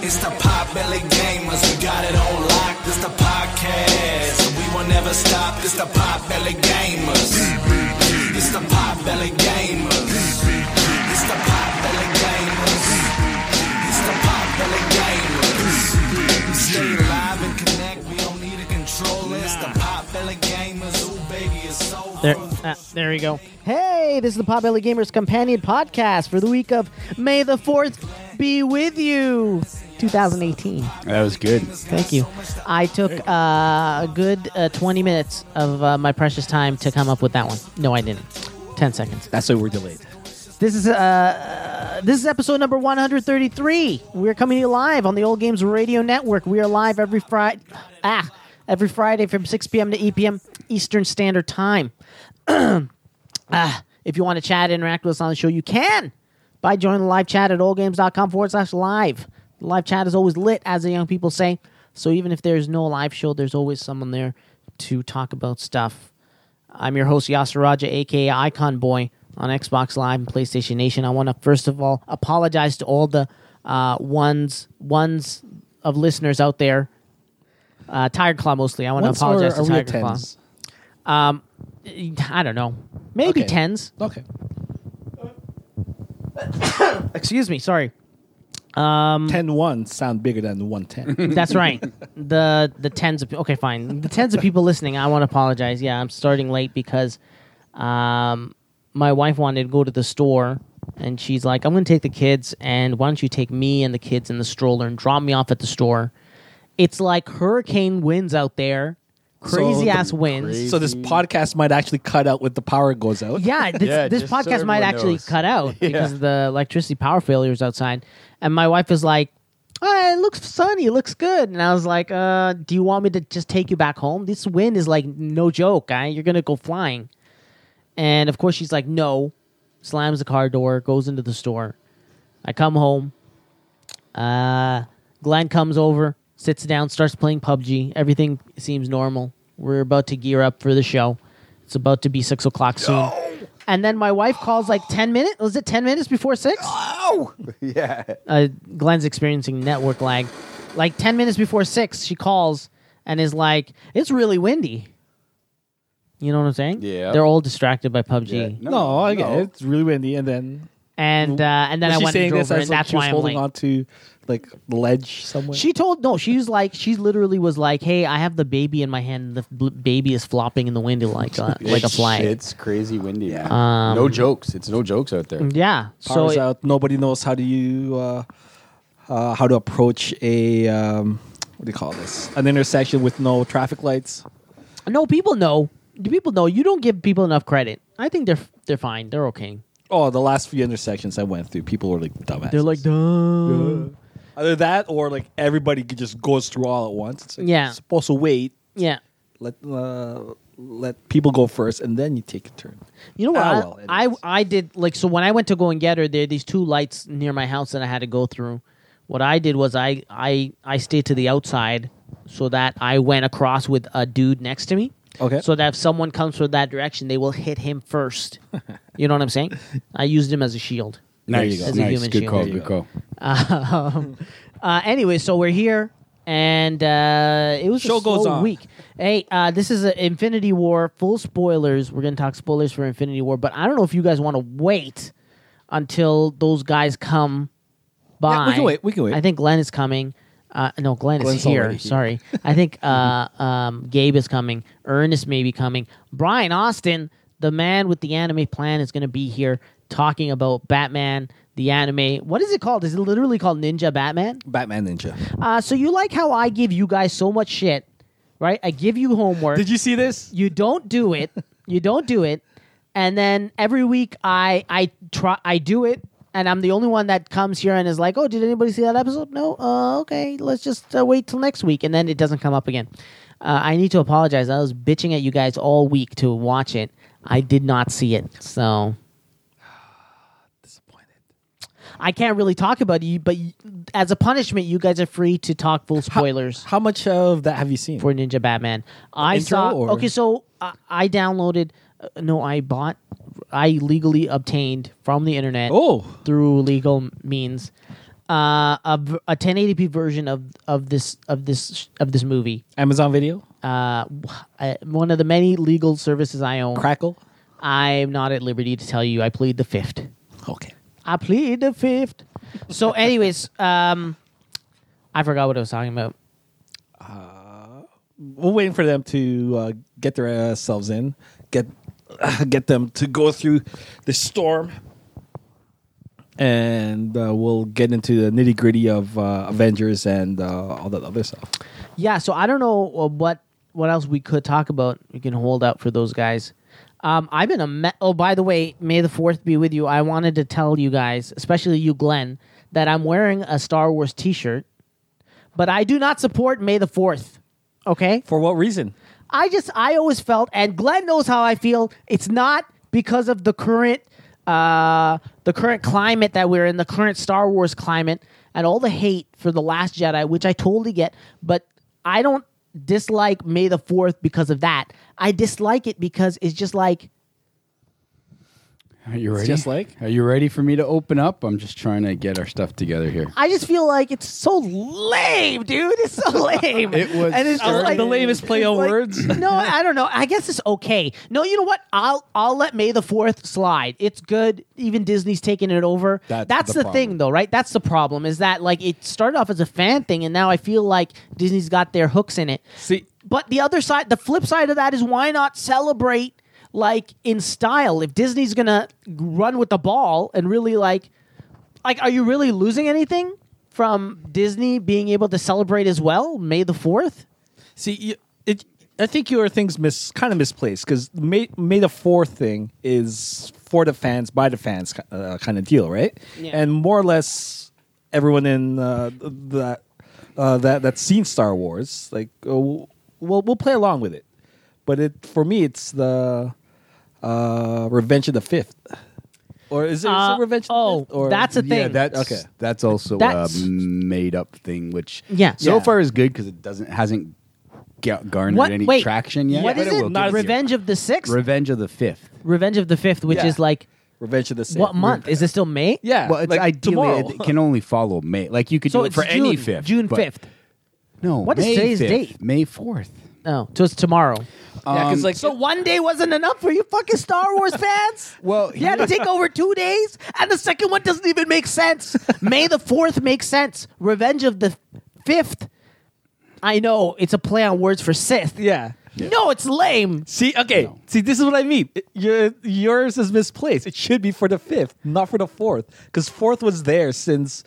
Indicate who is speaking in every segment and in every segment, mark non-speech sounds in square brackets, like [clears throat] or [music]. Speaker 1: It's the Pop Belly Gamers. We got it on lock. This the podcast. We will never stop. This the Pop Belly Gamers. It's the Pop Belly Gamers. It's the Pop Belly Gamers. It's the Pop Belly Gamers. Stay live and connect. We don't need a controller. It's the Pop Belly Gamers. Ooh, baby, it's over.
Speaker 2: There, ah, there we go.
Speaker 3: Hey, this is the Potbelly Gamers Companion Podcast for the week of May the 4th be with you, 2018.
Speaker 4: That was good.
Speaker 3: Thank you. I took uh, a good uh, 20 minutes of uh, my precious time to come up with that one. No, I didn't. 10 seconds.
Speaker 4: That's why we're delayed.
Speaker 3: This is uh, this is episode number 133. We're coming to you live on the Old Games Radio Network. We are live every Friday ah, every Friday from 6 p.m. to 8 p.m. Eastern Standard Time. ah, if you want to chat, interact with us on the show, you can by joining the live chat at oldgames.com forward slash live. The live chat is always lit, as the young people say. So even if there's no live show, there's always someone there to talk about stuff. I'm your host, Yasser Raja, aka Icon Boy, on Xbox Live and PlayStation Nation. I want to first of all apologize to all the uh, ones ones of listeners out there. Uh, Tiger Claw mostly. I want to
Speaker 4: Once or
Speaker 3: apologize
Speaker 4: are
Speaker 3: to
Speaker 4: we
Speaker 3: Tiger
Speaker 4: at
Speaker 3: Claw.
Speaker 4: tens?
Speaker 3: I don't know, maybe
Speaker 4: Okay.
Speaker 3: tens.
Speaker 4: Okay.
Speaker 3: Excuse me, sorry. Mm.
Speaker 4: Ten ones sound bigger than one [laughs] ten.
Speaker 3: That's right. the the tens of okay, fine. The tens of people listening. I want to apologize. Yeah, I'm starting late because um, my wife wanted to go to the store, and she's like, "I'm going to take the kids, and why don't you take me and the kids in the stroller and drop me off at the store?" It's like hurricane winds out there, crazy ass winds.
Speaker 4: so this podcast might actually cut out when the power goes out.
Speaker 5: [laughs]
Speaker 3: Yeah, this,
Speaker 5: Yeah,
Speaker 3: this
Speaker 5: just so
Speaker 3: podcast might
Speaker 5: everyone
Speaker 3: actually
Speaker 5: knows.
Speaker 3: cut
Speaker 5: [laughs]
Speaker 3: out because of the electricity power failures outside. And my wife was like, oh, "It looks sunny, it looks good." And I was like, uh, "Do you want me to just take you back home? This wind is like no joke, guy. You're gonna go flying." And of course, she's like, "No." Slams the car door, goes into the store. I come home. Uh, Glenn comes over, sits down, starts playing PUBG. Everything seems normal. We're about to gear up for the show. It's about to be six o'clock soon. And then my wife calls like ten minutes. Was it ten minutes before six?
Speaker 5: [laughs] Yeah.
Speaker 3: Uh, Glenn's experiencing network lag. Like ten minutes before six, she calls and is like, "It's really windy." You know what I'm saying?
Speaker 5: Yeah.
Speaker 3: They're all distracted by PUBG.
Speaker 4: No, I get it. It's really windy, and then
Speaker 3: And uh, and then
Speaker 4: Was
Speaker 3: I
Speaker 4: she
Speaker 3: went and
Speaker 4: saying
Speaker 3: drove
Speaker 4: this
Speaker 3: her,
Speaker 4: as
Speaker 3: and
Speaker 4: like
Speaker 3: that's
Speaker 4: she was
Speaker 3: why I'm
Speaker 4: holding
Speaker 3: late.
Speaker 4: on to like the ledge somewhere.
Speaker 3: She told no. She was like, she literally was like, "Hey, I have the baby in my hand. and The bl- baby is flopping in the wind like
Speaker 4: [laughs]
Speaker 3: a, like a fly."
Speaker 5: It's crazy windy. man. no jokes. It's no jokes out there.
Speaker 3: Yeah. So
Speaker 4: Power's
Speaker 3: it-
Speaker 4: out. Nobody knows how do you uh, uh, how to approach a um, what do you call this? An intersection with no traffic lights.
Speaker 3: no, people know. Do People know. You don't give people enough credit. I think they're they're fine. They're okay.
Speaker 4: Oh, the last few intersections I went through, people were like dumbasses.
Speaker 3: They're like, duh.
Speaker 4: Mm-hmm. either that or like everybody could just goes through all at once. It's like,
Speaker 3: Yeah.
Speaker 4: you're supposed to wait.
Speaker 3: Yeah.
Speaker 4: Let uh, let people go first, and then you take a turn.
Speaker 3: You know what?
Speaker 4: Ah,
Speaker 3: I-
Speaker 4: well, it
Speaker 3: I,
Speaker 4: is.
Speaker 3: I did like so when I went to go and get her, there are these two lights near my house that I had to go through. What I did was I I I stayed to the outside so that I went across with a dude next to me.
Speaker 4: Okay.
Speaker 3: So that if someone comes from that direction, they will hit him
Speaker 5: [laughs]
Speaker 3: first. you know what I'm saying? I used him as a shield.
Speaker 5: Nice.
Speaker 3: As a
Speaker 5: Nice.
Speaker 3: human
Speaker 5: Good
Speaker 3: shield.
Speaker 5: call.
Speaker 3: There [laughs]
Speaker 5: Good call.
Speaker 3: Uh, anyway, so we're here, and uh, it was
Speaker 4: Show
Speaker 3: a slow
Speaker 4: goes on.
Speaker 3: week. Hey, uh, this is a Infinity War full spoilers. We're gonna talk spoilers for Infinity War, but I don't know if you guys want to wait until those guys come by.
Speaker 4: Yeah, we can wait, we can wait.
Speaker 3: I think Glenn is coming. Uh, no, Glenn is
Speaker 4: Glenn's
Speaker 3: here.
Speaker 4: already here.
Speaker 3: Sorry, I think uh, [laughs] um, Gabe is coming. Ernest may be coming. Brian Austin, the man with the anime plan, is going to be here talking about Batman. The anime, what is it called? Is it literally called Ninja Batman?
Speaker 4: Batman Ninja.
Speaker 3: Uh, so you like how I give you guys so much shit, right? I give you homework.
Speaker 4: Did you see this?
Speaker 3: you don't do it. You don't do it, and then every week I I try I do it, and I'm the only one that comes here and is like, oh, did anybody see that episode? No. Uh, okay, let's just uh, wait till next week, and then it doesn't come up again. Uh, I need to apologize. I was bitching at you guys all week to watch it. I did not see it, so
Speaker 4: Disappointed.
Speaker 3: I can't really talk about you. But you, as a punishment, you guys are free to talk full spoilers.
Speaker 4: How much of that have you seen?
Speaker 3: for Ninja Batman. I
Speaker 4: Intro
Speaker 3: saw.
Speaker 4: or-
Speaker 3: Okay, so uh, I downloaded. Uh, no, I bought. I legally obtained from the internet
Speaker 4: Oh.
Speaker 3: through legal means. uh, a, v- a 1080p version of of this of this of this movie.
Speaker 4: Amazon Video,
Speaker 3: Uh, wh- I- one of the many legal services I own.
Speaker 4: Crackle.
Speaker 3: I'm not at liberty to tell you. I plead the fifth.
Speaker 4: Okay.
Speaker 3: I plead the fifth. So, anyways, um, I forgot what I was talking about.
Speaker 4: We're waiting for them to uh, get their uh, selves in, get [sighs] get them to go through the storm, and uh, we'll get into the nitty gritty of uh, Avengers and uh, all that other stuff.
Speaker 3: Yeah, so I don't know uh, what what else we could talk about. We can hold out for those guys. Um, I've been a me- oh by the way, May the Fourth be with you. I wanted to tell you guys, especially you, Glenn, that I'm wearing a Star Wars T-shirt, but I do not support May the Fourth. Okay,
Speaker 4: For what reason?
Speaker 3: I just I always felt, and Glenn knows how I feel. It's not because of the current uh the current climate that we're in, the current Star Wars climate, and all the hate for the Last Jedi, which I totally get. But I don't dislike May the Fourth because of that. I dislike it because it's just like
Speaker 5: Are you ready?
Speaker 4: just like-
Speaker 5: Are you ready for me to open up? I'm just trying to get our stuff together here.
Speaker 3: I just feel like it's so lame, dude. It's so lame.
Speaker 5: It was
Speaker 3: it's just
Speaker 5: certain-
Speaker 4: The lamest play on
Speaker 3: it's like-
Speaker 4: words.
Speaker 3: [laughs] no, I don't know. I guess it's okay. No, you know what? I'll I'll let May the Fourth slide. It's good. Even Disney's taking it over.
Speaker 5: That's the
Speaker 3: the,
Speaker 5: problem.
Speaker 3: thing, though, right? That's the problem. Is that like it started off as a fan thing, and now I feel like Disney's got their hooks in it.
Speaker 4: See,
Speaker 3: But the other side, the flip side of that is why not celebrate like in style? If Disney's gonna run with the ball and really like, like, are you really losing anything from Disney being able to celebrate as well? May the Fourth.
Speaker 4: See, you, it. I think your thing's mis kind of misplaced because May, May the Fourth thing is for the fans by the fans ki- uh, kind of deal, right?
Speaker 3: Yeah.
Speaker 4: And more or less everyone in uh, th- that uh, that that's seen Star Wars, like, uh, w- we'll we'll play along with it. But it for me, it's the uh, Revenge of the Fifth, or is it, is it
Speaker 3: Uh,
Speaker 4: Revenge? Of
Speaker 3: oh,
Speaker 4: the Fifth? Or
Speaker 3: that's a thing.
Speaker 5: Yeah, that's
Speaker 4: Okay.
Speaker 5: That's also
Speaker 3: That's-
Speaker 5: a made up thing, which
Speaker 3: Yeah.
Speaker 5: so
Speaker 4: Yeah.
Speaker 5: far is good because it doesn't hasn't ga- garnered
Speaker 3: What-
Speaker 5: any
Speaker 3: wait,
Speaker 5: traction yet.
Speaker 3: what
Speaker 5: but
Speaker 3: is it?
Speaker 5: will
Speaker 4: Not
Speaker 5: get there.
Speaker 3: Revenge of the Sixth.
Speaker 5: Revenge of the Fifth.
Speaker 3: Revenge of the Fifth, which
Speaker 4: Yeah.
Speaker 3: is like
Speaker 4: Revenge of the Sixth.
Speaker 3: what month? Is it still May?
Speaker 4: Yeah,
Speaker 5: well, it's
Speaker 4: like
Speaker 5: ideally
Speaker 4: tomorrow.
Speaker 5: it can only follow May. Like you could
Speaker 3: So
Speaker 5: do it
Speaker 3: it's
Speaker 5: for
Speaker 3: June,
Speaker 5: any fifth.
Speaker 3: June
Speaker 5: but-
Speaker 3: fifth.
Speaker 5: No,
Speaker 3: What is
Speaker 5: May
Speaker 3: today's
Speaker 5: 5th,
Speaker 3: date?
Speaker 5: May fourth.
Speaker 3: No, so it's tomorrow.
Speaker 4: yeah, because like
Speaker 3: Um, So one day wasn't enough for you fucking Star
Speaker 5: [laughs]
Speaker 3: Wars fans.
Speaker 5: Well,
Speaker 3: you had to take over two days, and the second one doesn't even make sense. May the Fourth makes sense. Revenge of the Fifth. I know it's a play on words for Sith.
Speaker 4: yeah.
Speaker 3: No, it's lame.
Speaker 4: See, okay.
Speaker 5: No.
Speaker 4: See, this is what I mean. It- Your yours is misplaced. It should be for the fifth, not for the fourth, because fourth was there since.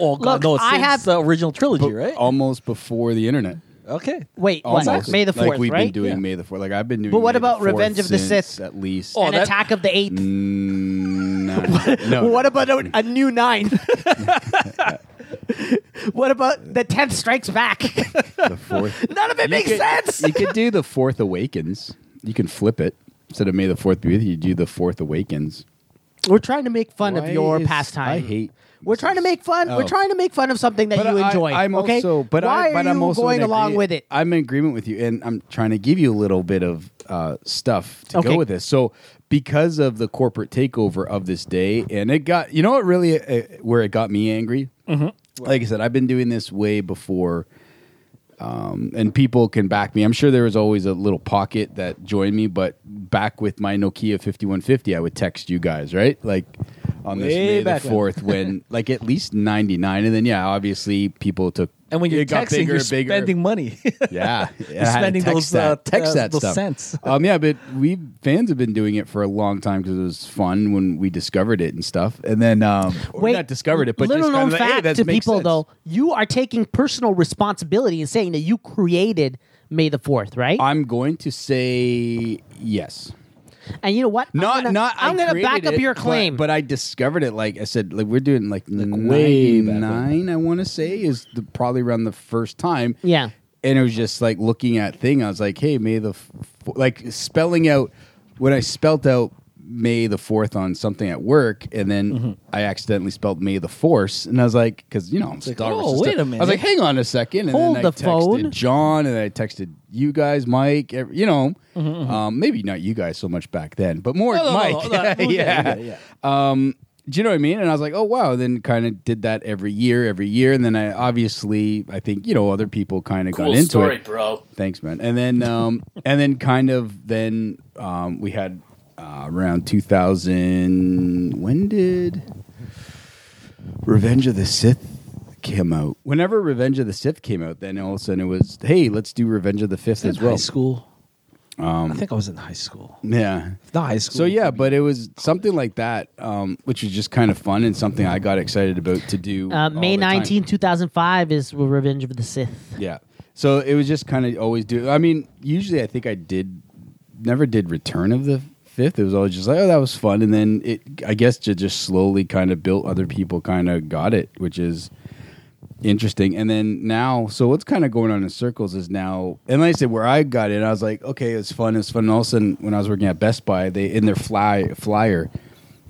Speaker 4: Oh God,
Speaker 3: Look,
Speaker 4: no! Since
Speaker 3: I have-
Speaker 4: the original trilogy,
Speaker 5: But
Speaker 4: right?
Speaker 5: Almost before the internet.
Speaker 4: okay.
Speaker 3: Wait, what?
Speaker 5: Almost.
Speaker 3: May the
Speaker 5: Like
Speaker 3: Fourth,
Speaker 5: we've
Speaker 3: right?
Speaker 5: been doing
Speaker 4: Yeah.
Speaker 5: May the fourth. Like I've been doing.
Speaker 3: But what
Speaker 5: May the
Speaker 3: about
Speaker 5: 4th
Speaker 3: Revenge of the
Speaker 5: since
Speaker 3: Sith?
Speaker 5: At least. [laughs]
Speaker 3: [laughs]
Speaker 4: Oh,
Speaker 3: An
Speaker 4: that-
Speaker 3: Attack of the Eighth.
Speaker 5: Mm, no, no,
Speaker 3: what
Speaker 5: no.
Speaker 3: about a, a new
Speaker 5: [laughs]
Speaker 3: ninth? [laughs] what about the tenth strikes back? [laughs]
Speaker 5: the fourth?
Speaker 3: None of it makes
Speaker 5: could,
Speaker 3: sense.
Speaker 5: You could do the fourth awakens. You can flip it instead of May the Fourth be with you. You do the fourth awakens.
Speaker 3: We're trying to make fun
Speaker 5: Why
Speaker 3: of your
Speaker 5: is-
Speaker 3: pastime.
Speaker 5: I hate-
Speaker 3: We're trying to make fun. We're
Speaker 5: Oh.
Speaker 3: trying to make fun of something that
Speaker 5: But
Speaker 3: you
Speaker 5: I-
Speaker 3: enjoy.
Speaker 5: I'm
Speaker 3: okay,
Speaker 5: also, but
Speaker 3: why
Speaker 5: I, but
Speaker 3: are
Speaker 5: I'm
Speaker 3: you
Speaker 5: also
Speaker 3: going
Speaker 5: in
Speaker 3: along
Speaker 5: agree-
Speaker 3: with it?
Speaker 5: I'm in agreement with you, and I'm trying to give you a little bit of uh, stuff to
Speaker 3: Okay.
Speaker 5: go with this. So, because of the corporate takeover of this day, and it got, you know, what really uh, where it got me angry.
Speaker 3: Mm-hmm.
Speaker 5: Like I said, I've been doing this way before. Um, and people can back me. I'm sure there was always a little pocket that joined me, but back with my Nokia 5150, I would text you guys, right? Like on this
Speaker 4: Way
Speaker 5: May the
Speaker 4: back when.
Speaker 5: 4th when like at least 99 and then yeah obviously people took
Speaker 4: And when you're
Speaker 5: it got
Speaker 4: texting,
Speaker 5: bigger
Speaker 4: you're
Speaker 5: and bigger.
Speaker 4: spending money.
Speaker 5: yeah you're
Speaker 4: spending those, uh,
Speaker 5: text
Speaker 4: uh,
Speaker 5: that
Speaker 4: those
Speaker 5: stuff
Speaker 4: cents.
Speaker 5: [laughs] um yeah but we fans have been doing it for a long time because it was fun when we discovered it and stuff and then um or
Speaker 3: Wait,
Speaker 5: not discovered it but
Speaker 3: little
Speaker 5: just
Speaker 3: known
Speaker 5: kinda like, hey,
Speaker 3: fact
Speaker 5: that
Speaker 3: to
Speaker 5: makes
Speaker 3: people
Speaker 5: sense.
Speaker 3: though, you are taking personal responsibility and saying that you created May the Fourth, right?
Speaker 5: I'm going to say yes
Speaker 3: and you know what?
Speaker 5: not
Speaker 3: I'm gonna,
Speaker 5: not I
Speaker 3: I'm gonna
Speaker 5: created
Speaker 3: back up
Speaker 5: it,
Speaker 3: your
Speaker 5: but-
Speaker 3: claim.
Speaker 5: but, I discovered it like I said like we're doing like,
Speaker 4: 90
Speaker 5: way
Speaker 4: back then.
Speaker 5: nine I want to say is the, probably around the first time
Speaker 3: Yeah.
Speaker 5: and it was just like looking at thing I was like hey May the f- f- like spelling out when I spelt out May the fourth on something at work and then
Speaker 4: Mm-hmm.
Speaker 5: I accidentally spelled May the force and I was like because you know I'm Star Wars
Speaker 4: oh,
Speaker 5: and
Speaker 4: wait
Speaker 5: stuff.
Speaker 4: a
Speaker 5: I was like
Speaker 4: minute.
Speaker 5: hang on a second and
Speaker 3: Hold
Speaker 5: then I
Speaker 3: the
Speaker 5: texted
Speaker 3: phone.
Speaker 5: John and I texted you guys Mike ev- you know um, maybe not you guys so much back then but more
Speaker 4: Mm-hmm, No, no, no,
Speaker 5: [laughs] Mike.
Speaker 4: no, no. Oh, yeah, yeah, yeah.
Speaker 5: Um, do you know what I mean? And I was like, oh wow. Then kind of did that every year, every year, and then I obviously, I think you know, other people kind of
Speaker 2: Cool
Speaker 5: got into
Speaker 2: story,
Speaker 5: it.
Speaker 2: bro.
Speaker 5: Thanks, man. And then, um, [laughs] and then kind of then um, we had uh, around 2000. When did Revenge of the Sith came out? Whenever Revenge of the Sith came out, then all of a sudden it was, hey, let's do Revenge of the Fifth as well.
Speaker 4: High school. I think I was in high school.
Speaker 5: Yeah.
Speaker 4: Not high school.
Speaker 5: So yeah, but it was something like that, um, which was just kind of fun and something I got excited about to do.
Speaker 3: Uh,
Speaker 5: all
Speaker 3: May
Speaker 5: the time.
Speaker 3: 19, 2005 is Revenge of the Sith.
Speaker 5: Yeah. So it was just kind of always do. I mean, usually I think I did never did Return of the Fifth. It was always just like, oh, that was fun, and then it. I guess to just slowly kind of built other people kind of got it, which is interesting. And then now, so what's kind of going on in circles is now, and like I said, where I got in, I was like, okay, it's fun, it's fun. And all of a sudden, when I was working at Best Buy, they in their fly flyer,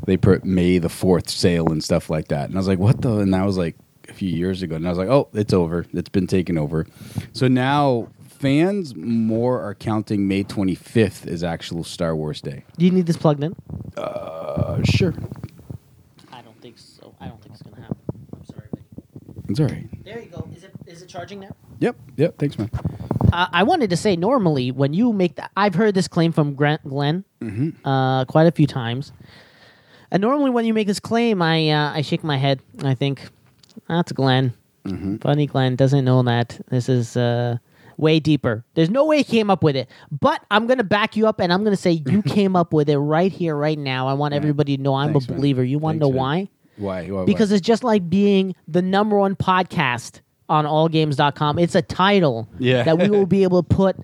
Speaker 5: they put May the Fourth sale and stuff like that, and I was like, what the? And that was like a few years ago, and I was like, oh, it's over, it's been taken over. So now fans more are counting May twenty fifth as actual Star Wars Day.
Speaker 3: Do you need this plugged in?
Speaker 5: Uh, sure,
Speaker 3: I don't think so. I don't think it's going to happen. I'm sorry.
Speaker 5: it's all right.
Speaker 3: There you go. Is it, is it charging now?
Speaker 5: Yep, yep. Thanks, man.
Speaker 3: Uh, I wanted to say normally when you make that, I've heard this claim from Grant Glenn
Speaker 5: Mm-hmm.
Speaker 3: uh, quite a few times. And normally when you make this claim, I uh, I shake my head. I think that's Glenn.
Speaker 5: Mm-hmm.
Speaker 3: Funny Glenn doesn't know that this is uh, way deeper. There's no way he came up with it. But I'm gonna back you up, and I'm gonna say you
Speaker 5: [coughs]
Speaker 3: came up with it right here, right now. I want everybody to know I'm
Speaker 5: Thanks,
Speaker 3: a
Speaker 5: man.
Speaker 3: believer. You want to
Speaker 5: Thanks,
Speaker 3: know why?
Speaker 5: man. Why? why
Speaker 3: because
Speaker 5: why?
Speaker 3: it's just like being the number one podcast on allgames.com. It's a title
Speaker 5: Yeah.
Speaker 3: that we
Speaker 5: [laughs]
Speaker 3: will be able to put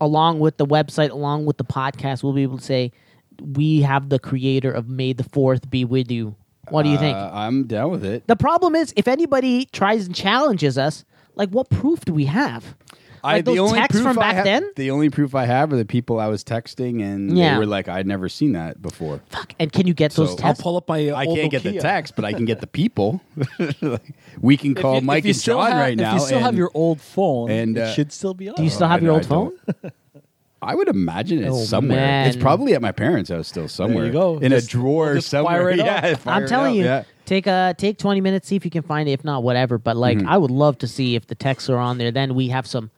Speaker 3: along with the website, along with the podcast. We'll be able to say, we have the creator of May the 4th be with you. What do you think?
Speaker 5: Uh, I'm down with it.
Speaker 3: The problem is, if anybody tries and challenges us, like what proof do we have?
Speaker 5: I
Speaker 3: Like those texts from
Speaker 5: I
Speaker 3: back
Speaker 5: ha-
Speaker 3: then?
Speaker 5: The only proof I have are the people I was texting, and
Speaker 3: Yeah.
Speaker 5: they were like, "I'd never seen that before."
Speaker 3: Fuck. And can you get those
Speaker 5: So-
Speaker 4: I'll
Speaker 3: tests?
Speaker 4: pull up my. Uh,
Speaker 5: I
Speaker 4: old
Speaker 5: can't get the
Speaker 4: Nokia.
Speaker 5: text, but I can get the people. [laughs] Like, we can call
Speaker 4: If you-
Speaker 5: Mike
Speaker 4: if you
Speaker 5: and
Speaker 4: still
Speaker 5: John
Speaker 4: have-
Speaker 5: right now.
Speaker 4: If you still have
Speaker 5: and
Speaker 4: your old phone,
Speaker 5: and,
Speaker 4: it
Speaker 5: uh,
Speaker 4: should still be on.
Speaker 3: do you still have
Speaker 5: I-
Speaker 3: your
Speaker 5: I
Speaker 3: old phone?
Speaker 5: don't. I would imagine it's
Speaker 3: Oh,
Speaker 5: somewhere. It's
Speaker 3: man.
Speaker 5: probably at my parents' house still somewhere.
Speaker 4: go.
Speaker 5: in
Speaker 4: Just-
Speaker 5: a drawer
Speaker 4: just fire
Speaker 5: somewhere. [laughs]
Speaker 4: it up.
Speaker 5: yeah, fire
Speaker 3: I'm
Speaker 5: it
Speaker 3: telling
Speaker 5: up,
Speaker 3: you,
Speaker 5: yeah.
Speaker 3: take uh take 20 minutes, see if you can find it. If not, whatever. But like,
Speaker 5: Mm-hmm.
Speaker 3: I would love to see if the texts are on there. Then we have some,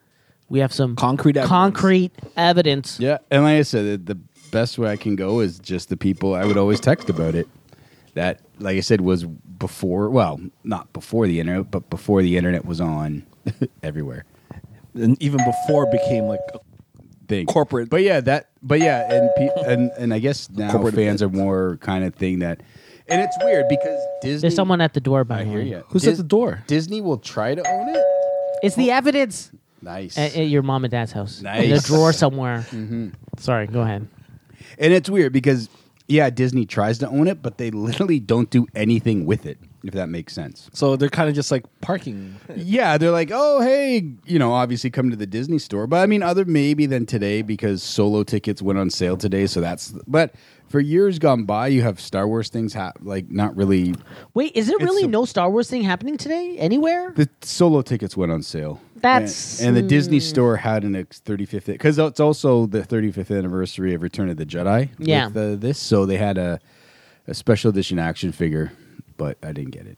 Speaker 3: we have some
Speaker 4: Concrete evidence.
Speaker 3: concrete evidence.
Speaker 5: Yeah, and like I said, the the best way I can go is just the people I would always text about it. That, like I said, was before. Well, not before the internet, but before the internet was on [laughs] everywhere.
Speaker 4: and even before it became like
Speaker 5: Thing.
Speaker 4: Corporate.
Speaker 5: but yeah, that, but yeah, and pe- and and I guess now
Speaker 4: Corporate
Speaker 5: fans are more kind of thing that, and it's weird because Disney.
Speaker 3: There's someone at the door by
Speaker 5: I
Speaker 3: the
Speaker 5: hear
Speaker 3: way.
Speaker 5: you.
Speaker 4: Who's at the door?
Speaker 5: Disney will try to own it.
Speaker 3: It's the evidence
Speaker 5: Nice.
Speaker 3: at, at your mom and dad's house. In a
Speaker 5: Nice. Mm-hmm.
Speaker 3: drawer somewhere. Sorry, go ahead.
Speaker 5: And it's weird because yeah, Disney tries to own it, but they literally don't do anything with it. If that makes sense.
Speaker 4: So they're kind of just like parking.
Speaker 5: Yeah, they're like, oh hey, you know, obviously come to the Disney store, but I mean, other maybe than today because solo tickets went on sale today, so that's. But for years gone by, you have Star Wars things ha- like not really.
Speaker 3: Wait, is there
Speaker 5: It's
Speaker 3: really
Speaker 5: a-
Speaker 3: no Star Wars thing happening today anywhere?
Speaker 5: The solo tickets went on sale.
Speaker 3: That's- hmm.
Speaker 5: and, and the Disney store had an ex- 35th because it's also the 35th anniversary of Return of the Jedi. with,
Speaker 3: Yeah.
Speaker 5: uh, this so they had a a special edition action figure, but I didn't get it.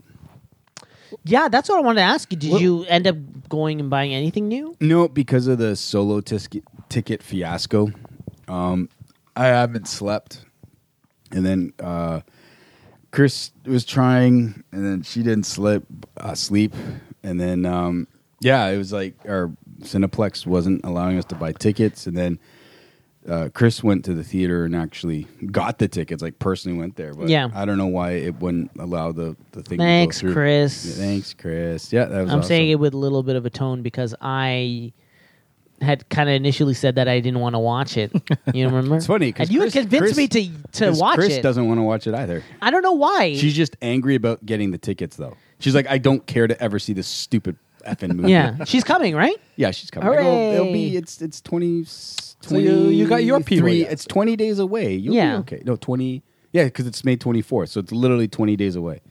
Speaker 3: yeah, that's what I wanted to ask you. Did you end up going and buying anything new?
Speaker 5: No, because of the solo tis- ticket fiasco. Um, I haven't slept. And then uh, Chris was trying, and then she didn't slip, uh, sleep. And then, um, yeah, it was like our Cineplex wasn't allowing us to buy tickets. And then uh, Chris went to the theater and actually got the tickets, like personally went there. But
Speaker 3: Yeah.
Speaker 5: I don't know why it wouldn't allow the, the thing
Speaker 3: Thanks,
Speaker 5: to go through.
Speaker 3: Chris.
Speaker 5: Yeah, thanks, Chris. Yeah, that was
Speaker 3: I'm
Speaker 5: awesome.
Speaker 3: saying it with a little bit of a tone because I had kind of initially said that I didn't want to watch it.
Speaker 5: [laughs]
Speaker 3: You remember? it's
Speaker 5: funny 'cause
Speaker 3: and you
Speaker 5: Chris-
Speaker 3: had convinced
Speaker 5: Chris-
Speaker 3: me to to
Speaker 5: 'Cause
Speaker 3: watch
Speaker 5: Chris
Speaker 3: it.
Speaker 5: doesn't want to watch it either.
Speaker 3: I don't know why.
Speaker 5: She's just angry about getting the tickets, though. She's like, I don't care to ever see this stupid effing movie.
Speaker 3: yeah, [laughs] she's coming, right?
Speaker 5: [laughs] yeah, she's coming. Like, it'll, it'll
Speaker 3: Hooray.
Speaker 5: be it's it's twenty.
Speaker 4: you- you got your people
Speaker 5: three-
Speaker 4: yet.
Speaker 5: It's twenty days away. You'll
Speaker 3: Yeah.
Speaker 5: yeah. okay. No, twenty. Yeah, because it's May twenty fourth, so it's literally twenty days away.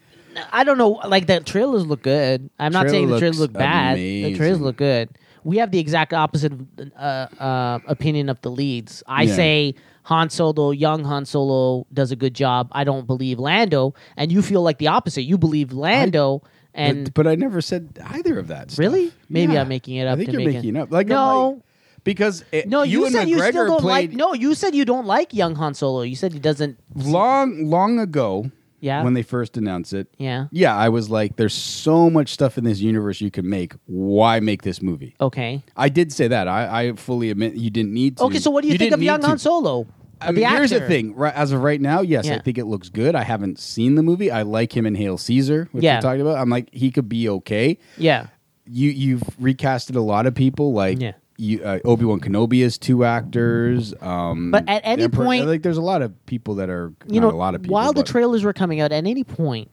Speaker 3: I don't know. Like the trailers look good. I'm not
Speaker 5: Trailer
Speaker 3: saying the trailers
Speaker 5: looks
Speaker 3: look bad. The trailers
Speaker 5: amazing.
Speaker 3: look good. we have the exact opposite uh, uh, opinion of the leads. I
Speaker 5: Yeah.
Speaker 3: say Han Solo, young Han Solo, does a good job. I don't believe Lando, and you feel like the opposite. You believe Lando, and
Speaker 5: but, but I never said either of that. stuff.
Speaker 3: Really? Maybe
Speaker 5: Yeah.
Speaker 3: I'm making it up
Speaker 5: I think
Speaker 3: to
Speaker 5: you're
Speaker 3: make it-
Speaker 5: making it up. Like I'm
Speaker 3: No.
Speaker 5: like- because it,
Speaker 3: no, you,
Speaker 5: and
Speaker 3: said you
Speaker 5: McGregor
Speaker 3: still don't
Speaker 5: played
Speaker 3: like. No, you said you don't like young Han Solo. You said he doesn't.
Speaker 5: long long ago.
Speaker 3: Yeah.
Speaker 5: when they first announced it.
Speaker 3: Yeah.
Speaker 5: yeah, I was like, "There's so much stuff in this universe you can make. Why make this movie?"
Speaker 3: Okay.
Speaker 5: I did say that. I, I fully admit you didn't need to.
Speaker 3: Okay, so what do you, think
Speaker 5: didn't
Speaker 3: of young
Speaker 5: need
Speaker 3: Han
Speaker 5: to.
Speaker 3: Solo?
Speaker 5: I mean,
Speaker 3: the
Speaker 5: here's the
Speaker 3: actor?
Speaker 5: thing. Right, as of right now, yes, I
Speaker 3: Yeah.
Speaker 5: think it looks good. I haven't seen the movie. I like him in Hail Caesar, which
Speaker 3: Yeah.
Speaker 5: you talked about. I'm like, he could be okay.
Speaker 3: Yeah.
Speaker 5: You you've recasted a lot of people. Like
Speaker 3: Yeah.
Speaker 5: you, uh, Obi Wan Kenobi is two actors. Um,
Speaker 3: But at any
Speaker 5: Emperor-
Speaker 3: point-
Speaker 5: like there's a lot of people that are
Speaker 3: You
Speaker 5: not
Speaker 3: know,
Speaker 5: a lot of people. Mm-hmm.
Speaker 3: while the
Speaker 5: but-
Speaker 3: trailers were coming out, at any point,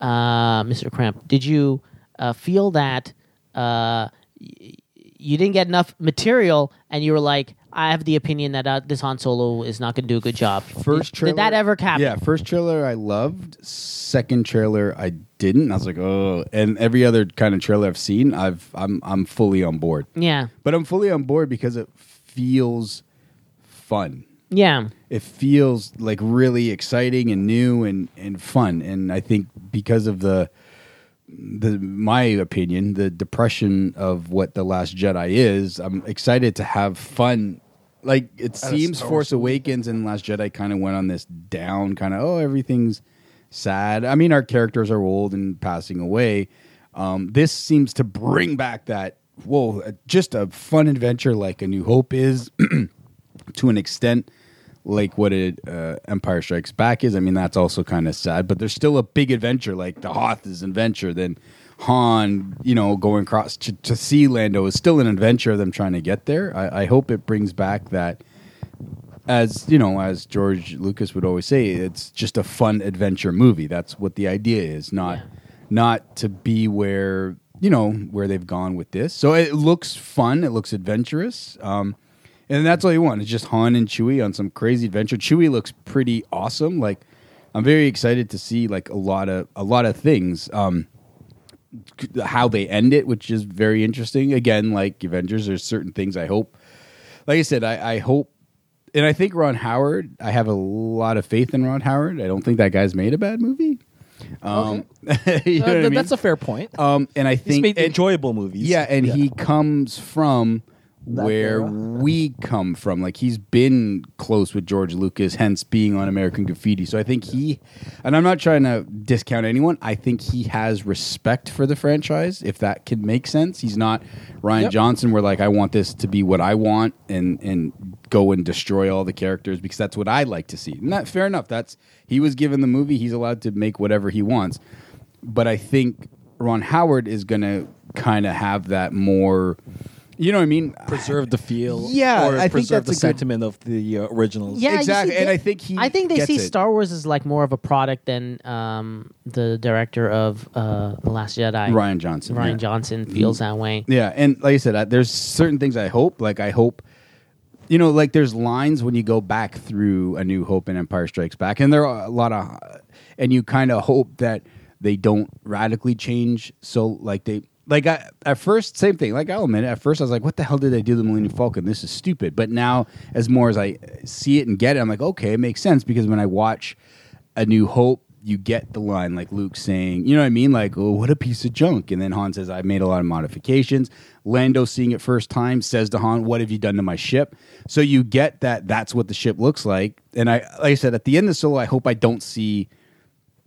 Speaker 3: uh, Mr. Cramp, did you uh, feel that uh, y- you didn't get enough material, and you were like, "I have the opinion that uh, this Han Solo is not going to do a good job."
Speaker 5: first
Speaker 3: Did-
Speaker 5: trailer
Speaker 3: Did that ever happen?
Speaker 5: Yeah, first trailer I loved. Second trailer I didn't. I was like, oh. And every other kind of trailer I've seen, I've I'm I'm fully on board.
Speaker 3: Yeah.
Speaker 5: But I'm fully on board because it feels fun.
Speaker 3: Yeah.
Speaker 5: It feels like really exciting and new and, and fun. And I think because of the the my opinion, the depression of what The Last Jedi is, I'm excited to have fun. Like it seems
Speaker 4: Star
Speaker 5: Force Awakens and Last Jedi kind of went on this down kind of oh everything's sad. I mean our characters are old and passing away. Um, this seems to bring back that whoa just a fun adventure like A New Hope is [clears throat] to an extent like what it, uh, Empire Strikes Back is. I mean, that's also kind of sad, but there's still a big adventure. Like the Hoth is an adventure. Then Han, you know, going across to, to see Lando is still an adventure of them trying to get there. I, I hope it brings back that, as you know, as George Lucas would always say, it's just a fun adventure movie. That's what the idea is, not
Speaker 3: Yeah.
Speaker 5: not to be where you know where they've gone with this. So it looks fun. It looks adventurous. Um, and that's all you want. It's just Han and Chewie on some crazy adventure. Chewie looks pretty awesome. Like I'm very excited to see like a lot of a lot of things. Um c- how they end it, which is very interesting. Again, like Avengers, there's certain things I hope. Like I said, I, I hope, and I think Ron Howard. I have a lot of faith in Ron Howard. I don't think that guy's made a bad movie. Um, [laughs] you know
Speaker 4: Uh,
Speaker 5: what I
Speaker 4: th-
Speaker 5: mean?
Speaker 4: That's a fair point.
Speaker 5: um, and I
Speaker 4: He's
Speaker 5: think
Speaker 4: made
Speaker 5: and-
Speaker 4: enjoyable movies.
Speaker 5: yeah, and he comes from where
Speaker 4: era.
Speaker 5: we come from. Like he's been close with George Lucas, hence being on American Graffiti. So I think he, and I'm not trying to discount anyone. I think he has respect for the franchise, if that can make sense. He's not Ryan
Speaker 4: Yep.
Speaker 5: Johnson, where like I want this to be what I want and and go and destroy all the characters because that's what I like to see. And that fair enough. That's he was given the movie. He's allowed to make whatever he wants but I think Ron Howard is going to kind of have that more. You know what I mean?
Speaker 4: preserve the feel.
Speaker 5: Yeah,
Speaker 4: or
Speaker 5: I think
Speaker 4: preserve
Speaker 5: that's
Speaker 4: the
Speaker 5: a good-
Speaker 4: sentiment of the uh, originals.
Speaker 3: Yeah, you
Speaker 5: Exactly,
Speaker 3: see,
Speaker 5: and
Speaker 3: they-
Speaker 5: I think he
Speaker 3: I think they
Speaker 5: gets
Speaker 3: see
Speaker 5: it.
Speaker 3: Star Wars as like more of a product than um, the director of uh, the Last Jedi,
Speaker 5: Ryan Johnson,
Speaker 3: Ryan
Speaker 5: yeah. Mm-hmm.
Speaker 3: Johnson feels that way.
Speaker 5: Yeah, and like I said, I, there's certain things I hope. Like I hope, you know, like there's lines when you go back through A New Hope and Empire Strikes Back, and there are a lot of, and you kind of hope that they don't radically change. So like they. Like I, at first, same thing. Like I'll admit, it, at first I was like, "What the hell did they do to the Millennium Falcon? This is stupid." But now, as more as I see it and get it, I'm like, "Okay, it makes sense." Because when I watch A New Hope, you get the line like Luke saying, you know what I mean? Like, oh, what a piece of junk. And then Han says, I've made a lot of modifications. Lando, seeing it first time, says to Han, What have you done to my ship? So you get that that's what the ship looks like. And I, like I said, at the end of Solo, I hope I don't see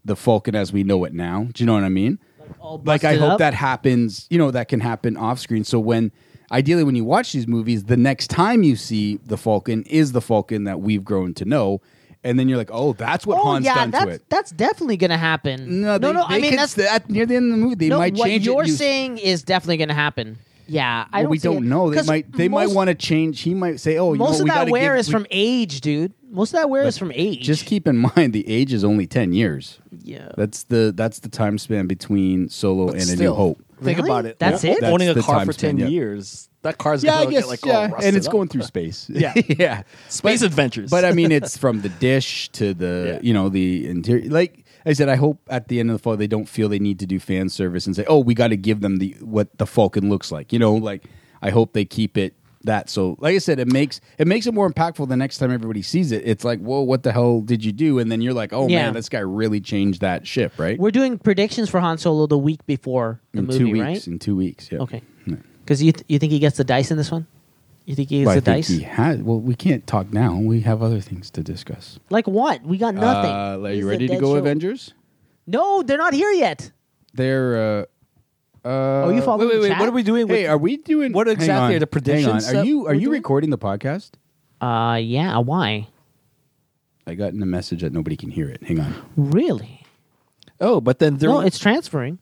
Speaker 5: the Falcon as we know it now. Do you know what I mean?
Speaker 3: all
Speaker 5: like I
Speaker 3: busted
Speaker 5: hope
Speaker 3: up?
Speaker 5: that happens. You know that can happen off screen. So when ideally when you watch these movies, the next time you see the Falcon is the Falcon that we've grown to know, and then you're like, oh, that's what Han's done
Speaker 3: that's
Speaker 5: to it.
Speaker 3: that's definitely gonna happen.
Speaker 5: No, they,
Speaker 3: no, no.
Speaker 5: They
Speaker 3: I mean,
Speaker 5: could
Speaker 3: that's
Speaker 5: st- at near the end of the movie. They
Speaker 3: no.
Speaker 5: might
Speaker 3: what
Speaker 5: change
Speaker 3: you're
Speaker 5: it. You-
Speaker 3: saying is definitely gonna happen. Yeah, I
Speaker 5: well,
Speaker 3: don't.
Speaker 5: we
Speaker 3: see
Speaker 5: don't
Speaker 3: it.
Speaker 5: know. They
Speaker 3: 'Cause
Speaker 5: might. They might
Speaker 3: most-
Speaker 5: want to change. He might say, "Oh, you know,
Speaker 3: Most
Speaker 5: we
Speaker 3: of that
Speaker 5: gotta
Speaker 3: wear
Speaker 5: give-
Speaker 3: is
Speaker 5: we-
Speaker 3: from age, dude. Most of that wear is from age.
Speaker 5: Just keep in [laughs] mind, the age is only ten years.
Speaker 3: Yeah.
Speaker 5: that's the that's the time span between Solo and A New Hope.
Speaker 4: Think
Speaker 3: Really?
Speaker 4: about it.
Speaker 3: That's
Speaker 4: O-
Speaker 3: it?
Speaker 4: Owning
Speaker 5: That's
Speaker 4: a
Speaker 5: the
Speaker 4: car
Speaker 5: time
Speaker 4: for ten
Speaker 5: span, yeah.
Speaker 4: years, that car's
Speaker 5: Yeah, I
Speaker 4: gonna
Speaker 5: guess.
Speaker 4: get like all
Speaker 5: yeah,
Speaker 4: rusted
Speaker 5: and it's
Speaker 4: up.
Speaker 5: going through space.
Speaker 4: [laughs] Yeah.
Speaker 5: [laughs] yeah.
Speaker 4: space adventures.
Speaker 5: But I mean, it's from the dish to the
Speaker 4: Yeah.
Speaker 5: you know the interior. Like I said, I hope at the end of the fall they don't feel they need to do fan service and say, "Oh, we got to give them the what the Falcon looks like." You know, like. I hope they keep it that. So, like I said, it makes it makes it more impactful the next time everybody sees it. It's like, whoa, what the hell did you do? And then you're like, oh
Speaker 3: Yeah.
Speaker 5: man, this guy really changed that ship, right?
Speaker 3: We're doing predictions for Han Solo the week before the
Speaker 5: in
Speaker 3: movie,
Speaker 5: two weeks.
Speaker 3: right?
Speaker 5: In two weeks, yeah.
Speaker 3: Okay. Because you th- you think he gets the dice in this one? You think he gets
Speaker 5: Well, I
Speaker 3: the
Speaker 5: think
Speaker 3: dice?
Speaker 5: he has. Well, we can't talk now. We have other things to discuss.
Speaker 3: Like what? We got nothing.
Speaker 5: Uh, are
Speaker 3: This
Speaker 5: you
Speaker 3: is a
Speaker 5: ready to
Speaker 3: dead
Speaker 5: go,
Speaker 3: show.
Speaker 5: Avengers?
Speaker 3: No, they're not here yet.
Speaker 5: They're. Uh, uh, oh,
Speaker 3: you following
Speaker 5: Wait, wait, wait.
Speaker 3: chat?
Speaker 5: What are we doing?
Speaker 4: Hey,
Speaker 5: are we doing?
Speaker 4: what
Speaker 5: hang
Speaker 4: exactly
Speaker 5: on,
Speaker 4: are the predictions
Speaker 5: Hang on. Are
Speaker 4: that
Speaker 5: you are
Speaker 4: we're
Speaker 5: you
Speaker 4: doing?
Speaker 5: recording the podcast?
Speaker 3: Uh, yeah. Why?
Speaker 5: I got in a message that nobody can hear it. Hang on.
Speaker 3: Really?
Speaker 4: Oh, but then there
Speaker 3: no, it's transferring.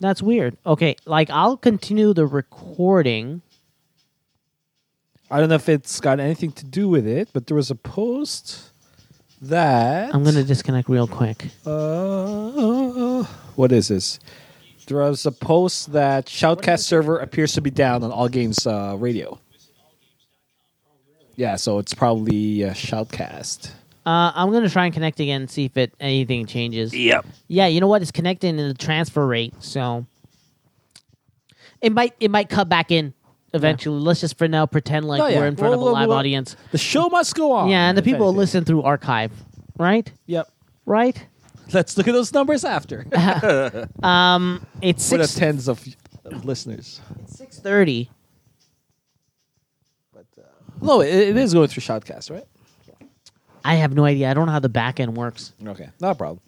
Speaker 3: That's weird. Okay, like I'll continue the recording.
Speaker 4: I don't know if it's got anything to do with it, but there was a post that
Speaker 3: I'm gonna disconnect real quick.
Speaker 4: Uh, what is this? There was a post that Shoutcast server appears to be down on All Games uh, Radio. Yeah, so it's probably uh, Shoutcast.
Speaker 3: Uh, I'm gonna try and connect again, and see if it anything changes. Yep. Yeah, you know what? It's connecting in the transfer rate, so it might it might cut back in eventually. Let's just for now pretend like
Speaker 4: Oh, yeah.
Speaker 3: we're in front of
Speaker 4: Well,
Speaker 3: a
Speaker 4: well,
Speaker 3: live
Speaker 4: well, Oh,
Speaker 3: audience.
Speaker 4: The show must go on.
Speaker 3: yeah, and the
Speaker 4: if
Speaker 3: people
Speaker 4: anything.
Speaker 3: listen through archive, right?
Speaker 4: Yep.
Speaker 3: Right?
Speaker 4: Let's look at those numbers
Speaker 3: [laughs]
Speaker 4: after.
Speaker 3: It's
Speaker 4: what a
Speaker 3: six
Speaker 4: tens of listeners.
Speaker 3: six thirty.
Speaker 4: No, it, it is going through Shoutcast, right?
Speaker 3: I have no idea. I don't know how the back end works.
Speaker 4: Okay, not a problem.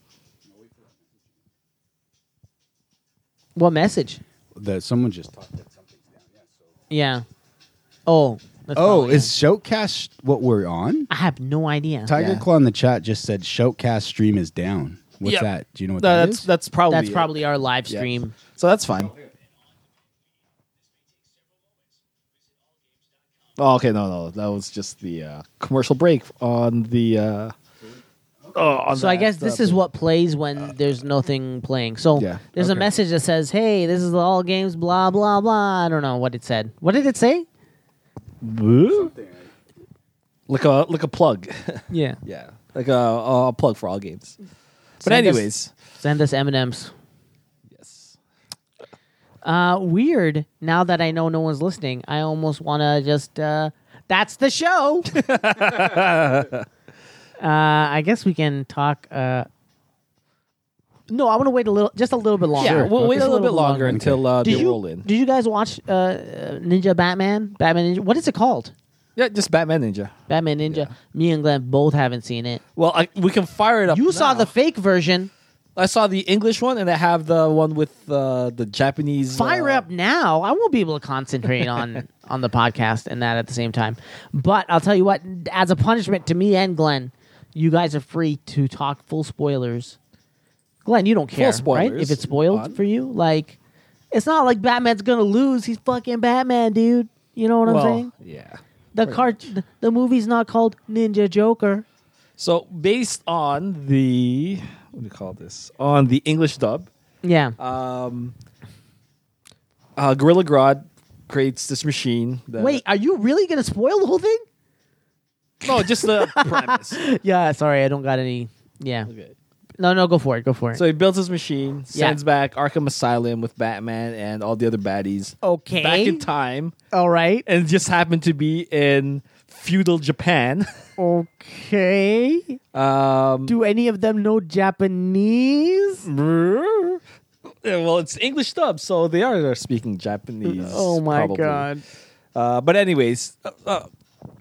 Speaker 3: What message?
Speaker 5: That someone just talked.
Speaker 3: Yeah. Oh. that's
Speaker 5: Oh,
Speaker 3: probably
Speaker 5: is Shoutcast what we're on?
Speaker 3: it. I have no idea.
Speaker 5: Tiger
Speaker 4: Yeah.
Speaker 5: Claw in the chat just said Shoutcast stream is down. What's
Speaker 4: Yep.
Speaker 5: that? Do you know what
Speaker 4: No,
Speaker 5: that
Speaker 4: that's
Speaker 5: is?
Speaker 4: that's probably
Speaker 3: That's
Speaker 4: it.
Speaker 3: probably our live
Speaker 4: Oh, Yeah.
Speaker 3: stream.
Speaker 4: So that's fine. Oh, okay, no, no, that was just the uh, commercial break on the. Uh, oh, on
Speaker 3: So I
Speaker 4: that,
Speaker 3: guess this
Speaker 4: uh,
Speaker 3: is what plays when there's nothing playing. So
Speaker 4: Yeah.
Speaker 3: there's a
Speaker 4: Okay.
Speaker 3: message that says, "Hey, this is all games, blah blah blah." I don't know what it said. What did it say?
Speaker 4: Boo? Like a like a plug, [laughs]
Speaker 3: Yeah.
Speaker 4: yeah, like a, a plug for all games. But
Speaker 3: Send us-
Speaker 4: anyways,
Speaker 3: Send us M and M's.
Speaker 4: yes.
Speaker 3: Uh, weird. Now that I know no one's listening, I almost want to just. Uh, that's the
Speaker 4: [laughs]
Speaker 3: show. uh, I guess we can talk. Uh, no, I want to wait a little, just a little bit longer.
Speaker 4: yeah, we'll wait
Speaker 3: Just
Speaker 4: a little bit longer
Speaker 3: longer.
Speaker 4: until uh,
Speaker 3: Did
Speaker 4: they
Speaker 3: you
Speaker 4: roll in.
Speaker 3: did you guys watch uh, uh, Ninja Batman? Batman Ninja. What is it called?
Speaker 4: Yeah, just Batman Ninja.
Speaker 3: Batman Ninja. Me and Glenn both haven't seen it.
Speaker 4: Well, I, we can fire it up.
Speaker 3: You saw
Speaker 4: now.
Speaker 3: the fake version.
Speaker 4: I saw the English one, and I have the one with uh, the Japanese.
Speaker 3: Fire
Speaker 4: uh,
Speaker 3: up now. I won't be able to concentrate on [laughs] on the podcast and that at the same time. But I'll tell you what, as a punishment to me and Glenn, you guys are free to talk full spoilers. Glenn, you don't care, right?
Speaker 4: spoilers.
Speaker 3: If it's spoiled
Speaker 4: On.
Speaker 3: for you, like it's not like Batman's gonna lose. He's fucking Batman, dude. You know what
Speaker 4: well,
Speaker 3: I'm saying?
Speaker 4: yeah.
Speaker 3: The cart, the, the movie's not called Ninja Joker.
Speaker 4: So based on the what do you call this? On the English dub, um,
Speaker 3: Yeah,
Speaker 4: uh, Gorilla Grodd creates this machine. That,
Speaker 3: Wait, are you really gonna spoil the whole thing?
Speaker 4: [laughs] no, just the premise.
Speaker 3: [laughs] Yeah, sorry, I don't got any. Yeah, no, no, go for it, go for it.
Speaker 4: So he builds his machine,
Speaker 3: Yeah.
Speaker 4: sends back Arkham Asylum with Batman and all the other baddies
Speaker 3: okay,
Speaker 4: back in time,
Speaker 3: all right,
Speaker 4: and just happened to be in feudal Japan. [laughs]
Speaker 3: okay.
Speaker 4: Um,
Speaker 3: Do any of them know Japanese?
Speaker 4: Yeah, well, it's English dub, so they are speaking Japanese.
Speaker 3: Oh my
Speaker 4: probably.
Speaker 3: god!
Speaker 4: Uh, but anyways, uh, uh,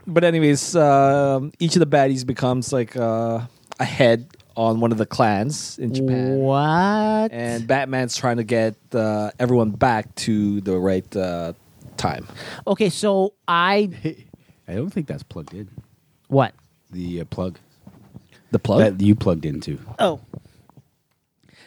Speaker 4: but anyways, um each of the baddies becomes like uh, a head on one of the clans in Japan,
Speaker 3: What?
Speaker 4: and Batman's trying to get uh, everyone back to the right uh, time.
Speaker 3: okay, so I
Speaker 5: I don't think that's plugged in.
Speaker 3: what?
Speaker 5: The uh, plug
Speaker 4: The plug,
Speaker 5: that you plugged into.
Speaker 3: Oh,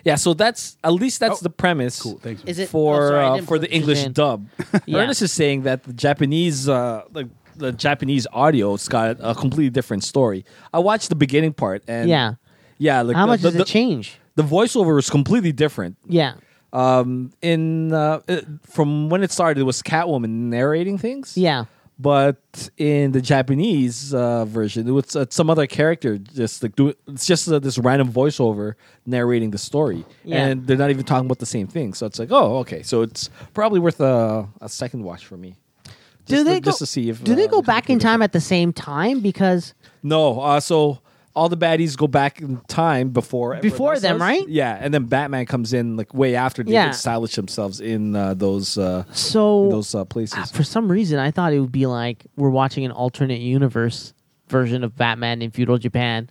Speaker 4: yeah. So that's at least that's
Speaker 5: Oh,
Speaker 4: the premise.
Speaker 5: Thanks.
Speaker 3: Is it-
Speaker 4: for
Speaker 3: oh, sorry, I
Speaker 4: uh,
Speaker 3: didn't
Speaker 4: for
Speaker 3: put
Speaker 4: the
Speaker 3: this
Speaker 4: English
Speaker 3: in.
Speaker 4: dub.
Speaker 3: [laughs] Yeah.
Speaker 4: Ernest is saying that the Japanese uh, the, the Japanese audio's got a completely different story. I watched the beginning part and
Speaker 3: Yeah.
Speaker 4: yeah. Like
Speaker 3: how
Speaker 4: the,
Speaker 3: much
Speaker 4: the,
Speaker 3: does it change?
Speaker 4: The voiceover was completely different.
Speaker 3: Yeah.
Speaker 4: Um, in uh, it- from when it started, it was Catwoman narrating things.
Speaker 3: Yeah.
Speaker 4: But in the Japanese uh, version, it's uh, some other character just like do it's just uh, this random voiceover narrating the story,
Speaker 3: Yeah.
Speaker 4: and they're not even talking about the same thing. So it's like, oh, okay, so it's probably worth a, a second watch for me.
Speaker 3: do
Speaker 4: Just
Speaker 3: they
Speaker 4: to-
Speaker 3: go,
Speaker 4: just to see if
Speaker 3: do they
Speaker 4: uh,
Speaker 3: go
Speaker 4: if I
Speaker 3: back
Speaker 4: can
Speaker 3: in
Speaker 4: do it.
Speaker 3: time at the same time because
Speaker 4: No, uh, so all the baddies go back in time before everyone
Speaker 3: Before
Speaker 4: else
Speaker 3: them,
Speaker 4: does.
Speaker 3: right?
Speaker 4: Yeah, and then Batman comes in like way after they
Speaker 3: Yeah.
Speaker 4: establish themselves in uh, those uh,
Speaker 3: so
Speaker 4: in those uh, places.
Speaker 3: Ah, for some reason I thought it would be like we're watching an alternate universe version of Batman in feudal Japan,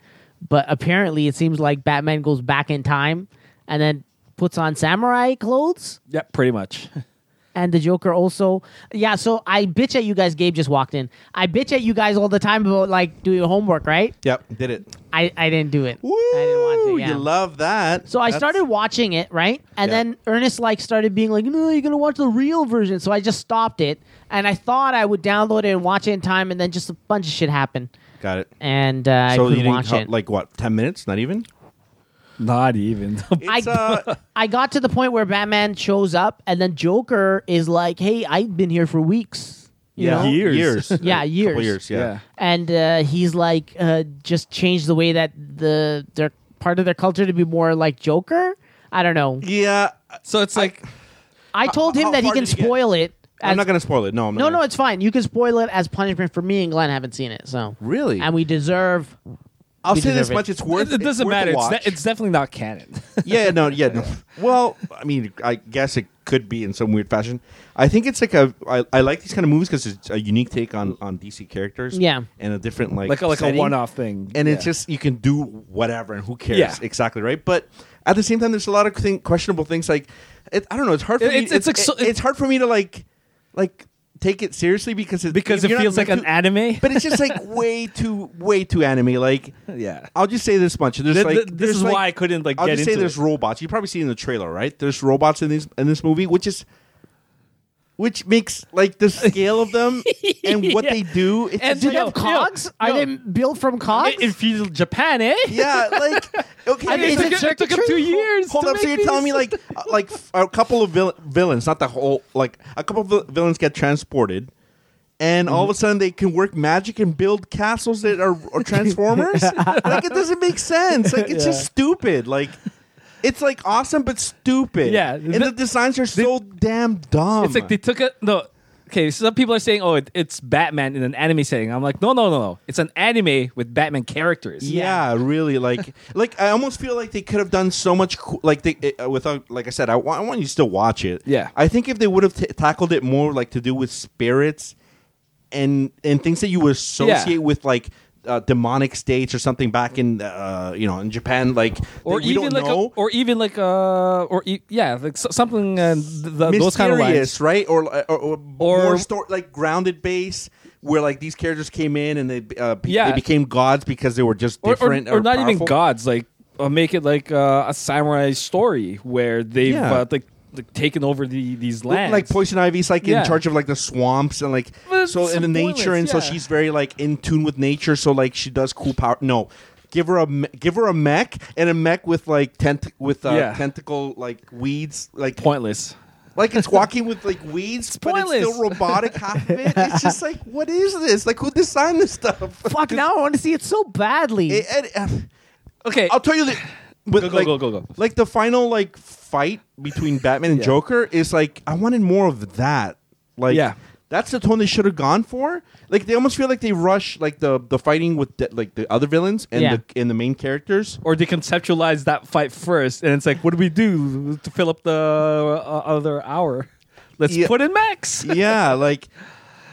Speaker 3: but apparently it seems like Batman goes back in time and then puts on samurai clothes
Speaker 4: yeah, pretty much.
Speaker 3: and the Joker also. Yeah, so I bitch at you guys. Gabe just walked in. I bitch at you guys all the time about like do your homework, right?
Speaker 2: Yep, did it.
Speaker 3: I, I didn't do it. I didn't want
Speaker 2: Woo,
Speaker 3: to. Yeah.
Speaker 2: You love that.
Speaker 3: so I
Speaker 2: That's-
Speaker 3: started watching it, right? And
Speaker 2: Yeah.
Speaker 3: then Ernest like started being like, "No, you're gonna watch the real version." So I just stopped it, and I thought I would download it and watch it in time, and then just a bunch of shit happened,
Speaker 2: Got it.
Speaker 3: and uh, I
Speaker 2: so you
Speaker 3: couldn't
Speaker 2: didn't
Speaker 3: watch
Speaker 2: co-
Speaker 3: it.
Speaker 2: like what? Ten minutes? Not even.
Speaker 4: Not [laughs] even.
Speaker 3: I-
Speaker 2: It's, uh,
Speaker 3: I got to the point where Batman shows up, and then Joker is like, "Hey, I've been here for weeks." You
Speaker 2: yeah,
Speaker 3: know?
Speaker 4: Years.
Speaker 2: years.
Speaker 3: Yeah,
Speaker 2: Couple
Speaker 3: years.
Speaker 2: years. Yeah.
Speaker 4: yeah.
Speaker 3: and uh, he's like uh, just changed the way that the their part of their culture to be more like Joker. I don't know.
Speaker 2: Yeah,
Speaker 4: So it's like
Speaker 3: I told him
Speaker 2: how
Speaker 3: that he
Speaker 2: far
Speaker 3: can
Speaker 2: did you get?
Speaker 3: spoil it.
Speaker 2: I'm
Speaker 3: as-
Speaker 2: not gonna spoil it. No, I'm not
Speaker 3: No,
Speaker 2: gonna-
Speaker 3: no, it's fine. You can spoil it as punishment for me and Glenn haven't seen it. So
Speaker 2: Really?
Speaker 3: and we deserve.
Speaker 2: I'll
Speaker 3: we
Speaker 2: say this
Speaker 3: deserve it.
Speaker 2: much: it's worth.
Speaker 4: it, it doesn't
Speaker 2: worth a
Speaker 4: matter. It's,
Speaker 2: watch.
Speaker 4: de- it's definitely not canon.
Speaker 2: yeah, no, yeah, no. [laughs] Well, I mean, I guess it could be in some weird fashion. I think it's like a. I, I like these kind of movies because it's a unique take on on DC characters.
Speaker 3: Yeah.
Speaker 2: and a different like
Speaker 4: like a, like a
Speaker 2: setting.
Speaker 4: one-off thing.
Speaker 2: And it's
Speaker 4: Yeah.
Speaker 2: just you can do whatever and who cares
Speaker 4: Yeah.
Speaker 2: exactly right. But at the same time, there's a lot of thing, questionable things like it, I don't know. It's hard for
Speaker 4: It-
Speaker 2: me.
Speaker 4: it's- it's like so-
Speaker 2: it's hard for me to like like take it seriously because it's,
Speaker 4: because
Speaker 2: if
Speaker 4: it
Speaker 2: you're not
Speaker 4: feels like
Speaker 2: meant
Speaker 4: an
Speaker 2: to-
Speaker 4: anime.
Speaker 2: But it's
Speaker 4: [laughs]
Speaker 2: just like way too way too anime. Like
Speaker 4: yeah.
Speaker 2: I'll just say this much. There's
Speaker 4: Th-
Speaker 2: like
Speaker 4: th- this
Speaker 2: there's,
Speaker 4: is
Speaker 2: like-
Speaker 4: why I couldn't, like,
Speaker 2: I'll
Speaker 4: get
Speaker 2: just say
Speaker 4: into
Speaker 2: there's
Speaker 4: it.
Speaker 2: robots. You probably see in the trailer, right? There's robots in these in this movie, which is which makes like the scale
Speaker 4: [laughs]
Speaker 2: of them and what they do. It's
Speaker 4: And
Speaker 2: just
Speaker 3: Do
Speaker 2: like,
Speaker 3: they have
Speaker 4: Yo,
Speaker 3: cogs?
Speaker 4: yo,
Speaker 3: Are
Speaker 4: yo.
Speaker 3: they built from
Speaker 2: [laughs]
Speaker 3: cogs?
Speaker 4: In feudal Japan, eh?
Speaker 2: yeah, like okay.
Speaker 3: I mean,
Speaker 2: it's
Speaker 3: is
Speaker 2: like-
Speaker 3: it
Speaker 4: took, it took 'em
Speaker 3: circuitry?
Speaker 4: two years.
Speaker 2: Hold
Speaker 4: to
Speaker 2: up! So
Speaker 4: make
Speaker 2: you're telling me
Speaker 4: these.
Speaker 2: like uh, like f- a couple of vil- villains, not the whole like a couple of vil- villains get transported, and all of a
Speaker 4: Mm-hmm.
Speaker 2: sudden they can work magic and build castles that are,
Speaker 4: [laughs]
Speaker 2: are transformers. like it doesn't make sense. Like it's just stupid. Like. It's like awesome but stupid.
Speaker 4: Yeah.
Speaker 2: and the, designs are so damn dumb.
Speaker 4: It's like they took it. No, okay. Some people are saying, "Oh, it, it's Batman in an anime setting." I'm like, no, no, no, no. It's an anime with Batman characters.
Speaker 2: Yeah,
Speaker 4: [laughs]
Speaker 2: really. Like, like I almost feel like they could have done so much. Cool, like they it, uh, without, like I said, I, wa- I want you to still watch it.
Speaker 4: Yeah.
Speaker 2: I think if they would have t- tackled it more, like to do with spirits and and things that you would associate with like. Uh, demonic states or something back in uh, you know in Japan like
Speaker 4: Or
Speaker 2: that we
Speaker 4: even
Speaker 2: don't
Speaker 4: like, a,
Speaker 2: know
Speaker 4: or even like, uh, or e- yeah, like so, something uh, th- th- those
Speaker 2: mysterious
Speaker 4: kind of lines.
Speaker 2: right or uh, or, or,
Speaker 4: Or-
Speaker 2: more sto- like grounded base where like these characters came in and they uh, be-
Speaker 4: Yeah.
Speaker 2: they became gods because they were just
Speaker 4: or, or,
Speaker 2: different
Speaker 4: or not even
Speaker 2: powerful.
Speaker 4: gods like uh, make it like uh, a samurai story where they've
Speaker 2: Yeah.
Speaker 4: uh, like, like taken over the these lands
Speaker 2: Like poison ivy's like
Speaker 4: Yeah.
Speaker 2: in charge of like the swamps and like
Speaker 4: But
Speaker 2: so
Speaker 4: it's
Speaker 2: in the nature, and
Speaker 4: pointless,
Speaker 2: so
Speaker 4: yeah.
Speaker 2: she's very like in tune with nature. So like she does cool power. No, give her a me- give her a mech and a mech with like tent with uh,
Speaker 4: Yeah.
Speaker 2: tentacle like weeds like
Speaker 4: pointless
Speaker 2: like it's walking with like weeds, but it's
Speaker 4: pointless.
Speaker 2: still robotic half of it. It's just like what is this? Like who designed this
Speaker 4: [laughs]
Speaker 2: stuff?
Speaker 3: Fuck! Now I want to see it so
Speaker 2: [laughs]
Speaker 3: badly. [laughs]
Speaker 2: It- it-
Speaker 4: okay
Speaker 2: I'll tell you that. With,
Speaker 4: Go, go,
Speaker 2: like,
Speaker 4: go, go, go.
Speaker 2: Like the final like fight
Speaker 4: [laughs]
Speaker 2: between Batman and Joker is like I wanted more of that. Like
Speaker 4: Yeah.
Speaker 2: that's the tone they should have gone for. Like they almost feel like they rush like the the fighting with the, like the other villains and
Speaker 3: Yeah.
Speaker 2: the and the main characters.
Speaker 4: or they conceptualize that fight first and it's like what do we do to fill up the uh, other hour let's
Speaker 2: Yeah.
Speaker 4: put in max
Speaker 2: [laughs] yeah, like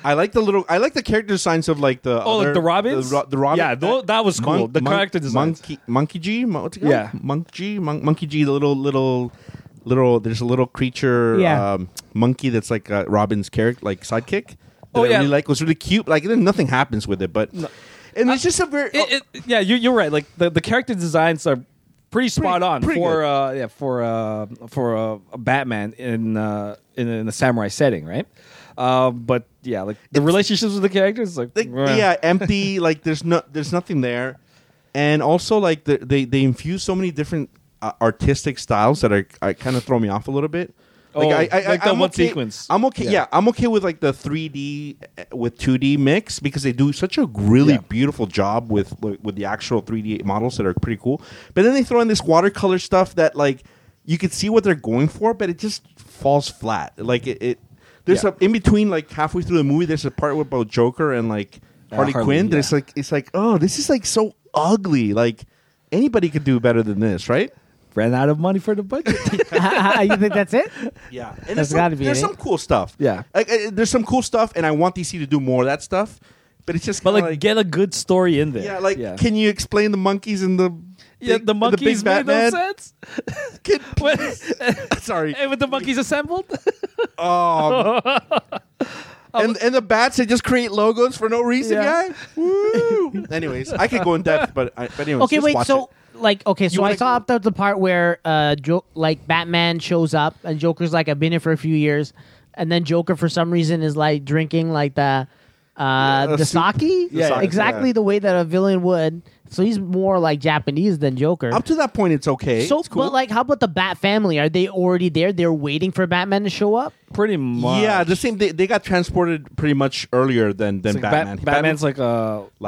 Speaker 2: I like the little I like the character designs of like the
Speaker 4: Oh, like
Speaker 2: other-
Speaker 4: the Robins?
Speaker 2: the, Ro- the Robin.
Speaker 4: Yeah, tho- that was cool. The character designs.
Speaker 2: Monkey Monkey G, Mon- what's it called?
Speaker 4: Yeah.
Speaker 2: Monk G, Mon- Monkey G, the little little little there's a little creature
Speaker 3: Yeah.
Speaker 2: um, monkey that's like uh, Robin's character like sidekick. That
Speaker 4: Oh,
Speaker 2: I
Speaker 4: yeah.
Speaker 2: really like was really cute. Like then nothing happens with it, but and it's just a very
Speaker 4: it, it, yeah you, you're right like the, the character designs are pretty spot on
Speaker 2: pretty
Speaker 4: for
Speaker 2: good.
Speaker 4: uh yeah for uh for uh, a batman in uh in, in a samurai setting right uh, but yeah like the relationships with the characters like,
Speaker 2: like
Speaker 4: meh.
Speaker 2: yeah, empty. Like there's no, there's nothing there, and also like the, they they infuse so many different uh, artistic styles that are, are kind of throw me off a little bit. Like
Speaker 4: Oh,
Speaker 2: I, I,
Speaker 4: like
Speaker 2: I,
Speaker 4: that
Speaker 2: I'm
Speaker 4: one
Speaker 2: okay-
Speaker 4: sequence.
Speaker 2: I'm okay. Yeah.
Speaker 4: Yeah.
Speaker 2: I'm okay with like the 3D with 2D mix because they do such a really
Speaker 4: Yeah.
Speaker 2: beautiful job with with the actual 3D models that are pretty cool. But then they throw in this watercolor stuff that like you can see what they're going for, but it just falls flat. Like it, it there's
Speaker 4: Yeah.
Speaker 2: a in between like halfway through the movie, there's a part with both Joker and like
Speaker 4: Uh,
Speaker 2: Harley,
Speaker 4: Harley,
Speaker 2: Quinn. There's
Speaker 4: yeah.
Speaker 2: like it's like oh, this is like so ugly. Like anybody could do better than this, right?
Speaker 4: Ran out of money for the
Speaker 2: [laughs]
Speaker 4: budget. [laughs]
Speaker 3: you think that's it?
Speaker 2: Yeah, and
Speaker 3: That's
Speaker 2: there's some-
Speaker 3: gotta be
Speaker 2: There's
Speaker 3: it.
Speaker 2: some cool stuff.
Speaker 4: Yeah.
Speaker 2: like uh, there's some cool stuff, and I want DC to do more of that stuff. But it's just
Speaker 4: but
Speaker 2: kinda
Speaker 4: like, get a good story in there.
Speaker 2: yeah, like can you explain the monkeys and the
Speaker 4: Yeah,
Speaker 2: big-
Speaker 4: the monkeys made
Speaker 2: big
Speaker 4: no
Speaker 2: Batman?
Speaker 4: sense.
Speaker 2: Kid,
Speaker 4: [laughs] When-
Speaker 2: [laughs] sorry,
Speaker 4: and with the monkeys
Speaker 2: [laughs]
Speaker 4: assembled, [laughs]
Speaker 2: um, and and the bats they just create logos for no reason,
Speaker 4: Yeah.
Speaker 2: guy.
Speaker 4: [laughs]
Speaker 2: Woo! Anyways, I could go in depth, but I, but anyways,
Speaker 3: Okay,
Speaker 2: just
Speaker 3: wait.
Speaker 2: watch
Speaker 3: So,
Speaker 2: it.
Speaker 3: like, okay, so I
Speaker 2: wanna
Speaker 3: saw up the, the part where, uh, jo- like, Batman shows up and Joker's like, "I've been here for a few years," and then Joker, for some reason, is like drinking like the, uh,
Speaker 2: the
Speaker 3: the
Speaker 2: soup.
Speaker 3: sake.
Speaker 2: The Yeah, sake,
Speaker 3: exactly
Speaker 2: yeah.
Speaker 3: the way that a villain would. So he's more like Japanese than Joker.
Speaker 2: up to that point, it's okay.
Speaker 3: so,
Speaker 2: it's cool.
Speaker 3: but like, how about the Bat Family? Are they already there? They're waiting for Batman to show up.
Speaker 4: pretty much.
Speaker 2: yeah, the same. They, they got transported pretty much earlier than than
Speaker 4: It's like Bat-
Speaker 2: Batman.
Speaker 4: Batman's like a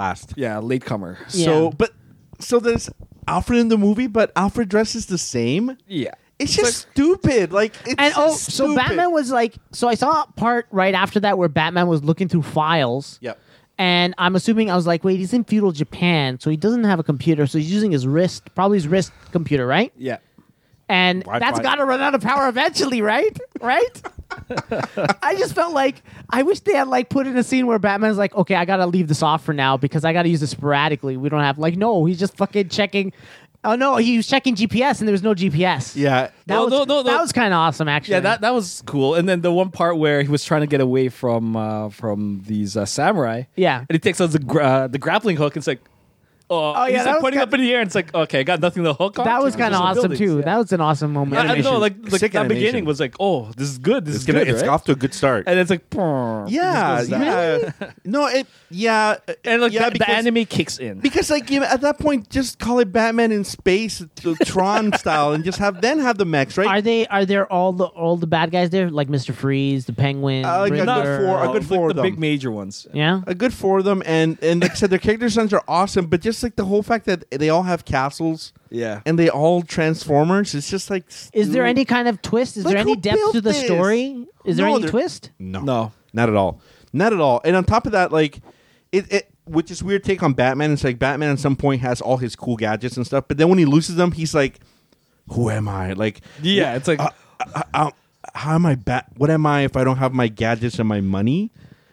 Speaker 2: last.
Speaker 4: yeah latecomer.
Speaker 2: So,
Speaker 3: Yeah.
Speaker 2: but so there's Alfred in the movie, but Alfred dresses the same.
Speaker 4: Yeah.
Speaker 2: It's just stupid. Like it's
Speaker 3: And oh,
Speaker 2: just
Speaker 3: so
Speaker 2: stupid.
Speaker 3: Batman was like, so I saw a part right after that where Batman was looking through files.
Speaker 2: Yep.
Speaker 3: And I'm assuming I was like, wait, he's in feudal Japan, so he doesn't have a computer, so he's using his wrist, probably his wrist computer, right?
Speaker 4: Yeah.
Speaker 3: And
Speaker 2: Wi-Fi.
Speaker 3: that's got to run out of power eventually, right?
Speaker 4: [laughs]
Speaker 3: Right? I just felt like I wish they had like put in a scene where Batman's like, okay, I got to leave this off for now because I got to use this sporadically. We don't have like, no, he's just fucking checking. Oh no, he was checking GPS and there was no GPS.
Speaker 2: Yeah.
Speaker 3: That
Speaker 4: No,
Speaker 3: was
Speaker 4: no, no,
Speaker 3: that
Speaker 4: no.
Speaker 3: was kind of awesome actually.
Speaker 4: Yeah, that that was cool. And then the one part where he was trying to get away from uh, from these uh, samurai.
Speaker 3: Yeah.
Speaker 4: and he takes out the gra- uh, the grappling hook. and It's like,
Speaker 3: yeah,
Speaker 4: oh, he's
Speaker 3: that
Speaker 4: like
Speaker 3: was
Speaker 4: putting it
Speaker 3: kind-
Speaker 4: up in the air. And it's like, okay, I got nothing to hook on.
Speaker 3: that
Speaker 4: to.
Speaker 3: was kind of
Speaker 4: Just the
Speaker 3: awesome
Speaker 4: buildings,
Speaker 3: too.
Speaker 4: yeah.
Speaker 3: that was an awesome moment.
Speaker 4: I, I don't know, like, like
Speaker 2: Sick
Speaker 4: that
Speaker 2: animation.
Speaker 4: beginning was like, oh, this is good. This
Speaker 2: It's
Speaker 4: is
Speaker 2: gonna.
Speaker 4: good,
Speaker 2: it's
Speaker 4: right?
Speaker 2: off to a good start.
Speaker 4: and it's like, brrr,
Speaker 2: yeah.
Speaker 4: it just goes down.
Speaker 2: yeah. No. It. Yeah. uh,
Speaker 4: and like
Speaker 2: yeah,
Speaker 4: the,
Speaker 2: because,
Speaker 4: the anime kicks in.
Speaker 2: Because like you know, at that point, just call it Batman in space, t-
Speaker 4: [laughs]
Speaker 2: Tron style, and just have then have the mechs, right?
Speaker 3: are they are there all the all the bad guys there? Like Mister Freeze, the Penguin,
Speaker 2: I like a good
Speaker 3: Riddler?
Speaker 2: Uh, four- uh, a
Speaker 4: Oh,
Speaker 2: good
Speaker 4: like
Speaker 2: four of
Speaker 4: the big
Speaker 2: them.
Speaker 4: major ones.
Speaker 3: yeah.
Speaker 2: a good four of them, and and like I said, their character designs are awesome. But just like the whole fact that they all have castles,
Speaker 4: Yeah.
Speaker 2: and they all transformers. It's just like.
Speaker 3: Is there
Speaker 2: stupid.
Speaker 3: any kind of twist? Is
Speaker 2: Like,
Speaker 3: there any
Speaker 2: who
Speaker 3: depth to
Speaker 2: built
Speaker 3: the
Speaker 2: this?
Speaker 3: story? Is there
Speaker 2: No,
Speaker 3: any
Speaker 2: there-
Speaker 3: twist?
Speaker 2: No,
Speaker 4: No.
Speaker 2: not at all, not at all. And on top of that, like it, it which is weird take on Batman. It's like Batman at some point has all his cool gadgets and stuff, but then when he loses them, he's like, "Who am I?" Like,
Speaker 4: Yeah, it's like-
Speaker 2: uh, uh, uh, how am I? Bat? What am I if I don't have my gadgets and my money?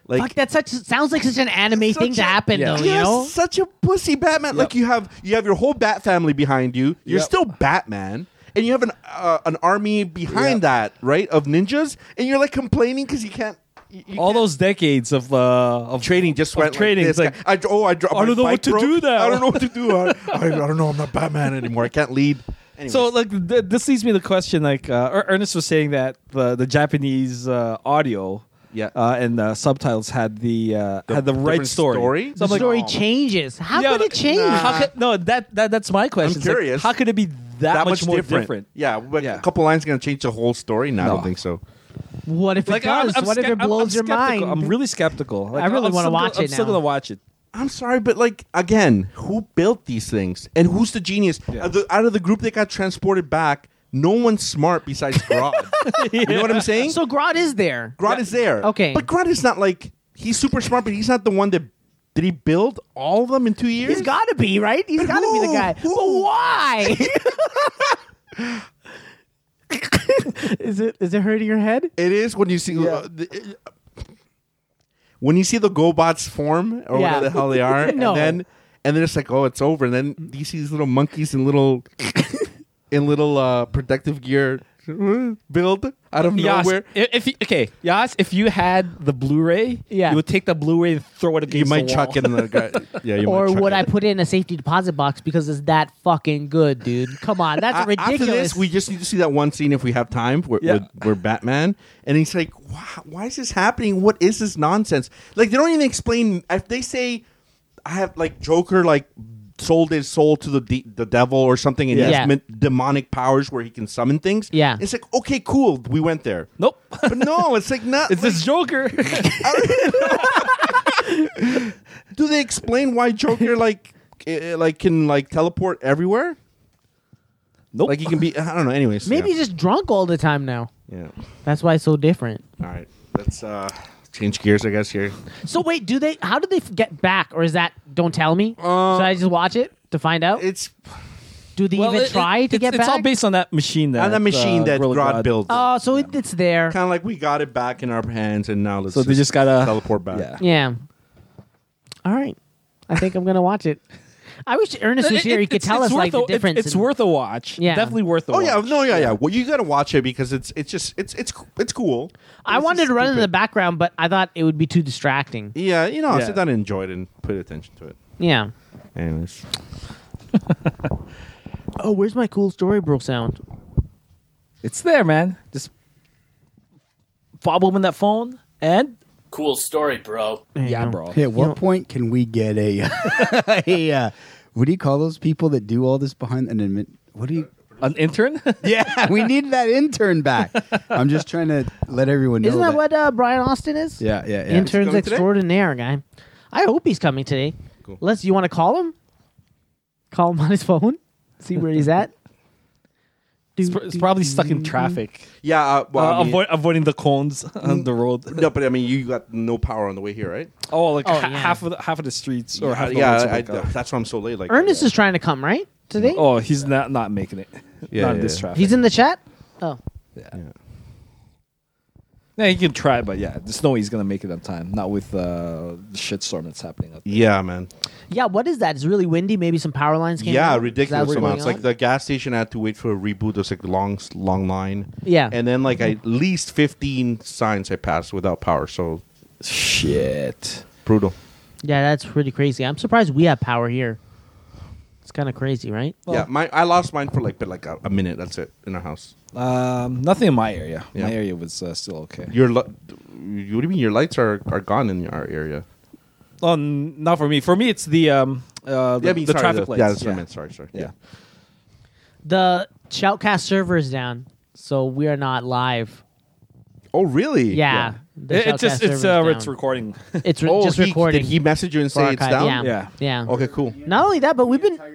Speaker 2: Like,
Speaker 3: Fuck, that such sounds like such an anime
Speaker 2: Such
Speaker 3: thing to
Speaker 2: a-
Speaker 3: happen
Speaker 4: yeah.
Speaker 3: though.
Speaker 2: You're
Speaker 3: You know,
Speaker 2: such a pussy Batman. Like you have you have your whole Bat family behind you. You're
Speaker 4: Yep.
Speaker 2: still Batman, and you have an uh, an army behind
Speaker 4: Yep.
Speaker 2: that, right? Of ninjas, and you're like complaining because you can't. You, you
Speaker 4: All
Speaker 2: can't-
Speaker 4: those decades of uh, of
Speaker 2: Trading just
Speaker 4: of
Speaker 2: went
Speaker 4: trading.
Speaker 2: Like
Speaker 4: It's
Speaker 2: this.
Speaker 4: like
Speaker 2: I, oh, I, dropped
Speaker 4: I don't
Speaker 2: my
Speaker 4: know
Speaker 2: bike
Speaker 4: what to
Speaker 2: broke.
Speaker 4: do now.
Speaker 2: I don't know what to do. I, I, I don't know. I'm not Batman anymore. I can't lead. Anyway,
Speaker 4: So like th- this leads me to the question like uh, Er- Ernest was saying that the the Japanese uh, audio
Speaker 2: Yeah.
Speaker 4: uh, and uh, subtitles had the, uh, had the right
Speaker 2: different
Speaker 4: story.
Speaker 2: story?
Speaker 4: So I'm
Speaker 3: the
Speaker 4: like,
Speaker 3: story
Speaker 2: oh.
Speaker 3: changes. How
Speaker 4: yeah,
Speaker 3: could
Speaker 4: like,
Speaker 3: it change?
Speaker 2: nah.
Speaker 4: How could, no, that, that that's my question. It's
Speaker 2: I'm
Speaker 4: like,
Speaker 2: curious.
Speaker 4: how could it be that,
Speaker 2: that
Speaker 4: much,
Speaker 2: much
Speaker 4: more
Speaker 2: different. Yeah, but
Speaker 4: Yeah.
Speaker 2: a couple lines gonna change the whole story. No, I
Speaker 4: No.
Speaker 2: don't think so.
Speaker 3: What if it
Speaker 4: I'm-
Speaker 3: does?
Speaker 4: I'm
Speaker 3: what if
Speaker 4: skep-
Speaker 3: it
Speaker 4: I'm-
Speaker 3: blows
Speaker 4: I'm
Speaker 3: your
Speaker 4: skeptical.
Speaker 3: mind?
Speaker 4: I'm really skeptical. Like,
Speaker 3: I really
Speaker 4: I'm
Speaker 3: wanna
Speaker 4: still
Speaker 3: watch
Speaker 4: gonna-
Speaker 3: it
Speaker 4: I'm still
Speaker 3: now.
Speaker 4: gonna watch it.
Speaker 2: I'm sorry, but like again, who built these things and who's the genius? Out, of the, out of the group that got transported back, no one's smart
Speaker 4: [laughs]
Speaker 2: besides Grodd. You know what I'm saying?
Speaker 3: so Grodd is there.
Speaker 2: Grodd is there.
Speaker 3: Okay.
Speaker 2: but Grodd is not like he's super smart, but he's not the one that did he build all of them in two years.
Speaker 3: He's got to be right. He's
Speaker 2: But
Speaker 3: got to be the
Speaker 2: who?
Speaker 3: guy.
Speaker 2: Who?
Speaker 3: But
Speaker 2: [laughs]
Speaker 3: why? [laughs] is it is it hurting your head?
Speaker 2: It is when you see uh, the, when you see the GoBots form or
Speaker 3: Yeah.
Speaker 2: whatever the hell
Speaker 3: [laughs]
Speaker 2: they are,
Speaker 3: No.
Speaker 2: and then and then it's like, oh, it's over. And then you see these little monkeys in little [laughs] in little uh,
Speaker 3: [laughs]
Speaker 2: protective gear build out of
Speaker 4: Yas,
Speaker 2: nowhere.
Speaker 4: i- if you, okay, Yas, if you had the Blu-ray,
Speaker 3: Yeah.
Speaker 4: you would take the Blu-ray and throw it against
Speaker 2: You might
Speaker 4: the
Speaker 2: chuck
Speaker 4: wall.
Speaker 2: it in the guy. Yeah, you
Speaker 3: Or
Speaker 2: might chuck
Speaker 3: would
Speaker 2: it.
Speaker 3: I put it in a safety deposit box because it's that fucking good, dude? Come on,
Speaker 4: [laughs]
Speaker 3: that's
Speaker 2: A-
Speaker 3: ridiculous.
Speaker 2: After this, we just need to see that one scene if we have time. Where,
Speaker 4: Yeah.
Speaker 2: with, where Batman and he's like, "Wow, why is this happening? What is this nonsense?" Like they don't even explain. If they say, "I have like Joker," like sold his soul to the de- the devil or something, and he
Speaker 3: Yeah.
Speaker 2: has min- demonic powers where he can summon things.
Speaker 3: Yeah.
Speaker 2: it's like okay, cool, we went there.
Speaker 4: Nope. [laughs]
Speaker 2: But no, it's like not.
Speaker 4: It's this Joker.
Speaker 2: do they explain why Joker like eh, like can like teleport everywhere?
Speaker 4: nope.
Speaker 2: Like he can be. I don't know. Anyways,
Speaker 3: Maybe
Speaker 2: yeah.
Speaker 3: he's just drunk all the time now.
Speaker 2: yeah.
Speaker 3: That's why it's so different.
Speaker 2: All right, let's uh change gears. I guess here.
Speaker 4: [laughs]
Speaker 3: So wait, do they? How do they f- get back? Or is that don't tell me? Should I just watch it to find out?
Speaker 2: It's
Speaker 3: do they even
Speaker 4: Um, it-
Speaker 3: try
Speaker 4: it-
Speaker 3: to
Speaker 4: it's,
Speaker 3: get
Speaker 4: it's
Speaker 3: back?
Speaker 4: all based on that machine that
Speaker 2: on the machine
Speaker 4: uh,
Speaker 2: that
Speaker 4: Gorilla
Speaker 2: Grodd
Speaker 4: God-
Speaker 2: built.
Speaker 3: oh, so it, it's there.
Speaker 2: kind of like we got it back in our hands, and now let's.
Speaker 4: So they just gotta
Speaker 2: teleport back.
Speaker 4: Yeah.
Speaker 3: Yeah. All right. I think I'm gonna watch it. I wish Ernest was
Speaker 4: It-
Speaker 3: here.
Speaker 4: it-
Speaker 3: He could
Speaker 4: it's-
Speaker 3: tell
Speaker 4: it's
Speaker 3: us like
Speaker 4: worth a,
Speaker 3: the
Speaker 4: it-
Speaker 3: difference.
Speaker 4: It's
Speaker 3: in-
Speaker 4: worth a watch.
Speaker 3: Yeah.
Speaker 4: Definitely worth a
Speaker 2: Oh
Speaker 4: watch.
Speaker 2: yeah, no, yeah, yeah. Well, you gotta watch it because it's it's just it's it's it's cool.
Speaker 3: I
Speaker 2: It's
Speaker 3: wanted
Speaker 2: just
Speaker 3: to run in the
Speaker 2: stupid.
Speaker 3: background, but I thought it would be too distracting.
Speaker 2: Yeah, you know,
Speaker 4: Yeah.
Speaker 2: sit down and enjoy it and put attention to it.
Speaker 3: Yeah.
Speaker 2: Anyways,
Speaker 3: Oh, where's my cool story, bro? Sound.
Speaker 4: It's there, man. Just fob open that phone and
Speaker 6: Cool story, bro.
Speaker 3: There you
Speaker 4: yeah,
Speaker 3: go.
Speaker 4: bro.
Speaker 5: Hey, at what point can we get a [laughs] a uh, what do you call those people that do all this behind an admin? What do you?
Speaker 4: An [laughs] intern?
Speaker 5: Yeah, [laughs] we need that intern back. I'm just trying to let everyone know.
Speaker 3: Isn't that what uh, Brian Austin is?
Speaker 5: Yeah, yeah, yeah.
Speaker 3: Interns
Speaker 2: coming today?
Speaker 3: extraordinaire guy. I hope he's coming today.
Speaker 2: Cool.
Speaker 3: Let's. You want to call him? Call him on his phone. See where he's at.
Speaker 4: It's, pr- it's probably stuck in traffic,
Speaker 2: yeah. Uh, well,
Speaker 4: uh,
Speaker 2: I mean,
Speaker 4: avoid, avoiding the cones [laughs] on the road.
Speaker 2: no, but I mean, you got no power on the way here, right?
Speaker 4: Oh, like
Speaker 3: Oh,
Speaker 4: ha-
Speaker 3: yeah.
Speaker 4: half of the, half of the streets or half
Speaker 2: Uh,
Speaker 4: of the
Speaker 2: yeah,
Speaker 4: roads are
Speaker 2: I,
Speaker 4: like, uh,
Speaker 2: that's why I'm so late. Like
Speaker 3: Ernest is trying to come right today.
Speaker 4: Oh, he's not not making [laughs] it.
Speaker 2: Yeah,
Speaker 4: not
Speaker 2: yeah,
Speaker 4: in this
Speaker 2: yeah.
Speaker 4: traffic.
Speaker 3: He's in the chat. Oh,
Speaker 4: yeah, he can try, but yeah, there's no way he's gonna make it on time. Not with uh, the shitstorm that's happening. Out there.
Speaker 2: Yeah, man.
Speaker 3: yeah. What is that? It's really windy. Maybe some power lines came.
Speaker 2: yeah,
Speaker 3: down? Is that
Speaker 2: ridiculous
Speaker 3: what's going
Speaker 2: amounts. Like
Speaker 3: on?
Speaker 2: the gas station had to wait for a reboot. There's like long, long line.
Speaker 3: Yeah. Mm-hmm.
Speaker 2: and then like at least 15 signs I passed without power. So
Speaker 4: Shit.
Speaker 2: brutal.
Speaker 3: Yeah, that's pretty crazy. I'm surprised we have power here. It's kind of crazy, right?
Speaker 2: yeah, my I lost mine for like but like a, a minute. That's it in our house.
Speaker 4: Um, nothing in my area.
Speaker 2: Yeah.
Speaker 4: My area was uh, still okay.
Speaker 2: Your li- you- what do you mean? Your lights are, are gone in our area.
Speaker 4: Oh, n- not for me. For me, it's the um, uh, the,
Speaker 2: Yeah, I mean,
Speaker 4: the
Speaker 2: sorry,
Speaker 4: traffic
Speaker 2: the-
Speaker 4: lights.
Speaker 2: Yeah, that's what I meant. Sorry, sorry.
Speaker 4: Yeah.
Speaker 2: Yeah.
Speaker 3: The Shoutcast server is down, so we are not live.
Speaker 2: Oh, really?
Speaker 3: Yeah, the
Speaker 4: It,
Speaker 3: Shoutcast
Speaker 4: it's just it's
Speaker 3: server
Speaker 4: uh,
Speaker 3: is
Speaker 4: it's
Speaker 3: down.
Speaker 4: recording. [laughs]
Speaker 3: It's re-
Speaker 2: Oh,
Speaker 3: just
Speaker 2: he,
Speaker 3: recording.
Speaker 2: Did he message you and
Speaker 3: for
Speaker 2: say it's
Speaker 3: archive.
Speaker 2: down?
Speaker 3: Yeah. yeah,
Speaker 2: Okay, cool.
Speaker 3: Not only that, but we've been,
Speaker 5: uh,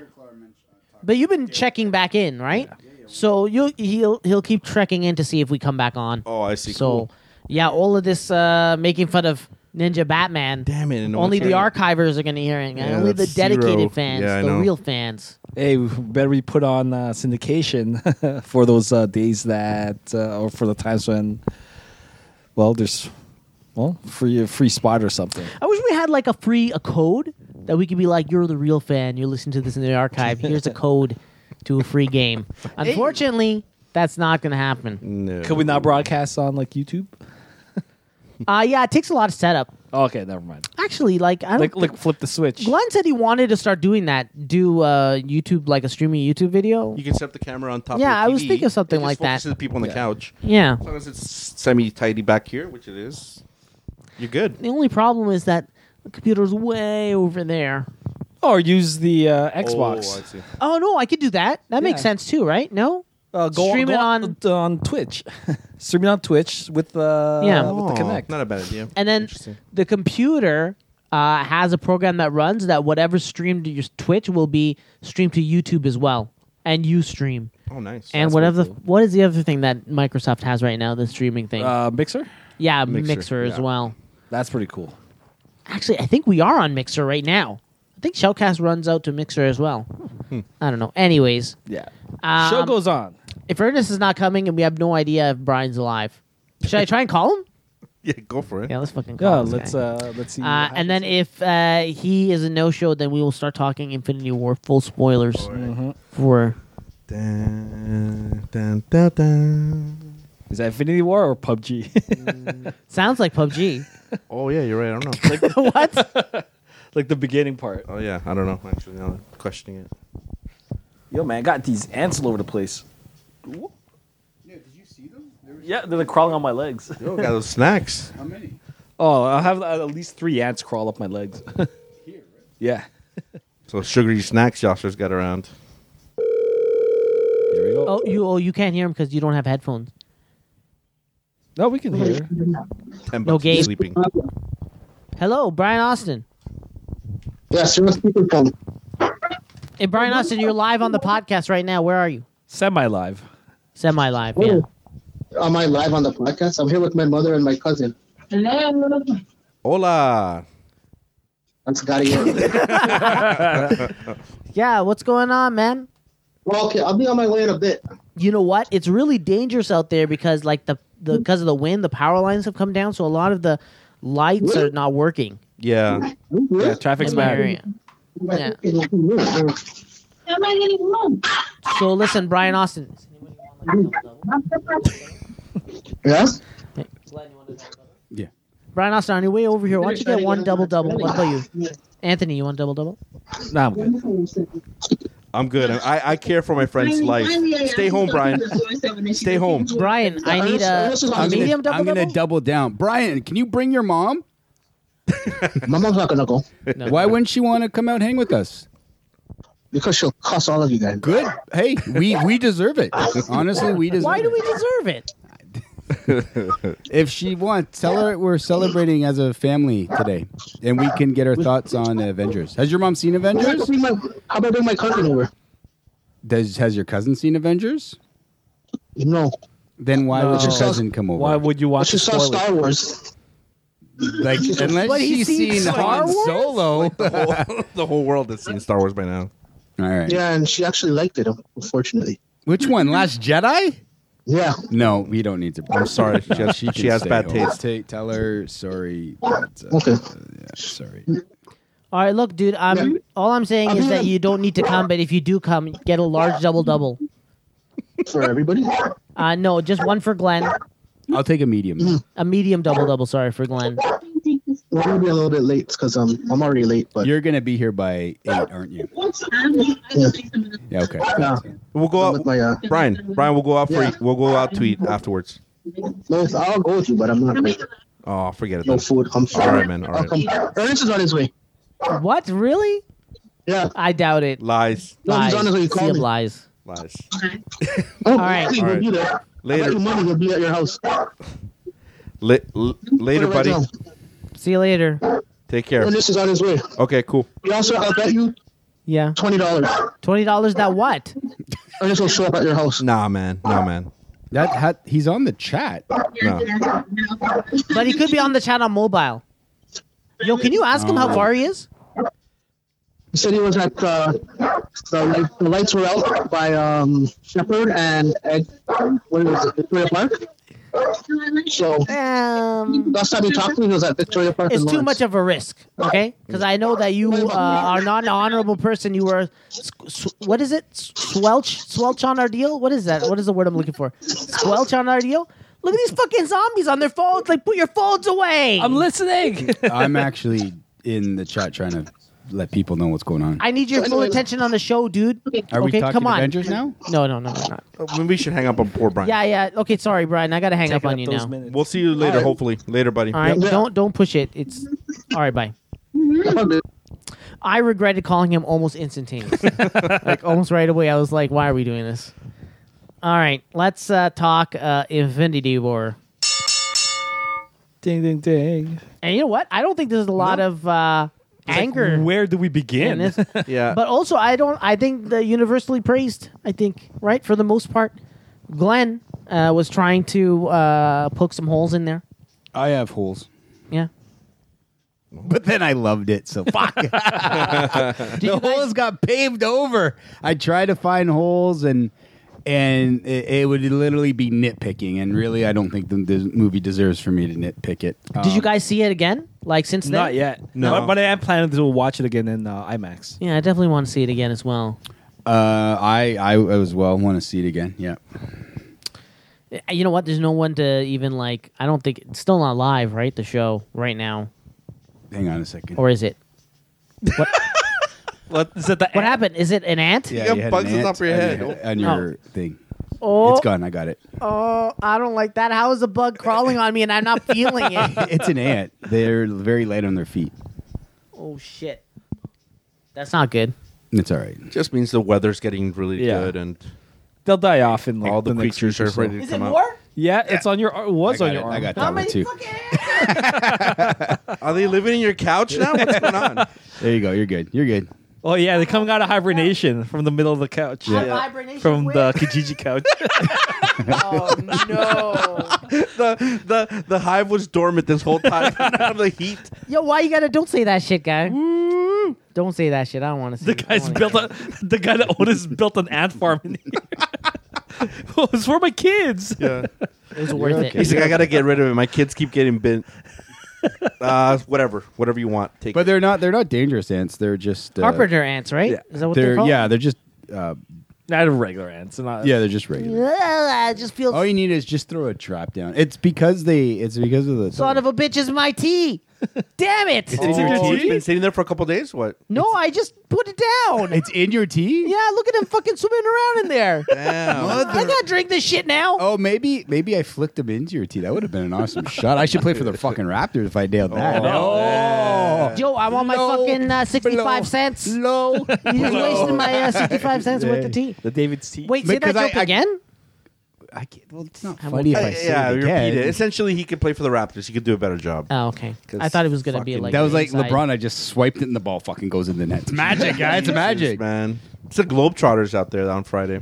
Speaker 3: but you've been checking back in, right? So you'll he'll he'll keep trekking in to see if we come back on.
Speaker 2: Oh, I see.
Speaker 3: So
Speaker 2: Cool.
Speaker 3: yeah, all of this uh, making fun of Ninja Batman.
Speaker 2: Damn it! and no
Speaker 3: Only the
Speaker 2: one's hearing
Speaker 3: archivers are going to hear it. and
Speaker 2: Yeah,
Speaker 3: only the
Speaker 2: that's zero.
Speaker 3: dedicated fans,
Speaker 2: Yeah, I
Speaker 3: the
Speaker 2: know.
Speaker 3: real fans.
Speaker 4: hey, we better be put on uh, syndication [laughs] for those uh, days that, uh, or for the times when, well, there's, well, free free spot or something.
Speaker 3: I wish we had like a free a code that we could be like, you're the real fan. You're listening to this in the archive. Here's a code to a free
Speaker 4: [laughs]
Speaker 3: game. Unfortunately, that's not going to happen.
Speaker 2: it. No.
Speaker 4: Could we not broadcast on like YouTube?
Speaker 3: Uh, yeah, it takes a lot of setup.
Speaker 4: Okay, never mind.
Speaker 3: Actually, like I don't.
Speaker 4: Like like flip the switch.
Speaker 3: Glenn said he wanted to start doing that. Do uh, YouTube like a streaming YouTube video.
Speaker 2: You can set the camera on top.
Speaker 3: Yeah, I
Speaker 2: of the TV.
Speaker 3: was thinking something
Speaker 2: it just
Speaker 3: like that.
Speaker 2: focuses The people on the
Speaker 4: Yeah.
Speaker 2: couch.
Speaker 3: Yeah.
Speaker 2: As long as it's semi tidy back here, which it is, you're good.
Speaker 3: The only problem is that the computer's way over there.
Speaker 4: Or use the uh,
Speaker 2: Oh, I
Speaker 4: Xbox.
Speaker 2: see.
Speaker 3: Oh no, I could do that. That makes
Speaker 4: Yeah.
Speaker 3: sense too, right? No.
Speaker 4: uh, go
Speaker 3: Stream
Speaker 4: go
Speaker 3: it
Speaker 4: on on Twitch. [laughs] Stream it on Twitch with uh,
Speaker 3: Yeah.
Speaker 4: with the
Speaker 2: Oh,
Speaker 4: Connect.
Speaker 2: Not a bad idea.
Speaker 3: And then
Speaker 2: Interesting.
Speaker 3: the computer uh, has a program that runs that whatever streamed to your Twitch will be streamed to YouTube as well, and Ustream,
Speaker 2: Oh, nice.
Speaker 3: and
Speaker 4: pretty
Speaker 3: whatever. The,
Speaker 4: cool.
Speaker 3: what is the other thing that Microsoft has right now? The streaming thing.
Speaker 4: Uh, Mixer.
Speaker 3: yeah, Mixer,
Speaker 2: Mixer,
Speaker 3: as
Speaker 2: yeah.
Speaker 3: well.
Speaker 4: That's pretty cool.
Speaker 3: Actually, I think we are on Mixer right now. I think Shellcast runs out to Mixer as well. I don't know. Anyways,
Speaker 4: Hmm. Yeah.
Speaker 3: um,
Speaker 4: Show goes on.
Speaker 3: if Ernest is not coming and we have no idea if Brian's alive, should I try and call him?
Speaker 2: yeah, go for it.
Speaker 3: Yeah, let's fucking call
Speaker 4: Yeah,
Speaker 3: him. this
Speaker 4: let's
Speaker 3: guy.
Speaker 4: uh, let's see.
Speaker 3: Uh,
Speaker 4: what
Speaker 3: and then if uh, he is a no show, then we will start talking Infinity War full spoilers for.
Speaker 2: Dun, dun, dun, dun.
Speaker 4: happens. is that Infinity War or PUBG?
Speaker 3: Sounds like PUBG.
Speaker 2: Oh yeah, you're right. I don't know.
Speaker 3: [laughs]
Speaker 2: Like,
Speaker 3: what?
Speaker 4: [laughs] like the beginning part.
Speaker 2: oh yeah, I don't know. Actually, now I'm questioning it.
Speaker 4: Yo, man, I got these ants all over the place.
Speaker 5: Yeah, did you see them?
Speaker 4: Yeah, they're crawling on my legs. [laughs]
Speaker 2: Yo, got those snacks.
Speaker 5: How many?
Speaker 4: Oh, I'll have uh, at least three ants crawl up my legs. [laughs]
Speaker 5: Here, right?
Speaker 4: yeah.
Speaker 2: So sugary snacks Josh's got around.
Speaker 4: Here we go.
Speaker 3: Oh, you oh you can't hear him because you don't have headphones.
Speaker 4: No, we can hear.
Speaker 3: No
Speaker 2: Ten bucks
Speaker 3: game.
Speaker 2: sleeping.
Speaker 3: Hello, Brian Austin.
Speaker 7: Yes, you're speaking from.
Speaker 3: Hey, Brian Austin, you're live on the podcast right now. Where are you?
Speaker 4: Semi live.
Speaker 3: Semi live. Yeah.
Speaker 7: Oh. Am I live on the podcast? I'm here with my mother and my cousin.
Speaker 8: Hello.
Speaker 2: Hola.
Speaker 7: I'm Scotty. well,
Speaker 3: Yeah. What's going on, man?
Speaker 7: okay, I'll be on my way in a bit.
Speaker 3: you know what? It's really dangerous out there because like the the because of the wind, the power lines have come down, so a lot of the lights are not working
Speaker 2: Yeah.
Speaker 4: Yeah,
Speaker 7: Yeah.
Speaker 4: traffic's
Speaker 3: in my
Speaker 4: bad.
Speaker 3: area. Yeah.
Speaker 8: How am I getting home?
Speaker 3: So listen, Brian Austin.
Speaker 7: Yes?
Speaker 5: Yeah.
Speaker 3: Brian Austin, on your way over here, why don't you get one double double? What about you,
Speaker 7: Yeah.
Speaker 3: Anthony? You want double double?
Speaker 4: Nah, I'm good.
Speaker 2: I'm good. I, I care for my friend's life. Stay home, Brian. Stay home.
Speaker 3: Brian, I need a, a
Speaker 5: I'm gonna-
Speaker 3: medium double
Speaker 5: I'm gonna
Speaker 3: double.
Speaker 5: double down. Brian, can you bring your mom?
Speaker 7: My mom's not going to go
Speaker 5: Why wouldn't she want to come out hang with us?
Speaker 7: because she'll cuss all of you guys.
Speaker 5: Good. Hey, we we
Speaker 3: [laughs]
Speaker 5: deserve it. Honestly, we deserve.
Speaker 3: Why do
Speaker 5: it.
Speaker 3: we deserve it?
Speaker 5: If she wants, tell her we're celebrating as a family today, and we can get her thoughts on Avengers. Has your mom seen
Speaker 7: How
Speaker 5: Avengers?
Speaker 7: about I bring my, how about I bring my cousin over?
Speaker 5: Does has your cousin seen Avengers?
Speaker 7: No.
Speaker 5: Then why would your
Speaker 4: No.
Speaker 5: cousin come over?
Speaker 4: Why would you
Speaker 7: But
Speaker 4: watch
Speaker 7: she saw Star Wars.
Speaker 5: like unless
Speaker 3: But
Speaker 5: she's
Speaker 3: he's seen
Speaker 5: seen
Speaker 3: Star
Speaker 5: Han
Speaker 3: Wars?
Speaker 5: Solo?
Speaker 2: [laughs] The whole, the whole world has seen Star Wars by now.
Speaker 5: All right.
Speaker 7: Yeah, and she actually liked it, unfortunately.
Speaker 5: Which one? Last Jedi?
Speaker 7: Yeah.
Speaker 5: No, we don't need to. I'm
Speaker 2: sorry. [laughs] She has- she has bad taste.
Speaker 5: tell her sorry. uh,
Speaker 7: Okay.
Speaker 5: sorry.
Speaker 3: All right, look, dude. I'm all I'm saying is that you don't need to come, but if you do come, get a large double double.
Speaker 7: For everybody.
Speaker 3: Uh, no, just one for Glenn,
Speaker 5: I'll take a medium.
Speaker 2: Mm.
Speaker 3: a medium double double. Sorry for Glenn.
Speaker 7: We're going to be a little bit late because um, I'm already late, but
Speaker 5: You're gonna be here by eight, aren't you? Yeah. Okay.
Speaker 7: Yeah.
Speaker 2: We'll go
Speaker 7: I'm with
Speaker 2: out.
Speaker 7: my, uh,
Speaker 2: Brian, Brian, we'll go out for e,
Speaker 7: Yeah.
Speaker 2: we'll go out to eat afterwards.
Speaker 7: no, I'll go with you, but I'm not late.
Speaker 2: Oh, forget it.
Speaker 7: No
Speaker 2: Then.
Speaker 7: food. I'm sorry.
Speaker 2: All right, man. All
Speaker 7: I'll
Speaker 2: right.
Speaker 7: come. Ernest is on his way.
Speaker 3: What? Really?
Speaker 7: Yeah.
Speaker 3: I doubt it.
Speaker 2: Lies.
Speaker 7: No,
Speaker 3: Lies.
Speaker 7: he's on his way. He
Speaker 3: Sea
Speaker 7: called
Speaker 3: of
Speaker 7: me.
Speaker 3: lies.
Speaker 2: Lies.
Speaker 7: Oh,
Speaker 3: All right.
Speaker 7: We'll
Speaker 2: All right.
Speaker 7: be there. I bet
Speaker 2: Later.
Speaker 7: your money will be at your house.
Speaker 2: La- l- later,
Speaker 7: Put
Speaker 2: buddy.
Speaker 7: it right down.
Speaker 3: See you later.
Speaker 2: Take care.
Speaker 7: Ernest is on his way.
Speaker 2: Okay, cool.
Speaker 7: He also, I'll bet you
Speaker 3: Yeah.
Speaker 7: twenty dollars.
Speaker 3: Twenty dollars. That what?
Speaker 7: Ernest will show up at your house.
Speaker 2: Nah, man. Nah, man.
Speaker 5: That hat, he's on the chat.
Speaker 2: No.
Speaker 3: But he could be on the chat on mobile. Yo, can you ask him how far he is?
Speaker 7: He said he was at uh, the, light, the lights were out by um, Shepherd and Ed. What is it? Victoria Park. So
Speaker 3: Um,
Speaker 7: last time he talked to me, he was at Victoria Park.
Speaker 3: it's
Speaker 7: in
Speaker 3: too
Speaker 7: Lawrence.
Speaker 3: much of a risk, okay? Because I know that you uh, are not an honorable person. You were, s- s- what is it? S- Swelch, swelch on our deal. What is that? What is the word I'm looking for? Swelch on our deal. Look at these fucking zombies on their phones. Like, put your phones away.
Speaker 4: I'm listening. [laughs]
Speaker 5: I'm actually in the chat trying to let people know what's going on.
Speaker 3: I need your full attention on the show, dude.
Speaker 5: Are we
Speaker 3: okay,
Speaker 5: talking
Speaker 3: come on.
Speaker 5: Avengers now?
Speaker 3: No, no, no, we're not.
Speaker 2: Maybe Uh, we should hang up on poor Brian.
Speaker 3: Yeah, yeah. Okay, sorry, Brian. I gotta hang up on you now.
Speaker 2: We'll see you later,
Speaker 7: All right.
Speaker 2: hopefully. Later, buddy.
Speaker 3: All right,
Speaker 7: Yeah.
Speaker 3: don't don't push it. It's all right. Bye. I regretted calling him almost
Speaker 4: [laughs]
Speaker 3: instantaneous, like almost right away. I was like, "Why are we doing this?" All right, let's uh, talk uh, Infinity War.
Speaker 4: Ding ding ding.
Speaker 3: And you know what? I don't think there's a lot of uh, anger
Speaker 4: Where do we
Speaker 3: in
Speaker 4: begin?
Speaker 3: this,
Speaker 2: Yeah.
Speaker 3: but also I don't. I think the universally praised. I think right for the most part, Glenn uh, was trying to uh, poke some holes in there.
Speaker 5: I have holes.
Speaker 3: Yeah.
Speaker 5: But then I loved it, so
Speaker 2: [laughs]
Speaker 5: fuck. [laughs] the holes got paved over. I tried to find holes, and and it, it would literally be nitpicking. And really, I don't think the, the movie deserves for me to nitpick it. Um,
Speaker 3: Did you guys see it again? Like since then?
Speaker 4: Um, Not yet.
Speaker 2: No.
Speaker 4: But, but I am planning to watch it again in uh, IMAX.
Speaker 3: Yeah, I definitely want to see it again as well.
Speaker 5: Uh, I, I as well want to see it again. Yeah.
Speaker 3: Uh, You know what? There's no one to even like. I don't think it's still not live, right? The show right now,
Speaker 5: Hang on a second.
Speaker 3: or is it?
Speaker 4: What is that? The
Speaker 3: What happened? Is it an ant?
Speaker 5: yeah,
Speaker 2: You got
Speaker 5: had
Speaker 2: bugs
Speaker 5: an
Speaker 2: on
Speaker 5: ant
Speaker 2: top of your
Speaker 5: on
Speaker 2: head.
Speaker 5: your, on your thing.
Speaker 3: Oh,
Speaker 5: It's gone. I got it.
Speaker 3: oh, I don't like that. How is a bug crawling on me and I'm not feeling it?
Speaker 5: It's an ant. They're very light on their feet.
Speaker 3: oh shit! That's not good.
Speaker 5: It's all right.
Speaker 2: Just means the weather's getting really
Speaker 4: Yeah.
Speaker 2: good and
Speaker 4: They'll die off in like,
Speaker 2: all the,
Speaker 4: the next
Speaker 2: creatures
Speaker 4: week or
Speaker 2: are
Speaker 4: so.
Speaker 2: ready to
Speaker 3: Is it
Speaker 2: come out.
Speaker 3: more?
Speaker 4: Yeah, it's on your. ar-
Speaker 5: I
Speaker 4: Was
Speaker 5: got,
Speaker 4: on your
Speaker 5: it.
Speaker 4: arm.
Speaker 5: I got
Speaker 3: How
Speaker 5: that one
Speaker 3: many
Speaker 5: too.
Speaker 3: fucking-
Speaker 2: Are they living in your couch now? What's going on?
Speaker 5: There you go. You're good. You're good.
Speaker 4: Oh yeah, they're coming out of [laughs] hibernation from the middle of the couch.
Speaker 3: Yeah. Out of hibernation
Speaker 4: from the
Speaker 3: where?
Speaker 4: Kijiji [laughs] couch.
Speaker 3: Oh no!
Speaker 2: the the the hive was dormant this whole time [laughs] out of the heat.
Speaker 3: Yo, why you gotta don't say that shit, guy? Don't say that shit. I don't want to.
Speaker 4: the guy's built a, the guy that owned is built an ant farm in here. [laughs] oh, it's for my kids.
Speaker 2: Yeah.
Speaker 3: It was worth it.
Speaker 2: He's like, I gotta get rid of it. My kids keep getting bit. [laughs] Uh, whatever, whatever you want. Take
Speaker 5: But
Speaker 2: it.
Speaker 5: they're not. They're not dangerous ants. They're just uh,
Speaker 3: Carpenter ants, right?
Speaker 4: yeah.
Speaker 3: Is that what they're,
Speaker 5: They're
Speaker 3: called?
Speaker 5: yeah. They're just uh,
Speaker 4: Not a regular ants. Not,
Speaker 5: yeah. They're just regular.
Speaker 3: Ugh, I just feel
Speaker 5: All you need is just throw a trap down. It's because they. It's because of the
Speaker 3: son of a bitch is my
Speaker 5: [laughs]
Speaker 3: tea. Damn it!
Speaker 4: in your
Speaker 2: Oh, it's
Speaker 4: tea?
Speaker 2: been sitting there for a couple days. What?
Speaker 3: No, I just put it
Speaker 5: [laughs]
Speaker 3: down.
Speaker 5: It's in your tea.
Speaker 3: yeah, look at him fucking swimming around in
Speaker 5: [laughs]
Speaker 3: there.
Speaker 2: Damn.
Speaker 3: I gotta drink this shit now.
Speaker 5: Oh, maybe maybe I flicked them into your tea. That would have been an awesome shot. I should play for the fucking Raptors if I nailed that.
Speaker 2: Oh.
Speaker 3: Yo, I want my
Speaker 5: Low
Speaker 3: fucking uh, 65
Speaker 5: blow.
Speaker 3: cents. You
Speaker 2: [laughs]
Speaker 5: Low.
Speaker 3: just wasted my uh, 65 cents worth of
Speaker 5: [laughs]
Speaker 3: tea.
Speaker 4: the David's tea.
Speaker 3: Wait, say that
Speaker 5: Because I-
Speaker 3: joke
Speaker 5: I-
Speaker 3: again?
Speaker 5: I can't, well, it's not
Speaker 3: I
Speaker 5: funny if
Speaker 2: Uh,
Speaker 5: I say
Speaker 2: yeah,
Speaker 5: it
Speaker 2: repeat
Speaker 5: again.
Speaker 2: it. Essentially, he could play for the Raptors. He could do a better job.
Speaker 3: Oh, okay.
Speaker 2: 'Cause
Speaker 3: I thought it was gonna be
Speaker 2: fucking-
Speaker 3: like
Speaker 5: That was like
Speaker 3: inside.
Speaker 5: LeBron. I just swiped it and the ball fucking goes in the net. It's magic, guy. It's magic.
Speaker 2: man. It's the Globetrotters out there on Friday.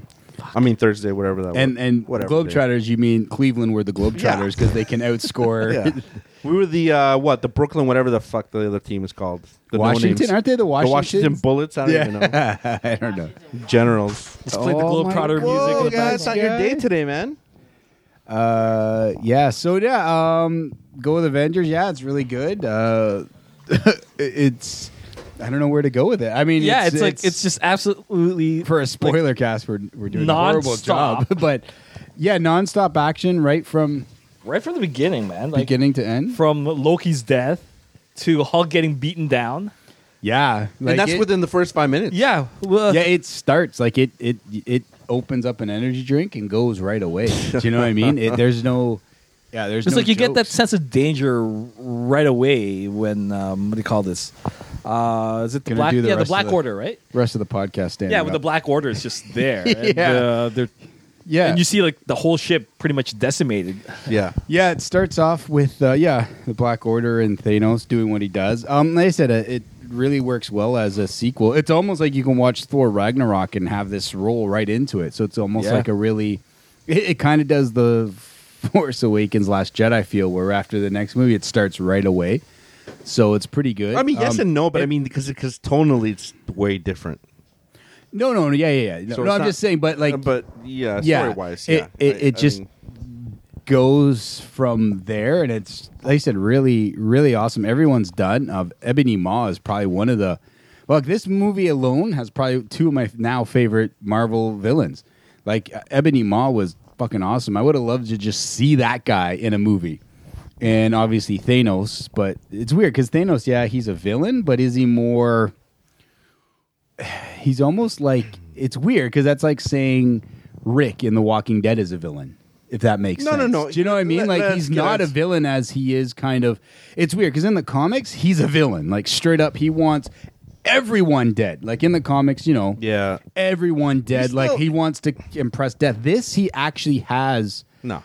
Speaker 2: I mean Thursday, whatever that.
Speaker 5: And
Speaker 2: was.
Speaker 5: and
Speaker 2: whatever day.
Speaker 5: Globetrotters, you mean Cleveland were the Globetrotters because they can outscore
Speaker 2: Yeah. [laughs] We were the uh, what the Brooklyn whatever the fuck the other team is called the
Speaker 5: Washington. Aren't they the
Speaker 2: The
Speaker 5: Washington?
Speaker 2: Washington Bullets.
Speaker 5: [laughs]
Speaker 2: I don't even know.
Speaker 5: I don't know.
Speaker 2: Generals.
Speaker 4: Let's play the Globetrotter music.
Speaker 2: Whoa,
Speaker 4: with
Speaker 2: guys,
Speaker 4: that.
Speaker 2: it's not your day today, man.
Speaker 5: Uh, yeah. So yeah, um, go with Avengers. Yeah, it's really good. Uh, [laughs] it's I don't know where to go with it. I mean,
Speaker 4: Yeah, it's, like it's just absolutely
Speaker 5: for a spoiler cast. We're we're doing a horrible
Speaker 4: Non-stop.
Speaker 5: job, [laughs] but yeah, nonstop action right from
Speaker 4: right from the beginning, man. Like
Speaker 5: beginning to end.
Speaker 4: from Loki's death to Hulk getting beaten down.
Speaker 5: yeah, like
Speaker 2: and that's
Speaker 5: it-
Speaker 2: within the first five minutes.
Speaker 4: Yeah, [laughs] well,
Speaker 5: yeah it starts like it it it opens up an energy drink and goes right away do you know what i mean it, there's no yeah there's
Speaker 4: It's
Speaker 5: no
Speaker 4: like you get that
Speaker 5: jokes.
Speaker 4: sense of danger right away when um, what do you call this? Uh, is it the
Speaker 5: Gonna
Speaker 4: black?
Speaker 5: do the
Speaker 4: yeah, the
Speaker 5: rest of
Speaker 4: Black
Speaker 5: the-
Speaker 4: Order, right?
Speaker 5: rest of the podcast standing
Speaker 4: Yeah, with the
Speaker 5: up.
Speaker 4: Black Order is
Speaker 5: [laughs]
Speaker 4: just there. and,
Speaker 5: Yeah.
Speaker 4: uh, they're,
Speaker 5: yeah
Speaker 4: and you see like the whole ship pretty much decimated.
Speaker 2: yeah.
Speaker 5: yeah it starts off with uh, yeah the black order and thanos doing what he does um like i said uh, it really works well as a sequel it's almost like you can watch thor ragnarok and have this roll right into it so it's almost
Speaker 4: Yeah.
Speaker 5: like a really it, it kind of does the [laughs] force awakens last jedi feel where after the next movie it starts right away so it's pretty good
Speaker 2: I mean, yes
Speaker 5: Um,
Speaker 2: and no, but I mean because because tonally it's way different.
Speaker 5: No, no, no, yeah, yeah, yeah. No,
Speaker 2: So
Speaker 5: no,
Speaker 2: it's
Speaker 5: I'm
Speaker 2: not-
Speaker 5: just saying, but like,
Speaker 2: Uh, but yeah,
Speaker 5: yeah,
Speaker 2: story wise,
Speaker 5: it,
Speaker 2: yeah,
Speaker 5: it,
Speaker 2: I-
Speaker 5: it
Speaker 2: I
Speaker 5: just
Speaker 2: mean,
Speaker 5: goes from there, and it's like I said, really, really awesome. Everyone's done. Of Ebony Maw is probably one of the, well, this movie alone has probably two of my now favorite Marvel villains. Like uh, Ebony Maw was fucking awesome. I would have loved to just see that guy in a movie. And obviously Thanos, but it's weird because Thanos, yeah, he's a villain, but is he more he's almost like it's weird because that's like saying Rick in The Walking Dead is a villain. If that makes
Speaker 2: No,
Speaker 5: sense.
Speaker 2: no, no.
Speaker 5: Do you know what I mean?
Speaker 2: Let-
Speaker 5: like
Speaker 2: let's
Speaker 5: he's
Speaker 2: get
Speaker 5: not a
Speaker 2: us-
Speaker 5: villain as he is kind of. It's weird because in the comics he's a villain. Like straight up, he wants everyone dead. Like in the comics, you know,
Speaker 2: yeah,
Speaker 5: everyone dead.
Speaker 2: still-
Speaker 5: like he wants to impress death. This he actually has
Speaker 2: no,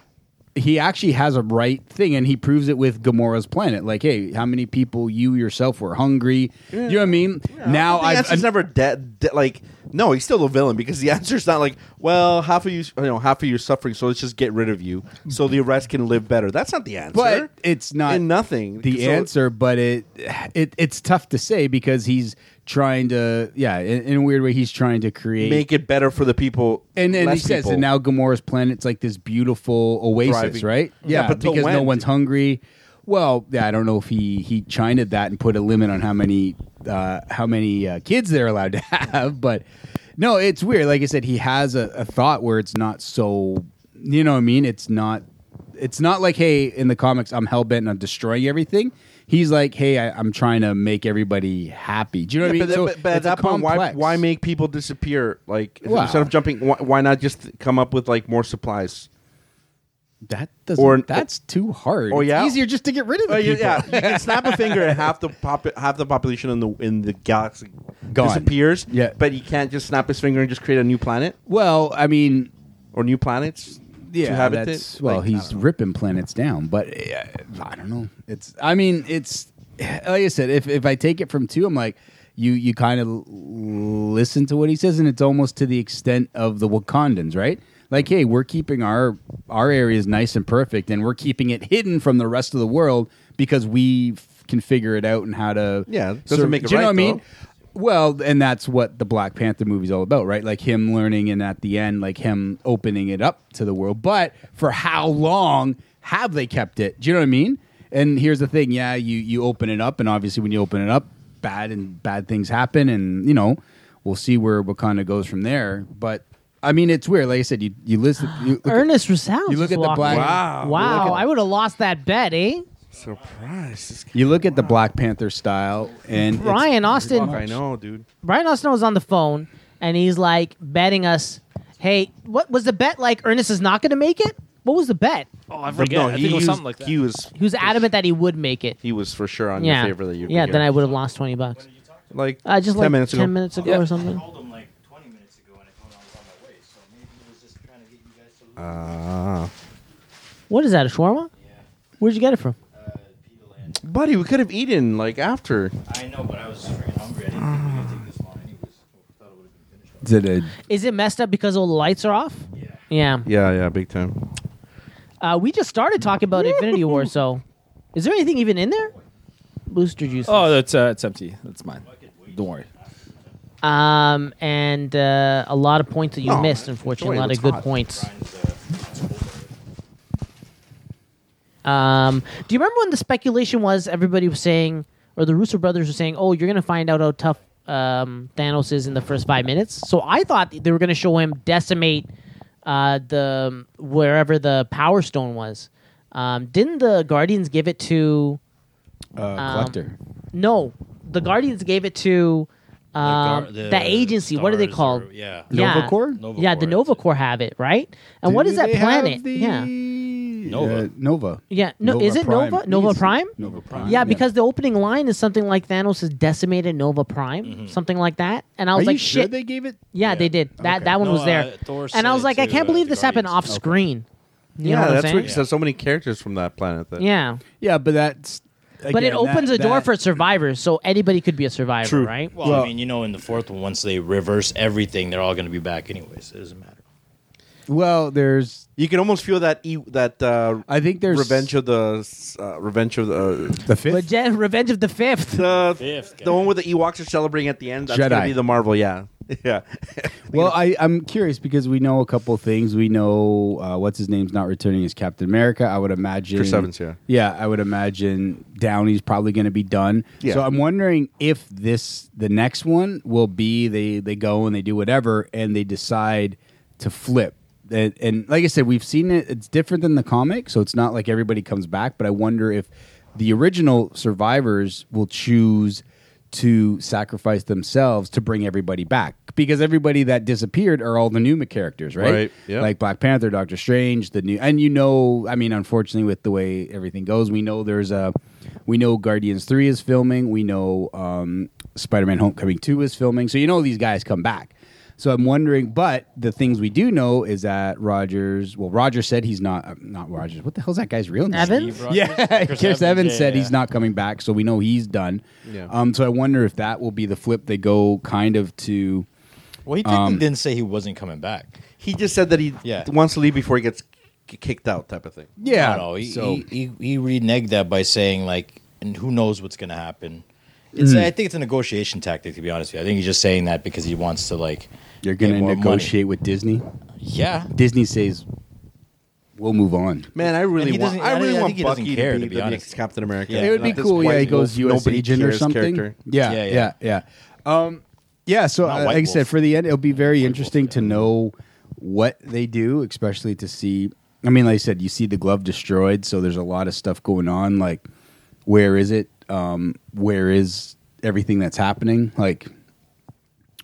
Speaker 5: he actually has a right thing, and he proves it with Gamora's planet. Like, hey, how many people you yourself were hungry? You know what I mean? now
Speaker 2: the
Speaker 5: I've,
Speaker 2: answer's never dead. De- like no, he's still a villain because the [laughs] answer's not like well, half of you, you know, half of you suffering, so let's just get rid of you so the rest can live better. That's not the answer.
Speaker 5: but it's not
Speaker 2: in nothing.
Speaker 5: the
Speaker 2: So-
Speaker 5: answer, but it, it it's tough to say because he's trying to yeah, in, in a weird way, he's trying to create
Speaker 2: Make it better for the people.
Speaker 5: and then he
Speaker 2: less
Speaker 5: says,
Speaker 2: people.
Speaker 5: and now Gamora's planet's like this beautiful oasis,
Speaker 2: Thriving.
Speaker 5: right?
Speaker 2: Yeah, but till
Speaker 5: because no
Speaker 2: when?
Speaker 5: one's hungry. Well, yeah, I don't know if he he chided that and put a limit on how many uh, how many uh, kids they're allowed to [laughs] have, but no, it's weird. Like I said, he has a, a thought where it's not so. You know what I mean? It's not. It's not like hey, in the comics, I'm hell bent on destroying everything. He's like, hey, I, I'm trying to make everybody happy. Do you know
Speaker 2: Yeah,
Speaker 5: what I mean?
Speaker 2: but, then-
Speaker 5: So
Speaker 2: but, but at
Speaker 5: it's a
Speaker 2: that point, why,
Speaker 5: complex.
Speaker 2: why make people disappear? Like if-
Speaker 5: Wow.
Speaker 2: instead of jumping, why, why not just come up with like more supplies?
Speaker 5: That doesn't.
Speaker 2: Or-
Speaker 5: that's too hard.
Speaker 2: Oh,
Speaker 5: It's
Speaker 2: yeah?
Speaker 5: easier just to get rid of the
Speaker 2: Oh, you-
Speaker 5: people.
Speaker 2: yeah, you can snap a finger and half the pop half the population in the in the galaxy
Speaker 5: Gone.
Speaker 2: disappears.
Speaker 5: Yeah.
Speaker 2: but you can't just snap his finger and just create a new planet
Speaker 5: Well, I mean,
Speaker 2: or new planets.
Speaker 5: yeah,
Speaker 2: to habitate.
Speaker 5: that's, well,
Speaker 2: Like,
Speaker 5: he's ripping planets down, but uh, I don't know. It's. I mean, it's like I said. If if I take it from two, I'm like. You, you kind of listen to what he says, and it's almost to the extent of the Wakandans, right? Like, hey, we're keeping our our areas nice and perfect, and we're keeping it hidden from the rest of the world because we f- can figure it out and how to.
Speaker 2: Yeah, doesn't
Speaker 5: serve-
Speaker 2: make it
Speaker 5: Do you know
Speaker 2: right,
Speaker 5: what I mean?
Speaker 2: though.
Speaker 5: Well, and that's what the Black Panther movie's all about, right? Like him learning and at the end, like him opening it up to the world. But for how long have they kept it? Do you know what I mean? And here's the thing, yeah, you you open it up and obviously when you open it up, bad and bad things happen and you know, we'll see where Wakanda goes from there. But I mean it's weird. Like I said, you you listen you look at-
Speaker 3: Ernest Rosales.
Speaker 5: you look
Speaker 3: is
Speaker 5: at the
Speaker 3: walking.
Speaker 5: black-
Speaker 2: Wow.
Speaker 3: Wow,
Speaker 2: You look at-
Speaker 3: I would have lost that bet, eh?
Speaker 2: Surprise! This
Speaker 5: you look at the Black Panther style and it's-
Speaker 3: Brian Austin.
Speaker 2: I know, dude.
Speaker 3: Brian Austin was on the phone, and he's like betting us. Hey, what was the bet? Like Ernest is not going to make it. What was the bet?
Speaker 9: Oh, I forget. I think it was something like that.
Speaker 2: He was
Speaker 3: He was adamant that he would make it.
Speaker 2: he was for sure on
Speaker 3: yeah.
Speaker 2: your favor that you.
Speaker 3: yeah. Then I would have lost twenty bucks.
Speaker 2: like
Speaker 3: Uh, just
Speaker 2: ten
Speaker 3: like
Speaker 2: minutes
Speaker 3: ten
Speaker 2: ago.
Speaker 3: minutes ago or
Speaker 4: Mm.
Speaker 3: something.
Speaker 9: called him like 20 minutes ago and I told him I was on my way. So maybe he was just trying to get you guys to lose.
Speaker 2: Ah.
Speaker 3: What is that? A shawarma? Where'd you get it from?
Speaker 2: buddy, we could have eaten like after.
Speaker 9: I know, but I was freaking hungry. I didn't think we were going to take this long anyways. I thought it would have been
Speaker 5: Did it-
Speaker 9: finished.
Speaker 3: Is it messed up because all the lights are off?
Speaker 9: Yeah.
Speaker 3: Yeah.
Speaker 2: Yeah, yeah, big time.
Speaker 3: Uh, we just started talking about Infinity War, so is there anything even in there? Booster juice.
Speaker 4: Oh, that's uh, it's empty. That's mine. Don't worry.
Speaker 3: Um, and uh, a lot of points that you
Speaker 2: No,
Speaker 3: missed,
Speaker 2: it's
Speaker 3: unfortunately.
Speaker 2: enjoy
Speaker 3: A lot
Speaker 2: it.
Speaker 3: of
Speaker 2: It's
Speaker 3: good
Speaker 2: hot.
Speaker 3: points.
Speaker 2: uh,
Speaker 3: Um, do you remember when the speculation was everybody was saying, or the Russo brothers were saying, oh, you're going to find out how tough um, Thanos is in the first five minutes? So I thought they were going to show him decimate uh, the wherever the Power Stone was. Um, didn't the Guardians give it to.
Speaker 5: uh,
Speaker 3: um,
Speaker 5: collector.
Speaker 3: No, the Guardians gave it to. Um, the, agency, what are they
Speaker 9: stars
Speaker 3: called?
Speaker 9: or- yeah.
Speaker 3: Yeah.
Speaker 5: Novacore?
Speaker 3: Yeah, the
Speaker 9: Novacore,
Speaker 3: Novacore have it, right? And what is that planet? yeah.
Speaker 5: Nova.
Speaker 9: Nova.
Speaker 5: uh, Nova.
Speaker 3: Yeah, no, is it
Speaker 5: Prime.
Speaker 3: Nova? Nova
Speaker 5: Yes.
Speaker 3: Prime?
Speaker 5: Nova Prime.
Speaker 3: Yeah, because the opening line is something like Thanos has decimated Nova Prime,
Speaker 9: Mm-hmm.
Speaker 3: something like that. And I
Speaker 5: Are
Speaker 3: was
Speaker 5: you
Speaker 3: like,
Speaker 5: sure
Speaker 3: shit.
Speaker 5: they gave it?
Speaker 3: yeah, they did. That
Speaker 5: Okay.
Speaker 3: that one
Speaker 9: No,
Speaker 3: was there.
Speaker 9: uh, Thor
Speaker 3: and I was
Speaker 9: said
Speaker 3: like, I
Speaker 9: to,
Speaker 3: can't
Speaker 9: uh,
Speaker 3: believe
Speaker 9: the
Speaker 3: this happened off
Speaker 9: Guardians.
Speaker 3: screen. You know
Speaker 2: yeah,
Speaker 3: what I'm
Speaker 2: that's
Speaker 3: saying?
Speaker 2: weird. 'cause There's so many characters from that planet. That
Speaker 3: Yeah.
Speaker 5: Yeah, but that's.
Speaker 3: But it
Speaker 5: again,
Speaker 3: opens
Speaker 5: that-
Speaker 3: a door
Speaker 5: that-
Speaker 3: for survivors, so anybody could be a survivor,
Speaker 2: True.
Speaker 3: right?
Speaker 9: Well,
Speaker 5: Well-
Speaker 9: I mean, you know, in the fourth one, once they reverse everything, they're all going to be back anyways. It doesn't matter.
Speaker 5: Well, there's.
Speaker 2: you can almost feel that e- that uh,
Speaker 5: I think there's
Speaker 2: Revenge of the uh, Revenge of the
Speaker 5: the fifth.
Speaker 3: Rege- Revenge of the Fifth.
Speaker 2: the
Speaker 9: Fifth,
Speaker 2: the one where the Ewoks are celebrating at the end. That's
Speaker 5: Jedi.
Speaker 2: gonna be the Marvel. Yeah, [laughs] yeah.
Speaker 5: Well, I, I'm curious because we know a couple things. We know uh, what's his name's not returning as Captain America. I would imagine
Speaker 2: Chris Evans, yeah.
Speaker 5: yeah. I would imagine Downey's probably going to be done.
Speaker 2: Yeah.
Speaker 5: So I'm wondering if this the next one will be they they go and they do whatever and they decide to flip. And, and like I said, we've seen it. It's different than the comic, so it's not like everybody comes back. But I wonder if the original survivors will choose to sacrifice themselves to bring everybody back because everybody that disappeared are all the new characters, right?
Speaker 2: Right, yeah.
Speaker 5: Like Black Panther, Doctor Strange, the new, and you know, I mean, unfortunately, with the way everything goes, we know there's a, we know Guardians Three is filming, we know um, Spider Man Homecoming Two is filming, so you know these guys come back. So I'm wondering, but the things we do know is that Rogers. Well, Rogers said he's not uh, not Rogers. What the hell's that guy's real name?
Speaker 3: Evans?
Speaker 5: Yeah, Chris,
Speaker 9: Chris
Speaker 5: Evans,
Speaker 9: Evans, yeah,
Speaker 5: said
Speaker 9: yeah.
Speaker 5: he's not coming back, so we know he's done.
Speaker 2: Yeah.
Speaker 5: Um, so I wonder if that will be the flip they go kind of to.
Speaker 9: Well, he
Speaker 5: Um,
Speaker 9: technically didn't say he wasn't coming back.
Speaker 2: he just said that he
Speaker 9: Yeah.
Speaker 2: wants to leave before he gets k- kicked out, type of thing.
Speaker 5: Yeah,
Speaker 9: no, no, he,
Speaker 5: so
Speaker 9: he, he, he reneged that by saying like, and who knows what's going to happen.
Speaker 5: Hmm.
Speaker 9: It's I think it's a negotiation tactic to be honest with you. I think he's just saying that because he wants to like.
Speaker 5: you're going
Speaker 9: get
Speaker 5: to
Speaker 9: more
Speaker 5: negotiate with Disney.
Speaker 9: money. Yeah.
Speaker 5: Disney says we'll move on.
Speaker 2: Man, I
Speaker 9: And
Speaker 2: really
Speaker 9: he
Speaker 2: want.
Speaker 9: doesn't-
Speaker 2: I
Speaker 9: I
Speaker 2: really
Speaker 9: think- I
Speaker 2: want
Speaker 9: think he doesn't
Speaker 2: Bucky
Speaker 9: care,
Speaker 2: to be,
Speaker 9: to be
Speaker 2: the
Speaker 9: honest.
Speaker 2: next Captain America.
Speaker 9: Yeah,
Speaker 5: it would
Speaker 2: At
Speaker 5: be
Speaker 2: this
Speaker 5: cool. Yeah,
Speaker 2: point,
Speaker 5: he goes
Speaker 2: Wolf-
Speaker 5: U.S.
Speaker 2: nobody
Speaker 5: agent or
Speaker 2: cares
Speaker 5: something.
Speaker 2: character.
Speaker 5: Yeah, yeah,
Speaker 9: Yeah,
Speaker 5: yeah,
Speaker 9: yeah.
Speaker 5: yeah. Um, yeah so,
Speaker 9: Not
Speaker 5: uh,
Speaker 9: White
Speaker 5: like I said,
Speaker 9: Wolf.
Speaker 5: for the end, it'll be very interesting to know what they do, especially to see. I mean, like I said, you see the glove destroyed, so there's a lot of stuff going on. Like, where is it? Um, where is everything that's happening? Like,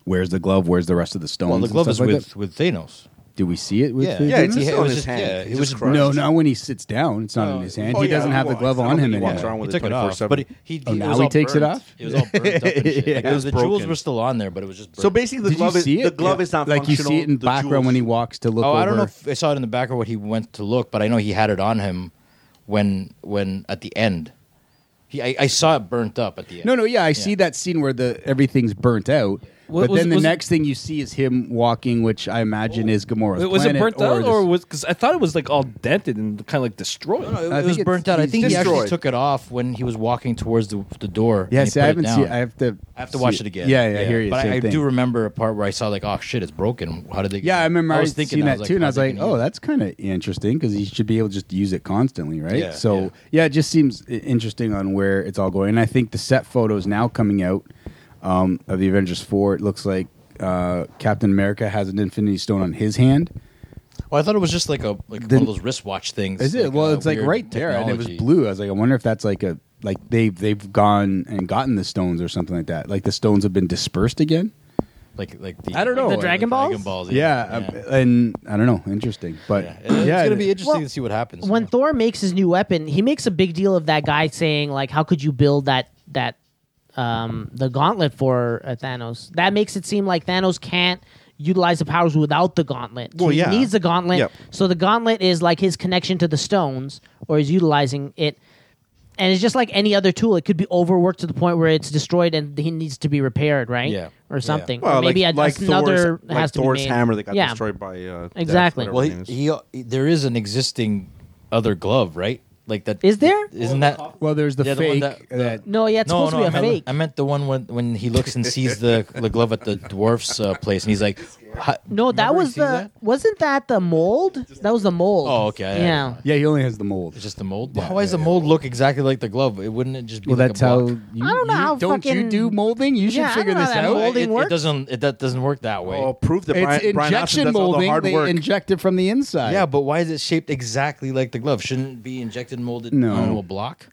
Speaker 5: where's the glove? Where's the rest of the stones?
Speaker 9: Well, the
Speaker 5: and
Speaker 9: glove
Speaker 5: stuff
Speaker 9: is
Speaker 5: Mm, like
Speaker 9: with
Speaker 5: that?
Speaker 9: with Thanos.
Speaker 5: Do we see it? With
Speaker 9: Yeah,
Speaker 5: the-
Speaker 2: Yeah, it's
Speaker 9: he-
Speaker 2: still
Speaker 9: it
Speaker 2: in
Speaker 9: was
Speaker 2: his
Speaker 9: just-
Speaker 2: hand.
Speaker 9: yeah,
Speaker 2: It's
Speaker 9: it was
Speaker 2: just
Speaker 9: just-
Speaker 2: crushed.
Speaker 5: no, not when he sits down. It's not in his hand.
Speaker 2: Oh,
Speaker 5: he
Speaker 2: yeah,
Speaker 5: doesn't
Speaker 2: he
Speaker 5: have the
Speaker 2: walks.
Speaker 5: glove
Speaker 2: I don't
Speaker 5: on
Speaker 2: think
Speaker 5: him
Speaker 2: he walks
Speaker 5: anymore.
Speaker 2: around with
Speaker 9: he
Speaker 2: it
Speaker 9: took it
Speaker 2: 24/7.
Speaker 9: off, but he, he,
Speaker 5: Oh,
Speaker 9: it
Speaker 5: now
Speaker 9: was
Speaker 5: he
Speaker 9: all
Speaker 5: takes it
Speaker 9: burnt.
Speaker 5: off?
Speaker 9: It was all burnt up
Speaker 5: [laughs]
Speaker 9: and shit. Like,
Speaker 5: Yeah.
Speaker 9: it was- the jewels
Speaker 2: Broken.
Speaker 9: were still on there, but it was just burnt.
Speaker 2: So basically, the
Speaker 5: Did
Speaker 2: glove
Speaker 5: you see
Speaker 2: is the
Speaker 5: it?
Speaker 2: glove
Speaker 5: Yeah.
Speaker 2: is not
Speaker 5: like you see
Speaker 2: functional,
Speaker 5: it in
Speaker 2: the
Speaker 5: background
Speaker 2: jewels-
Speaker 5: when he walks to look.
Speaker 9: Oh,
Speaker 5: over.
Speaker 9: I don't know if I saw it in the back or what he went to look, but I know he had it on him when when at the end. He, I, I saw it burnt up at the end.
Speaker 5: No, no, yeah, I see that scene where the everything's burnt out.
Speaker 4: Wa-
Speaker 5: but
Speaker 4: was-
Speaker 5: then the
Speaker 4: was it-
Speaker 5: next thing you see is him walking, which I imagine is Gamora's
Speaker 4: was it
Speaker 5: planet,
Speaker 4: burnt out
Speaker 5: this-
Speaker 4: or was because I thought it was like all dented and kind of like destroyed.
Speaker 9: it,
Speaker 5: I
Speaker 9: it
Speaker 5: think
Speaker 9: was
Speaker 5: it's-
Speaker 9: burnt out. I
Speaker 5: he's
Speaker 9: think he
Speaker 2: destroyed.
Speaker 9: actually took it off when he was walking towards the, the door. and
Speaker 5: Yeah,
Speaker 9: he
Speaker 5: see, I
Speaker 9: put
Speaker 5: haven't
Speaker 9: down.
Speaker 5: seen. I have to.
Speaker 9: I have to
Speaker 5: see
Speaker 9: watch it again.
Speaker 5: Yeah, yeah, I hear you.
Speaker 9: But
Speaker 5: same
Speaker 9: I, I
Speaker 5: thing.
Speaker 9: do remember a part where I saw like, oh shit, it's broken. How did they?
Speaker 5: Yeah, I remember. I
Speaker 9: was
Speaker 5: was
Speaker 9: thinking
Speaker 5: seeing
Speaker 9: I
Speaker 5: that
Speaker 9: was like,
Speaker 5: too, and I
Speaker 9: how's
Speaker 5: was
Speaker 9: it
Speaker 5: like,
Speaker 9: gonna
Speaker 5: "Oh,
Speaker 9: use it?
Speaker 5: that's kind of interesting because he should be able to just use it constantly, right?"
Speaker 9: Yeah,
Speaker 5: so
Speaker 9: yeah.
Speaker 5: yeah. it just seems i- interesting on where it's all going. And I think the set photos now coming out um, of the Avengers Four, it looks like uh, Captain America has an Infinity Stone on his hand.
Speaker 9: Well, I thought it was just like a like one
Speaker 5: Then-
Speaker 9: of those wristwatch things.
Speaker 5: Is it? well,
Speaker 9: uh,
Speaker 5: it's like
Speaker 9: weird
Speaker 5: right there, and it was
Speaker 9: technology.
Speaker 5: blue. I was like, I wonder if that's like a like they've they've gone and gotten the stones or something like that. Like the stones have been dispersed again.
Speaker 9: Like like the
Speaker 5: I don't know. The
Speaker 3: Dragon Balls?
Speaker 5: Yeah, um, and I don't know. Interesting, but
Speaker 9: Yeah.
Speaker 5: yeah,
Speaker 9: It's gonna be interesting
Speaker 3: Well,
Speaker 9: to see what happens.
Speaker 3: when Thor makes his new weapon, he makes a big deal of that guy saying like, "How could you build that that um, the gauntlet for uh, Thanos?" That makes it seem like Thanos can't utilize the powers without the gauntlet. So
Speaker 2: Well,
Speaker 3: he
Speaker 2: yeah.
Speaker 3: needs the gauntlet.
Speaker 2: Yep.
Speaker 3: So the gauntlet is like his connection to the stones, or he's utilizing it. And it's just like any other tool; it could be overworked to the point where it's destroyed and he needs to be repaired, right?
Speaker 9: Yeah.
Speaker 3: or something.
Speaker 2: Well,
Speaker 3: or maybe
Speaker 2: like,
Speaker 3: a-
Speaker 2: like
Speaker 3: another
Speaker 2: Thor's,
Speaker 3: has
Speaker 2: like
Speaker 3: to
Speaker 2: Thor's
Speaker 3: be made.
Speaker 2: hammer that got
Speaker 3: yeah.
Speaker 2: destroyed by uh, Death,
Speaker 3: Exactly.
Speaker 2: whatever
Speaker 9: well,
Speaker 2: her
Speaker 9: he,
Speaker 2: name is.
Speaker 9: he, there is an existing other glove, right? Like that
Speaker 3: Is there?
Speaker 9: Isn't that
Speaker 5: well, there's the
Speaker 9: Yeah, the one
Speaker 5: fake
Speaker 9: that-
Speaker 5: that
Speaker 3: No, yeah, it's
Speaker 9: no,
Speaker 3: supposed
Speaker 9: no,
Speaker 3: to be
Speaker 9: I
Speaker 3: a
Speaker 9: meant,
Speaker 3: fake.
Speaker 9: I meant the one when, when he looks and sees the, the glove at the dwarf's uh, place, and he's like, "Hi-
Speaker 3: No, that
Speaker 9: remember he
Speaker 3: was
Speaker 9: sees
Speaker 3: the
Speaker 9: that?
Speaker 3: wasn't that the mold? That was the mold.
Speaker 9: Oh, okay, I- I-
Speaker 3: Yeah.
Speaker 5: yeah, he only has the mold.
Speaker 9: It's just the mold. Why does the mold look exactly like the glove? It wouldn't it just be
Speaker 5: well,
Speaker 9: like
Speaker 5: that's
Speaker 9: a
Speaker 5: how
Speaker 9: block?
Speaker 5: you,
Speaker 3: I don't know
Speaker 5: you-
Speaker 3: how
Speaker 5: don't you
Speaker 3: fucking-
Speaker 5: do molding? You should
Speaker 3: Yeah, I
Speaker 5: figure
Speaker 3: don't know
Speaker 5: this
Speaker 3: how
Speaker 5: out.
Speaker 3: mold-
Speaker 9: it,
Speaker 3: Molding
Speaker 9: it
Speaker 3: works?
Speaker 9: doesn't. It, that doesn't work that way.
Speaker 2: Oh, proof that
Speaker 5: It's
Speaker 2: Brian, Brian Austin
Speaker 5: injection
Speaker 2: does all the
Speaker 5: molding.
Speaker 2: hard
Speaker 5: They
Speaker 2: work.
Speaker 5: inject it from the inside.
Speaker 9: yeah, but why is it shaped exactly like the glove? Shouldn't it be injected molded
Speaker 5: No.
Speaker 9: onto a block?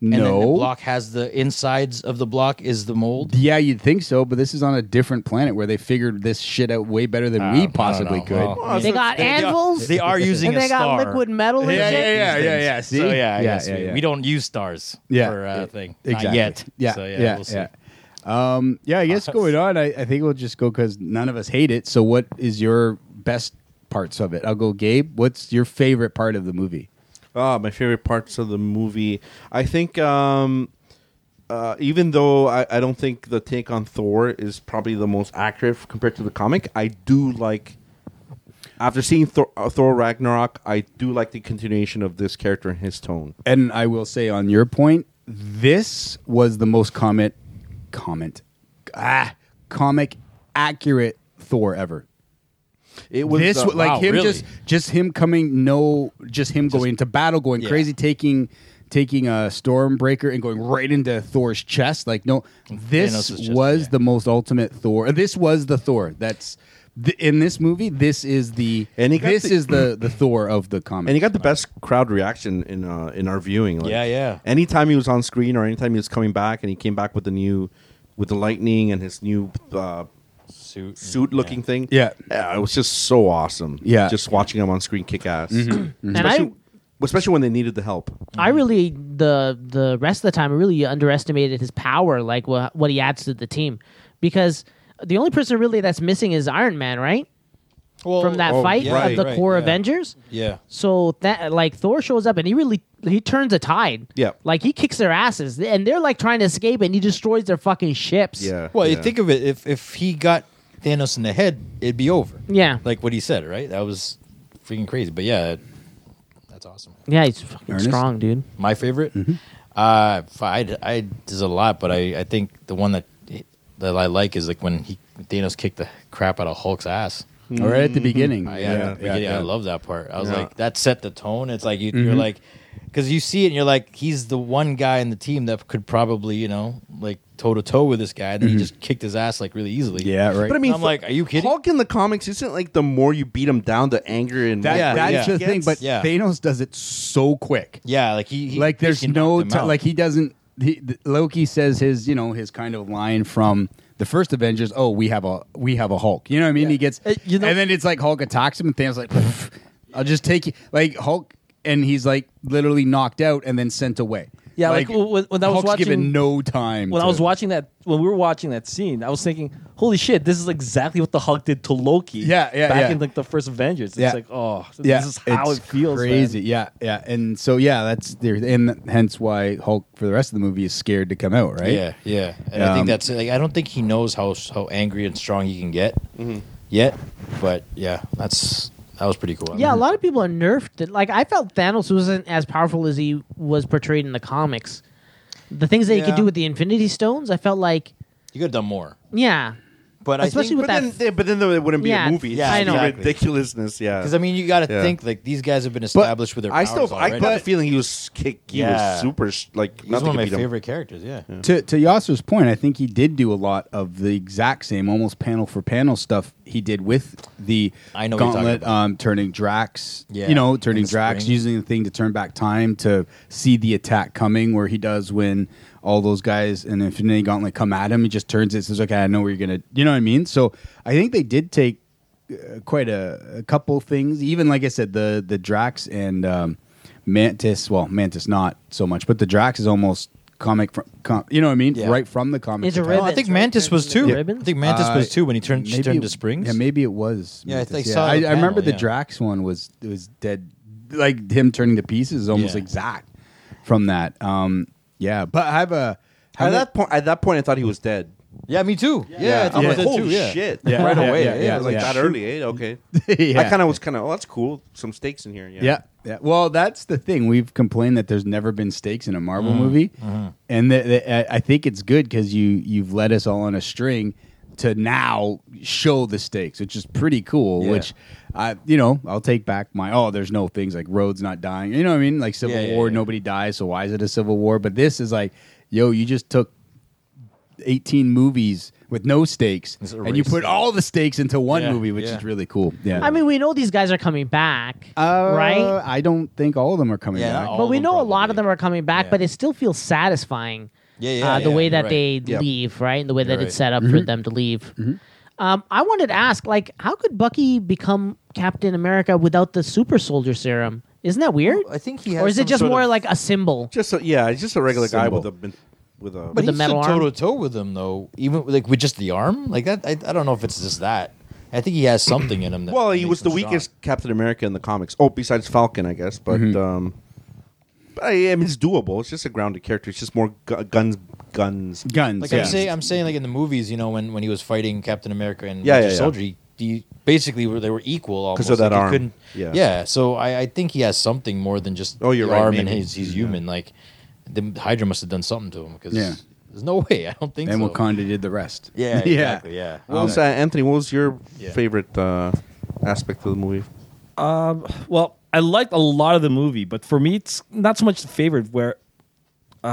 Speaker 5: no.
Speaker 9: And then the block has the insides of the block is the mold.
Speaker 5: Yeah, you'd think so, but this is on a different planet where they figured this shit out way better than
Speaker 9: Um, I
Speaker 5: we
Speaker 9: don't
Speaker 5: possibly
Speaker 9: know.
Speaker 5: could.
Speaker 9: Well, I mean,
Speaker 3: They got
Speaker 9: are-
Speaker 3: anvils,
Speaker 9: They are using
Speaker 3: and
Speaker 9: a
Speaker 3: they got
Speaker 9: star.
Speaker 3: liquid metal and
Speaker 5: Yeah,
Speaker 3: shit.
Speaker 5: yeah, yeah,
Speaker 9: These
Speaker 5: yeah,
Speaker 9: things.
Speaker 5: yeah. See?
Speaker 9: So, yeah,
Speaker 5: Yeah,
Speaker 9: I guess
Speaker 5: yeah,
Speaker 9: we,
Speaker 5: yeah.
Speaker 9: we don't use stars
Speaker 5: Yeah,
Speaker 9: for uh,
Speaker 5: yeah,
Speaker 9: thing. Not
Speaker 5: Exactly.
Speaker 9: yet.
Speaker 5: Yeah,
Speaker 9: So,
Speaker 5: yeah,
Speaker 9: we'll see.
Speaker 5: yeah. Um, yeah, I guess going on, I, I think we'll just go because none of us hate it. So, what is your best parts of it? I'll go, Gabe. What's your favorite part of the movie?
Speaker 2: Ah, my favorite parts of the movie. I think, um, uh, even though I, I don't think the take on Thor is probably the most accurate f- compared to the comic, I do like. After seeing Thor, uh, Thor Ragnarok, I do like the continuation of this character and his tone.
Speaker 5: And I will say on your point, this was the most comment, comment, ah, comic accurate Thor ever.
Speaker 2: It was
Speaker 5: this
Speaker 2: uh,
Speaker 5: w- like
Speaker 9: wow,
Speaker 5: him
Speaker 9: really?
Speaker 5: just just him coming no just him going to battle going
Speaker 9: Yeah.
Speaker 5: crazy taking taking a stormbreaker and going right into thor's chest like no this
Speaker 9: Thanos' chest,
Speaker 5: was
Speaker 9: yeah.
Speaker 5: the most ultimate thor this was the thor that's th- in this movie this is the
Speaker 2: And he got
Speaker 5: this
Speaker 2: the-
Speaker 5: is the the thor of the comic
Speaker 2: and he got the best crowd reaction in uh, in our viewing. Like,
Speaker 9: Yeah, yeah.
Speaker 2: Anytime he was on screen or anytime he was coming back, and he came back with the new, with the lightning and his new uh,
Speaker 9: Suit.
Speaker 2: suit looking thing.
Speaker 5: Yeah.
Speaker 2: yeah, it was just so awesome.
Speaker 5: Yeah.
Speaker 2: just watching him on screen kick ass,
Speaker 9: Mm-hmm.
Speaker 2: Mm-hmm.
Speaker 3: And
Speaker 2: especially,
Speaker 3: I,
Speaker 2: especially when they needed the help.
Speaker 3: I really the the rest of the time I really underestimated his power, like what what he adds to the team, because the only person really that's missing is Iron Man, right?
Speaker 9: Well,
Speaker 3: From that
Speaker 2: oh,
Speaker 3: fight
Speaker 9: yeah,
Speaker 3: of the
Speaker 9: right,
Speaker 3: core
Speaker 9: yeah.
Speaker 3: Avengers.
Speaker 9: Yeah.
Speaker 3: So that like Thor shows up and he really he turns a tide.
Speaker 2: Yeah.
Speaker 3: Like he kicks their asses and they're like trying to escape and he destroys their fucking ships.
Speaker 2: Yeah,
Speaker 9: Well,
Speaker 2: yeah.
Speaker 9: you think of it. If if he got Thanos in the head, it'd be over.
Speaker 3: Yeah.
Speaker 9: Like what he said, right? That was freaking crazy. But yeah, that's awesome.
Speaker 3: Yeah, he's fucking
Speaker 5: Ernest?
Speaker 3: strong, dude.
Speaker 9: My favorite.
Speaker 5: Mm-hmm.
Speaker 9: Uh, f- I, I there's a lot, but I, I think the one that that I like is like when he Thanos kicked the crap out of Hulk's ass.
Speaker 5: or right at the beginning
Speaker 9: I, yeah,
Speaker 5: Mm-hmm. Uh, yeah, yeah,
Speaker 9: I
Speaker 5: yeah.
Speaker 9: love that part. I was
Speaker 2: Yeah.
Speaker 9: like, that set the tone. It's like you, you're like, because you see it and you're like, he's the one guy in the team that could probably, you know, like toe to toe with this guy. And he just kicked his ass like really easily.
Speaker 5: Yeah, right
Speaker 2: But I mean,
Speaker 9: I'm like, are you kidding?
Speaker 2: Hulk in the comics isn't like the more you beat him down, the angrier and
Speaker 5: that,
Speaker 9: Yeah,
Speaker 5: that's
Speaker 9: yeah.
Speaker 5: the thing but
Speaker 9: Yeah.
Speaker 5: thanos does it so quick
Speaker 9: Yeah, like he, he
Speaker 5: like
Speaker 9: he
Speaker 5: there's
Speaker 9: can
Speaker 5: no
Speaker 9: knock them
Speaker 5: ti-
Speaker 9: out.
Speaker 5: like he doesn't he th- Loki says his you know his kind of line from the first Avengers, oh, we have a we have a Hulk. You know what I mean? He gets
Speaker 4: Uh, you know-
Speaker 5: and then it's like Hulk attacks him and Thanos like "Pff, I'll just take you like Hulk and he's like literally knocked out and then sent away.
Speaker 4: Yeah, like, when- when I was
Speaker 5: Hulk's given
Speaker 4: watching-
Speaker 5: no time.
Speaker 4: when I
Speaker 5: to-
Speaker 4: was watching that, when we were watching that scene, I was thinking, "Holy shit! This is exactly what the Hulk did to Loki."
Speaker 5: Yeah, yeah,
Speaker 4: Back
Speaker 5: yeah.
Speaker 4: in like the first Avengers, it's
Speaker 5: Yeah.
Speaker 4: like, oh,
Speaker 5: yeah,
Speaker 4: this is how
Speaker 5: it's
Speaker 4: it feels. man.
Speaker 5: Crazy. Yeah, yeah. And so yeah, that's there and hence why Hulk for the rest of the movie is scared to come out, right?
Speaker 9: Yeah, yeah. And I
Speaker 5: Um,
Speaker 9: think that's. Like, I don't think he knows how how angry and strong he can get
Speaker 2: Mm-hmm.
Speaker 9: yet. But yeah, that's that was pretty cool.
Speaker 3: Yeah, a lot of people are nerfed. Like I felt Thanos wasn't as powerful as he was portrayed in the comics. The things that he
Speaker 9: Yeah.
Speaker 3: could do with the Infinity Stones, I felt like,
Speaker 9: you could have done more.
Speaker 3: yeah,
Speaker 9: But I
Speaker 3: Especially
Speaker 9: think
Speaker 3: with
Speaker 2: But then,
Speaker 3: that-
Speaker 2: yeah, but then there wouldn't be
Speaker 3: Yeah,
Speaker 2: a movie. It's
Speaker 9: yeah,
Speaker 2: just
Speaker 9: I know.
Speaker 2: ridiculousness. Yeah,
Speaker 9: because I mean, you got to
Speaker 2: Yeah.
Speaker 9: think like these guys have been established with their.
Speaker 2: I
Speaker 9: Powers
Speaker 2: still, I
Speaker 9: already.
Speaker 2: got the feeling he was kick. He
Speaker 9: Yeah.
Speaker 2: was super sh- like
Speaker 9: He's one
Speaker 2: nothing
Speaker 9: of
Speaker 2: could
Speaker 9: my
Speaker 2: beat him.
Speaker 9: favorite characters. Yeah.
Speaker 5: To to Yasser's point, I think he did do a lot of the exact same, almost panel for panel stuff he did with the
Speaker 9: I know what you're talking
Speaker 5: gauntlet,
Speaker 9: about.
Speaker 5: um, turning Drax,
Speaker 9: Yeah,
Speaker 5: you know,
Speaker 9: in
Speaker 5: turning
Speaker 9: the
Speaker 5: Drax,
Speaker 9: spring.
Speaker 5: using the thing to turn back time to see the attack coming, where he does when all those guys in Infinity Gauntlet come at him, he just turns it, says, "Okay, I know where you're gonna," you know what I mean? So I think they did take uh, quite a, a couple things. Even like I said, the the Drax and um, Mantis. Well, Mantis not so much, but the Drax is almost comic from com- you know what I mean,
Speaker 9: Yeah.
Speaker 5: right from the comic.
Speaker 3: It's a
Speaker 5: book.
Speaker 3: ribbon.
Speaker 9: Oh, I think
Speaker 3: Ribbons, right?
Speaker 9: Mantis was too. I
Speaker 3: Ribbons?
Speaker 9: think Mantis
Speaker 5: Uh,
Speaker 9: was too when he turned
Speaker 5: Maybe
Speaker 9: turned
Speaker 5: it-
Speaker 9: to Springs.
Speaker 5: Yeah, maybe it was.
Speaker 9: Yeah, I
Speaker 5: Mantis,
Speaker 9: think I saw the
Speaker 5: I, I remember
Speaker 9: panel,
Speaker 5: the
Speaker 9: yeah.
Speaker 5: Drax one was it was dead. Like him turning to pieces, is almost
Speaker 9: Yeah.
Speaker 5: exact from that. Um, yeah, but I have a. how
Speaker 2: At
Speaker 5: many-
Speaker 2: that point, at that point, I thought he was dead.
Speaker 9: Yeah, me too. Yeah, I think
Speaker 5: Yeah.
Speaker 9: I did
Speaker 2: Holy
Speaker 9: too, yeah.
Speaker 2: shit!
Speaker 5: Yeah.
Speaker 2: Right
Speaker 5: Yeah,
Speaker 2: away.
Speaker 5: yeah,
Speaker 2: Yeah,
Speaker 5: yeah,
Speaker 2: like
Speaker 5: yeah.
Speaker 2: that early. Eh?
Speaker 9: [laughs]
Speaker 2: Okay.
Speaker 5: Yeah.
Speaker 2: I kind of was kind of. Oh, that's cool. Some steaks in here. Yeah.
Speaker 5: Yeah. yeah. Well, that's the thing. We've complained that there's never been stakes in a Marvel
Speaker 9: Mm-hmm.
Speaker 5: movie, and th- th- I- I think it's good because you you've led us all on a string to now show the stakes, which is pretty cool.
Speaker 9: Yeah.
Speaker 5: Which I, you know, I'll take back my oh, there's no things like Rhodes not dying. You know what I mean? Like Civil
Speaker 9: Yeah, yeah,
Speaker 5: War,
Speaker 9: yeah.
Speaker 5: nobody dies, so why is it a Civil War? But this is like, yo, you just took 18 movies with no stakes,
Speaker 9: It's
Speaker 5: and you
Speaker 9: erased.
Speaker 5: put all the stakes into one
Speaker 9: Yeah,
Speaker 5: movie, which
Speaker 9: yeah.
Speaker 5: is really cool. Yeah.
Speaker 3: I mean, we know these guys are coming back,
Speaker 5: Uh,
Speaker 3: right?
Speaker 5: I don't think all of them are coming
Speaker 9: Yeah,
Speaker 5: back.
Speaker 9: not all
Speaker 3: But we
Speaker 9: of
Speaker 3: know
Speaker 9: them
Speaker 3: a lot of
Speaker 9: probably.
Speaker 3: them are coming back,
Speaker 9: Yeah.
Speaker 3: but it still feels satisfying.
Speaker 9: Yeah, yeah,
Speaker 3: uh, the
Speaker 9: yeah,
Speaker 3: way
Speaker 9: you're
Speaker 3: that
Speaker 9: right.
Speaker 3: they
Speaker 2: Yep.
Speaker 3: leave, right? And the way that
Speaker 9: You're
Speaker 3: it's
Speaker 9: right.
Speaker 3: set up for them to leave. Um, I wanted to ask, like, how could Bucky become Captain America without the super soldier serum? Isn't that weird?
Speaker 9: Oh, I think he has
Speaker 3: or is it
Speaker 9: some
Speaker 3: just
Speaker 9: sort
Speaker 3: more
Speaker 9: of-
Speaker 3: like a symbol?
Speaker 2: Just a, yeah, he's just a regular
Speaker 5: Symbol.
Speaker 2: guy with a min- with a.
Speaker 9: But
Speaker 3: the
Speaker 9: he's
Speaker 3: metal
Speaker 9: still
Speaker 3: arm?
Speaker 9: toe to toe with him though, even like with just the arm. Like that, I, I don't know if it's just that. I think he has something in him. That
Speaker 2: well, he
Speaker 9: makes
Speaker 2: was
Speaker 9: him
Speaker 2: the
Speaker 9: strong.
Speaker 2: weakest Captain America in the comics. Oh, besides Falcon, I guess. But um, but I, I mean, it's doable. It's just a grounded character. It's just more gu- guns, guns.
Speaker 5: Guns.
Speaker 9: Like
Speaker 5: yeah.
Speaker 9: I'm saying, I'm saying like in the movies, you know, when, when he was fighting Captain America and
Speaker 2: Yeah,
Speaker 9: Winter
Speaker 2: yeah, yeah.
Speaker 9: Soldier, he, he basically were, they were equal almost
Speaker 2: 'Cause of
Speaker 9: Like,
Speaker 2: that
Speaker 9: he
Speaker 2: arm.
Speaker 9: couldn't-
Speaker 2: Yeah.
Speaker 9: yeah. So I, I think he has something more than just
Speaker 2: Oh, you're
Speaker 9: the
Speaker 2: right,
Speaker 9: arm and
Speaker 2: maybe.
Speaker 9: he's, he's human. Like the Hydra must have done something to him because
Speaker 5: Yeah.
Speaker 9: there's no [laughs] way. I don't think
Speaker 5: and
Speaker 9: so.
Speaker 5: Wakanda did the rest. [laughs]
Speaker 9: yeah, exactly. Yeah.
Speaker 2: What was, uh, Anthony? What was your
Speaker 9: Yeah.
Speaker 2: favorite uh, aspect of the movie?
Speaker 4: Well, I liked a lot of the movie, but for me, it's not so much the favorite. Where, um,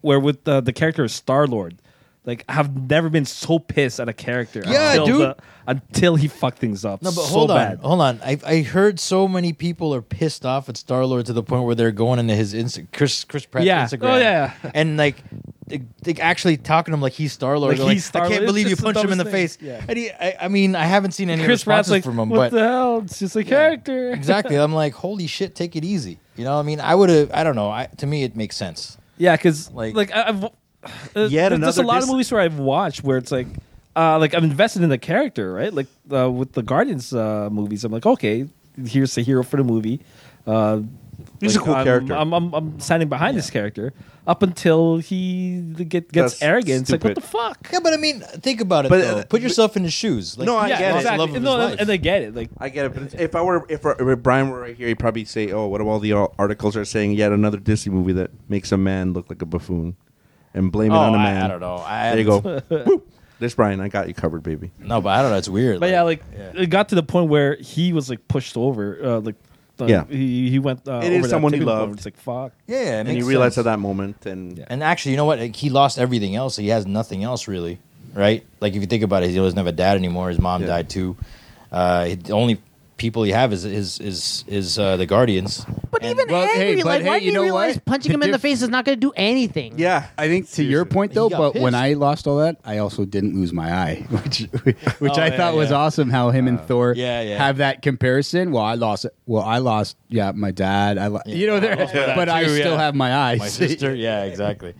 Speaker 4: where with the, the character of Star Lord, like I've never been so pissed at a character.
Speaker 9: Yeah,
Speaker 4: until
Speaker 9: dude.
Speaker 4: the- until he fucked things up.
Speaker 9: No,
Speaker 4: so
Speaker 9: but hold on,
Speaker 4: bad.
Speaker 9: hold on. I I heard so many people are pissed off at Star Lord to the point where they're going into his Insta- Chris Chris Pratt's
Speaker 4: Yeah.
Speaker 9: Instagram,
Speaker 4: Oh, yeah.
Speaker 9: and like. They, they actually talking to him like he's Star Lord.
Speaker 4: Like
Speaker 9: Like, like,
Speaker 4: he's
Speaker 9: I
Speaker 4: Star-Lord.
Speaker 9: can't
Speaker 4: It's
Speaker 9: believe you
Speaker 4: just the
Speaker 9: punched him in the
Speaker 4: dumbest
Speaker 9: face.
Speaker 4: thing. Yeah.
Speaker 9: And he, I, I mean, I haven't seen any
Speaker 4: Chris Pratt's
Speaker 9: responses
Speaker 4: like,
Speaker 9: from him.
Speaker 4: what
Speaker 9: but
Speaker 4: the hell? It's just a character.
Speaker 9: exactly, I'm like, holy shit, take it easy. You know, what I mean, I would have. I don't know. I, to me, it makes sense.
Speaker 4: Yeah, because like,
Speaker 9: Like-
Speaker 4: I, I've [sighs] uh, there's just a
Speaker 2: another
Speaker 4: lot of
Speaker 2: dis-
Speaker 4: movies where I've watched where it's like, uh, like I'm invested in the character, right? Like uh, with the Guardians uh, movies, I'm like, okay, here's the hero for the movie. Uh,
Speaker 2: He's a cool
Speaker 4: I'm,
Speaker 2: character.
Speaker 4: I'm, I'm, I'm standing behind this character up until he get, gets
Speaker 2: That's
Speaker 4: arrogant. It's like, what
Speaker 2: stupid.
Speaker 4: the fuck?
Speaker 9: Yeah, but I mean, think about it
Speaker 2: But,
Speaker 9: though.
Speaker 2: uh,
Speaker 9: Put yourself in his shoes. Like,
Speaker 2: No, I
Speaker 9: he
Speaker 4: yeah,
Speaker 2: get it.
Speaker 9: lost the
Speaker 4: exactly.
Speaker 9: love of
Speaker 4: no,
Speaker 9: his
Speaker 4: and-
Speaker 9: life.
Speaker 4: and I get it. Like,
Speaker 2: I get it, but it's- if I were if, uh, if Brian were right here, he'd probably say, "Oh, what all the ar- articles are saying? Yet another Disney movie that makes a man look like a buffoon, and blame it
Speaker 9: Oh,
Speaker 2: on a
Speaker 9: I-
Speaker 2: man."
Speaker 9: I don't know. I-
Speaker 2: there you go. Woo. This Brian, I got you covered, baby.
Speaker 9: no, but I don't know. It's weird.
Speaker 4: but yeah, like it got to the point where he was like pushed over. Uh, like, the-
Speaker 2: Yeah.
Speaker 4: he, he went. Uh,
Speaker 2: It is
Speaker 4: over that
Speaker 2: someone he
Speaker 4: tipping point.
Speaker 2: loved.
Speaker 4: It's like fuck.
Speaker 9: yeah, it
Speaker 2: and
Speaker 9: makes
Speaker 2: you realize
Speaker 9: sense.
Speaker 2: at that moment, and
Speaker 9: And actually, you know what? Like, He lost everything else. He has nothing else really, right? Like if you think about it, he doesn't have a dad anymore. His mom
Speaker 2: Yeah.
Speaker 9: died too. Uh, he- the only people he have is is is is uh, the guardians.
Speaker 3: But
Speaker 9: And-
Speaker 3: even
Speaker 5: Well, hey,
Speaker 3: angry,
Speaker 5: but
Speaker 3: like, why
Speaker 5: hey,
Speaker 3: do
Speaker 5: you
Speaker 3: you
Speaker 5: know
Speaker 3: realize
Speaker 5: what?
Speaker 3: punching
Speaker 5: The
Speaker 3: him in
Speaker 9: [laughs]
Speaker 3: the
Speaker 5: diff-
Speaker 3: face is not going to do anything?
Speaker 2: Yeah.
Speaker 5: I think to your point though,
Speaker 9: got
Speaker 5: but when
Speaker 9: pissed.
Speaker 5: I lost all that, I also didn't lose my eye, [laughs] which which
Speaker 9: Oh,
Speaker 5: I
Speaker 9: yeah,
Speaker 5: thought was
Speaker 9: yeah. Uh,
Speaker 5: awesome. How him and Thor
Speaker 9: yeah, yeah.
Speaker 5: have that comparison. Well, I lost. it. Well, I lost. Yeah, my dad. I lo- you know, there,
Speaker 9: lost my dad
Speaker 5: but I
Speaker 9: too,
Speaker 5: still
Speaker 9: yeah.
Speaker 5: have my eyes.
Speaker 9: my
Speaker 5: [laughs]
Speaker 9: sister. Yeah, exactly.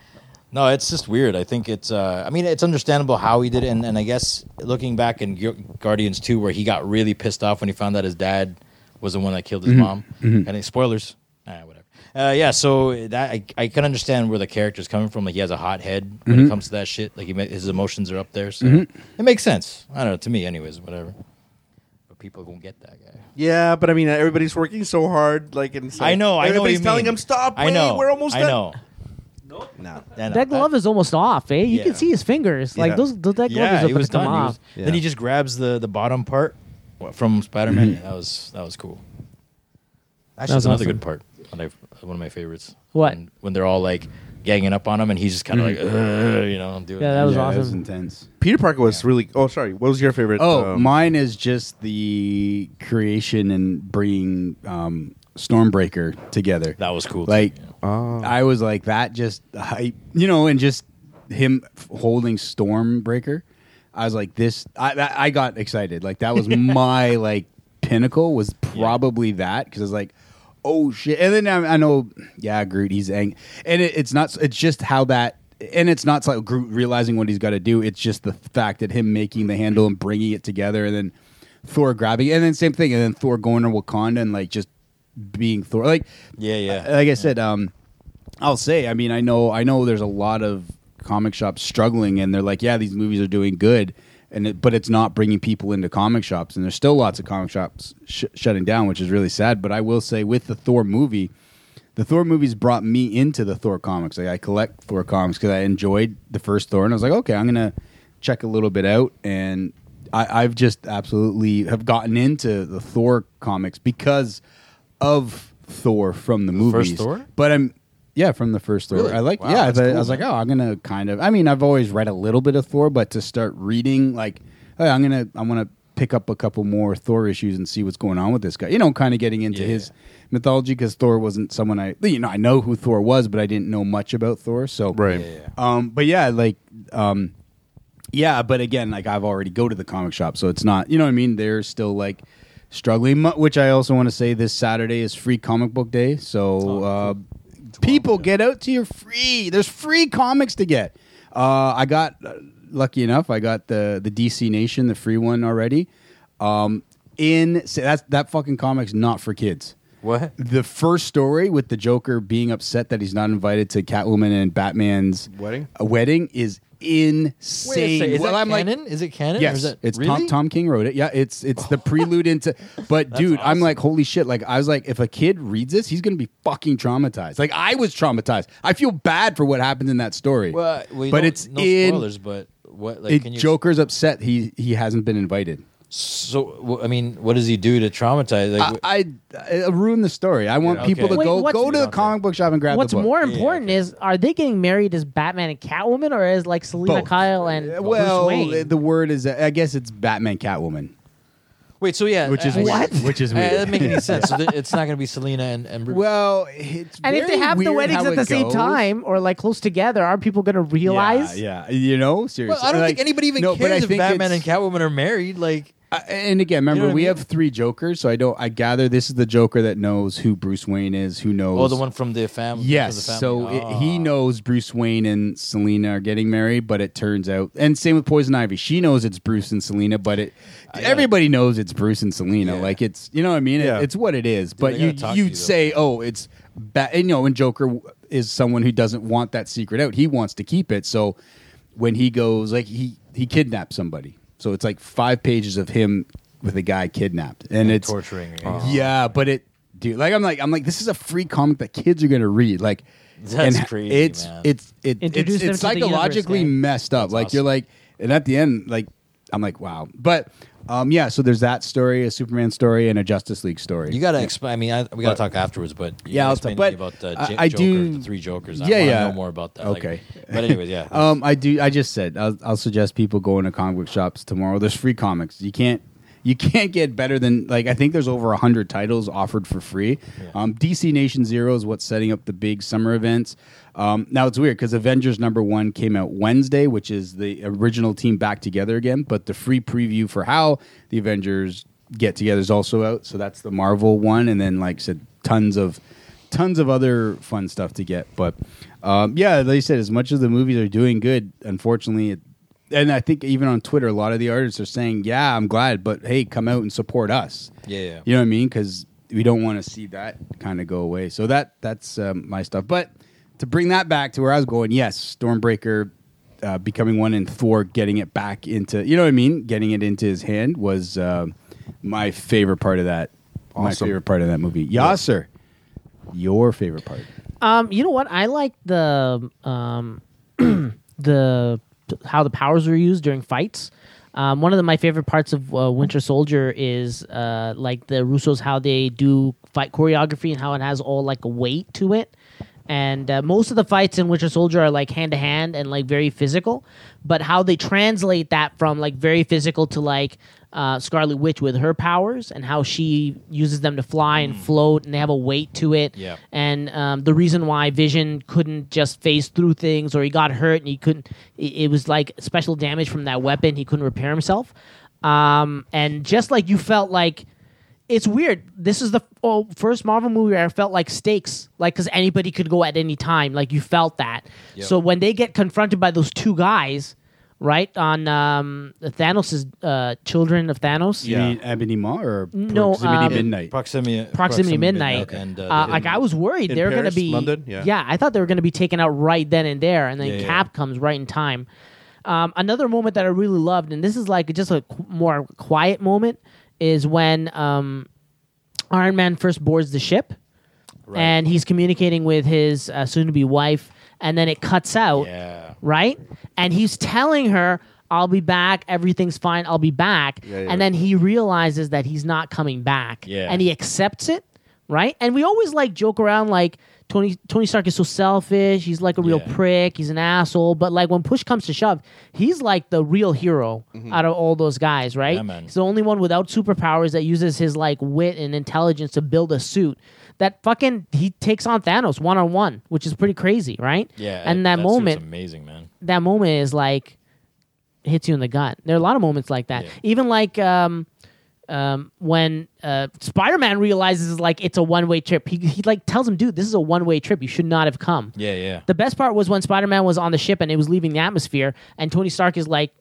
Speaker 9: No, it's just weird. I think it's. Uh, I mean, it's understandable how he did it, and, and I guess looking back in Gu- Guardians Two, where he got really pissed off when he found out his dad was the one that killed his
Speaker 2: Mm-hmm.
Speaker 9: mom. And it- spoilers. Ah, whatever. Uh, yeah, so that I, I can understand where the character's coming from. Like he has a hot head when
Speaker 2: Mm-hmm.
Speaker 9: it comes to that shit. Like he ma- his emotions are up there, so it makes sense. I don't know to me, anyways. Whatever. But people won't get that guy.
Speaker 2: Yeah, but I mean, everybody's working so hard. Like, and so
Speaker 9: I know. I know. what
Speaker 2: Everybody's
Speaker 9: you
Speaker 2: telling
Speaker 9: mean.
Speaker 2: him stop.
Speaker 9: I know.
Speaker 2: Wait, we're almost.
Speaker 9: I
Speaker 2: done."
Speaker 9: know.
Speaker 2: No.
Speaker 9: I know.
Speaker 3: That glove is almost off, eh? You
Speaker 9: Yeah.
Speaker 3: can see his fingers. Like
Speaker 2: Yeah.
Speaker 3: those, th- that glove
Speaker 9: yeah,
Speaker 3: is up
Speaker 9: he was
Speaker 3: to come
Speaker 9: done. He
Speaker 3: off.
Speaker 9: was- Then he just grabs the the bottom part from Spider Man. That was that was cool. Actually,
Speaker 3: was
Speaker 9: that's Mm-hmm. another
Speaker 3: awesome.
Speaker 9: good part. One of, one of my favorites.
Speaker 3: What?
Speaker 9: When, when they're all like ganging up on him, and he's just kind of like, "Ugh," you know, doing.
Speaker 3: Yeah, that was
Speaker 5: Yeah, it was
Speaker 3: awesome.
Speaker 5: intense.
Speaker 2: Peter Parker was really. Oh, sorry. What was your favorite?
Speaker 5: Oh,
Speaker 2: um,
Speaker 5: mine is just the creation and bringing um, Stormbreaker together.
Speaker 9: That was cool. too,
Speaker 5: Like,
Speaker 9: yeah.
Speaker 5: I was like that. Just hype, you know, and just him f- holding Stormbreaker. I was like, this. I that, I got excited. Like that was my like pinnacle was probably that because I was like, oh shit. And then I, I know, yeah, Groot. He's angry, and it, it's not. It's just how that. And it's not like Groot realizing what he's got to do. It's just the fact that him making the handle and bringing it together, and then Thor grabbing, it. and then same thing, and then Thor going to Wakanda and like just being Thor. Like
Speaker 9: Yeah, yeah.
Speaker 5: I- like I said, um, I'll say. I mean, I know, I know. There's a lot of comic shops struggling, and they're like, yeah, these movies are doing good, and it, but it's not bringing people into comic shops, and there's still lots of comic shops sh- shutting down, which is really sad. But I will say, with the Thor movie. The Thor movies brought me into the Thor comics. Like I collect Thor comics because I enjoyed the first Thor, and I was like, okay, I'm gonna check a little bit out. And I, I've just absolutely have gotten into the Thor comics because of Thor from the movies.
Speaker 9: first Thor?
Speaker 5: But I'm yeah, from the first Thor.
Speaker 9: Really?
Speaker 5: I like
Speaker 9: Wow,
Speaker 5: yeah.
Speaker 9: that's
Speaker 5: but I
Speaker 9: cool,
Speaker 5: was like,
Speaker 9: man.
Speaker 5: oh, I'm gonna kind of. I mean, I've always read a little bit of Thor, but to start reading, like, hey, I'm gonna, I'm gonna pick up a couple more Thor issues and see what's going on with this guy. You know, kind of getting into
Speaker 9: Yeah,
Speaker 5: his mythology because Thor wasn't someone I, you know, I know who Thor was, but I didn't know much about Thor. So
Speaker 2: Right.
Speaker 9: Yeah, yeah.
Speaker 5: Um, but yeah, like, um, yeah, but again, like I've already go to the comic shop, so it's not. You know what I mean? They're still like struggling. mu- Which I also want to say this Saturday is free comic book day,
Speaker 9: Oh,
Speaker 5: so uh, people get out to your free. There's free comics to get. Uh, I got uh, lucky enough. I got the the DC Nation, the free one already. Um, in so that's that fucking comic's not for kids
Speaker 9: what?
Speaker 5: the first story with the Joker being upset that he's not invited to Catwoman and Batman's
Speaker 2: Wedding?
Speaker 5: a wedding is
Speaker 9: Wait a
Speaker 5: insane.
Speaker 9: second, is
Speaker 5: well,
Speaker 9: that
Speaker 5: I'm
Speaker 9: canon?
Speaker 5: like,
Speaker 9: is it canon? or
Speaker 5: yes,
Speaker 9: is that,
Speaker 5: it's
Speaker 9: really?
Speaker 5: Tom, Tom King wrote it. Yeah, it's it's the prelude
Speaker 9: [laughs]
Speaker 5: into. But dude, I'm
Speaker 9: awesome.
Speaker 5: like, holy shit! Like I was like, if a kid reads this, he's gonna be fucking traumatized. Like I was traumatized. I feel bad for what happened in that story.
Speaker 9: Well, we
Speaker 5: but
Speaker 9: don't-
Speaker 5: it's
Speaker 9: no
Speaker 5: in.
Speaker 9: spoilers. But what? Like,
Speaker 5: it-
Speaker 9: can you
Speaker 5: Joker's upset. He he hasn't been invited.
Speaker 9: So, wh- I mean, what does he do to traumatize? Like, wh-
Speaker 5: I, I, I ruined the story. I want
Speaker 9: Yeah,
Speaker 5: people
Speaker 9: okay.
Speaker 5: to
Speaker 3: Wait,
Speaker 5: go
Speaker 3: what's-
Speaker 5: go to the comic book shop and grab
Speaker 3: What's
Speaker 5: the book.
Speaker 3: more important is, are they getting married as Batman and Catwoman, or as like Selena
Speaker 5: Both.
Speaker 3: Kyle and
Speaker 5: Uh, well,
Speaker 3: Bruce
Speaker 5: uh,
Speaker 3: Wayne?
Speaker 5: the word is, I guess it's Batman Catwoman,
Speaker 9: wait, so yeah,
Speaker 5: which is
Speaker 9: I- I-
Speaker 5: weird.
Speaker 9: [laughs]
Speaker 5: Which is
Speaker 9: Uh, that
Speaker 5: weird.
Speaker 9: doesn't make any [laughs] sense. so th- it's not going to be Selena and and Bruce.
Speaker 5: well, it's
Speaker 3: and if they
Speaker 5: very
Speaker 3: have the
Speaker 5: weird
Speaker 3: weddings
Speaker 5: how
Speaker 3: at the
Speaker 5: it
Speaker 3: same
Speaker 5: goes.
Speaker 3: time, or like close together, are people going to realize?
Speaker 5: yeah, yeah, you know, seriously.
Speaker 9: Well, I don't
Speaker 5: Like,
Speaker 9: think anybody even
Speaker 5: no, but I
Speaker 9: cares if
Speaker 5: think
Speaker 9: Batman and
Speaker 5: it's-
Speaker 9: Catwoman are married. Like,
Speaker 5: I- and again, remember
Speaker 9: what I
Speaker 5: we
Speaker 9: mean?
Speaker 5: have three Jokers, so I don't. I gather this is the Joker that knows who Bruce Wayne is, who knows.
Speaker 9: oh, the one from the fam- from the family. Ah.
Speaker 5: Yes, so it, he knows Bruce Wayne and Selena are getting married, but it turns out, and same with Poison Ivy. She knows it's Bruce and Selena, but it everybody knows it's Bruce and Selena.
Speaker 9: Yeah.
Speaker 5: Like it's you know what I mean. It-
Speaker 2: Yeah.
Speaker 5: it's what it is. but
Speaker 9: they
Speaker 5: you
Speaker 9: gotta talk to you,
Speaker 5: you'd
Speaker 9: though.
Speaker 5: say, oh, it's bad. You know, and Joker w- is someone who doesn't want that secret out. He wants to keep it. So when he goes, like he he kidnaps somebody. So it's like five pages of him with a guy kidnapped, and it's
Speaker 9: torturing. you.
Speaker 3: Oh.
Speaker 5: yeah, but it dude, like I'm like I'm like this is a free comic that kids are gonna read. Like
Speaker 9: That's
Speaker 5: and
Speaker 9: crazy,
Speaker 5: It's
Speaker 9: man.
Speaker 5: it's it, it's,
Speaker 3: Introduce them
Speaker 5: it's
Speaker 3: to the universe,
Speaker 5: psychologically
Speaker 3: man.
Speaker 5: messed up. like you're
Speaker 9: awesome.
Speaker 5: like and at the end, like I'm like, wow. But um yeah, so there's that story, a Superman story and a Justice League story.
Speaker 9: You gotta explain. I mean, I, we gotta
Speaker 5: But-
Speaker 9: talk afterwards, but you
Speaker 5: Yeah, I'll
Speaker 9: explain
Speaker 5: talk-
Speaker 9: to me
Speaker 5: but
Speaker 9: about uh, J-
Speaker 5: I- I
Speaker 9: Joker,
Speaker 5: do-
Speaker 9: the three Jokers. I
Speaker 5: Yeah,
Speaker 9: wanna
Speaker 5: yeah.
Speaker 9: Know more about that. like-
Speaker 5: Okay.
Speaker 9: but
Speaker 5: [laughs]
Speaker 9: anyways, yeah.
Speaker 5: Um, I do. I just said I'll, I'll suggest people go into comic book shops tomorrow. There's free comics. You can't. you can't get better than like I think there's over hundred titles offered for free. Um, DC Nation Zero is what's setting up the big summer events. Um, now it's weird because Avengers number one came out Wednesday, which is the original team back together again. But the free preview for how the Avengers get together is also out. So that's the Marvel one, and then like I said, tons of tons of other fun stuff to get. But um, yeah, like you said, as much as the movies are doing good, unfortunately, it, and I think even on Twitter, a lot of the artists are saying, "Yeah, I'm glad, but hey, come out and support us."
Speaker 9: Yeah, yeah.
Speaker 5: you know what I mean? Because we don't want to see that kind of go away. So that that's um, my stuff. But to bring that back to where I was going, yes, Stormbreaker. Uh, becoming one and Thor getting it back into you know what I mean, getting it into his hand was uh, my favorite part of that. My
Speaker 2: Awesome.
Speaker 5: favorite part of that movie. Yasser, your favorite part?
Speaker 3: Um, you know what? I like the um, [clears throat] the how the powers were used during fights. Um, one of the, my favorite parts of uh, Winter Soldier is uh, like the Russos how they do fight choreography and how it has all like a weight to it. And uh, most of the fights in Winter Soldier are like hand to hand and like very physical, but how they translate that from like very physical to like uh, Scarlet Witch with her powers and how she uses them to fly and float and they have a weight to it
Speaker 9: Yeah.
Speaker 3: and um, the reason why Vision couldn't just phase through things, or he got hurt and he couldn't, it, it was like special damage from that weapon. He couldn't repair himself, um, and just like you felt like, it's weird. This is the oh, first Marvel movie where I felt like stakes, like because anybody could go at any time. Like you felt that. So when they get confronted by those two guys, right on um, Thanos' uh, children of Thanos,
Speaker 5: You mean Ebony Maw or
Speaker 3: No,
Speaker 5: Proximity
Speaker 3: um,
Speaker 5: Midnight?
Speaker 9: [laughs] Proximity,
Speaker 3: proximity midnight,
Speaker 9: and uh,
Speaker 3: uh,
Speaker 9: the-
Speaker 3: like i was worried
Speaker 2: in
Speaker 3: they were going
Speaker 2: Paris,
Speaker 3: to be
Speaker 2: London? Yeah.
Speaker 3: i thought they were going to be taken out right then and there and then
Speaker 9: yeah.
Speaker 3: cap comes right in time um, another moment that i really loved and this is like just a qu- more quiet moment is when um, iron man first boards the ship and he's communicating with his uh, soon-to-be wife and then it cuts out
Speaker 9: yeah.
Speaker 3: right? And he's telling her, I'll be back. Everything's fine. I'll be back. And then he realizes that he's not coming back.
Speaker 9: Yeah.
Speaker 3: And he accepts it, right? And we always like joke around like Tony Tony Stark is so selfish. He's like a real
Speaker 9: Yeah.
Speaker 3: prick. He's an asshole. But like when push comes to shove, he's like the real hero out of all those guys, right?
Speaker 9: Mm-hmm. Yeah, man.
Speaker 3: He's the only one without superpowers that uses his like wit and intelligence to build a suit. That fucking he takes on Thanos one on one, which is pretty crazy, right?
Speaker 9: Yeah,
Speaker 3: And
Speaker 9: it-
Speaker 3: that
Speaker 9: suit's
Speaker 3: moment
Speaker 9: amazing, man.
Speaker 3: that moment is like hits you in the gut. There are a lot of moments like that. Even like um, um, when uh, Spider Man realizes like it's a one way trip. He, he like tells him, "Dude, this is a one way trip. You should not have come."
Speaker 9: Yeah, yeah.
Speaker 3: The best part was when Spider Man was on the ship and it was leaving the atmosphere, and Tony Stark is like.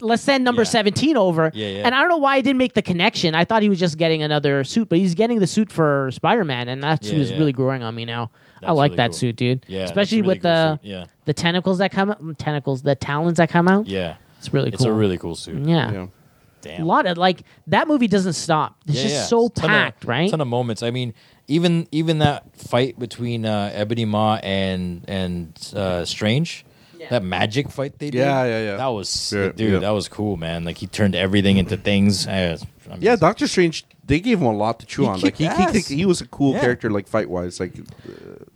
Speaker 3: Let's send number
Speaker 9: Yeah.
Speaker 3: 17 over.
Speaker 9: Yeah, yeah.
Speaker 3: And I don't know why I didn't make the connection. I thought he was just getting another suit, but he's getting the suit for Spider Man, and that suit
Speaker 9: Yeah,
Speaker 3: is
Speaker 9: yeah.
Speaker 3: really growing on me now. I
Speaker 9: That's
Speaker 3: like
Speaker 9: really
Speaker 3: that
Speaker 9: cool.
Speaker 3: suit, dude.
Speaker 9: Yeah, that's
Speaker 3: Especially
Speaker 9: really
Speaker 3: with
Speaker 9: cool
Speaker 3: the
Speaker 9: suit. Yeah.
Speaker 3: the tentacles that come out, mm, tentacles, the talons that come out.
Speaker 9: Yeah.
Speaker 3: It's really cool.
Speaker 9: It's a really cool suit.
Speaker 3: yeah.
Speaker 2: Yeah.
Speaker 9: Damn.
Speaker 3: A lot of like that movie doesn't stop. It's
Speaker 9: Yeah,
Speaker 3: just
Speaker 9: yeah.
Speaker 3: so
Speaker 9: Ton of-
Speaker 3: packed, right?
Speaker 9: Ton of moments. I mean, even even that fight between uh, Ebony Maw and and uh, Strange, that magic fight they did.
Speaker 2: Yeah, yeah, yeah.
Speaker 9: That was
Speaker 2: Yeah,
Speaker 9: dude.
Speaker 2: yeah.
Speaker 9: That was cool, man. Like he turned everything into things. Uh, I mean,
Speaker 2: Yeah, Doctor Strange. They gave him a lot to chew
Speaker 9: He
Speaker 2: on. Like
Speaker 9: kicked
Speaker 2: he, he,
Speaker 9: ass.
Speaker 2: he was a cool
Speaker 9: Yeah.
Speaker 2: character, like fight wise. Like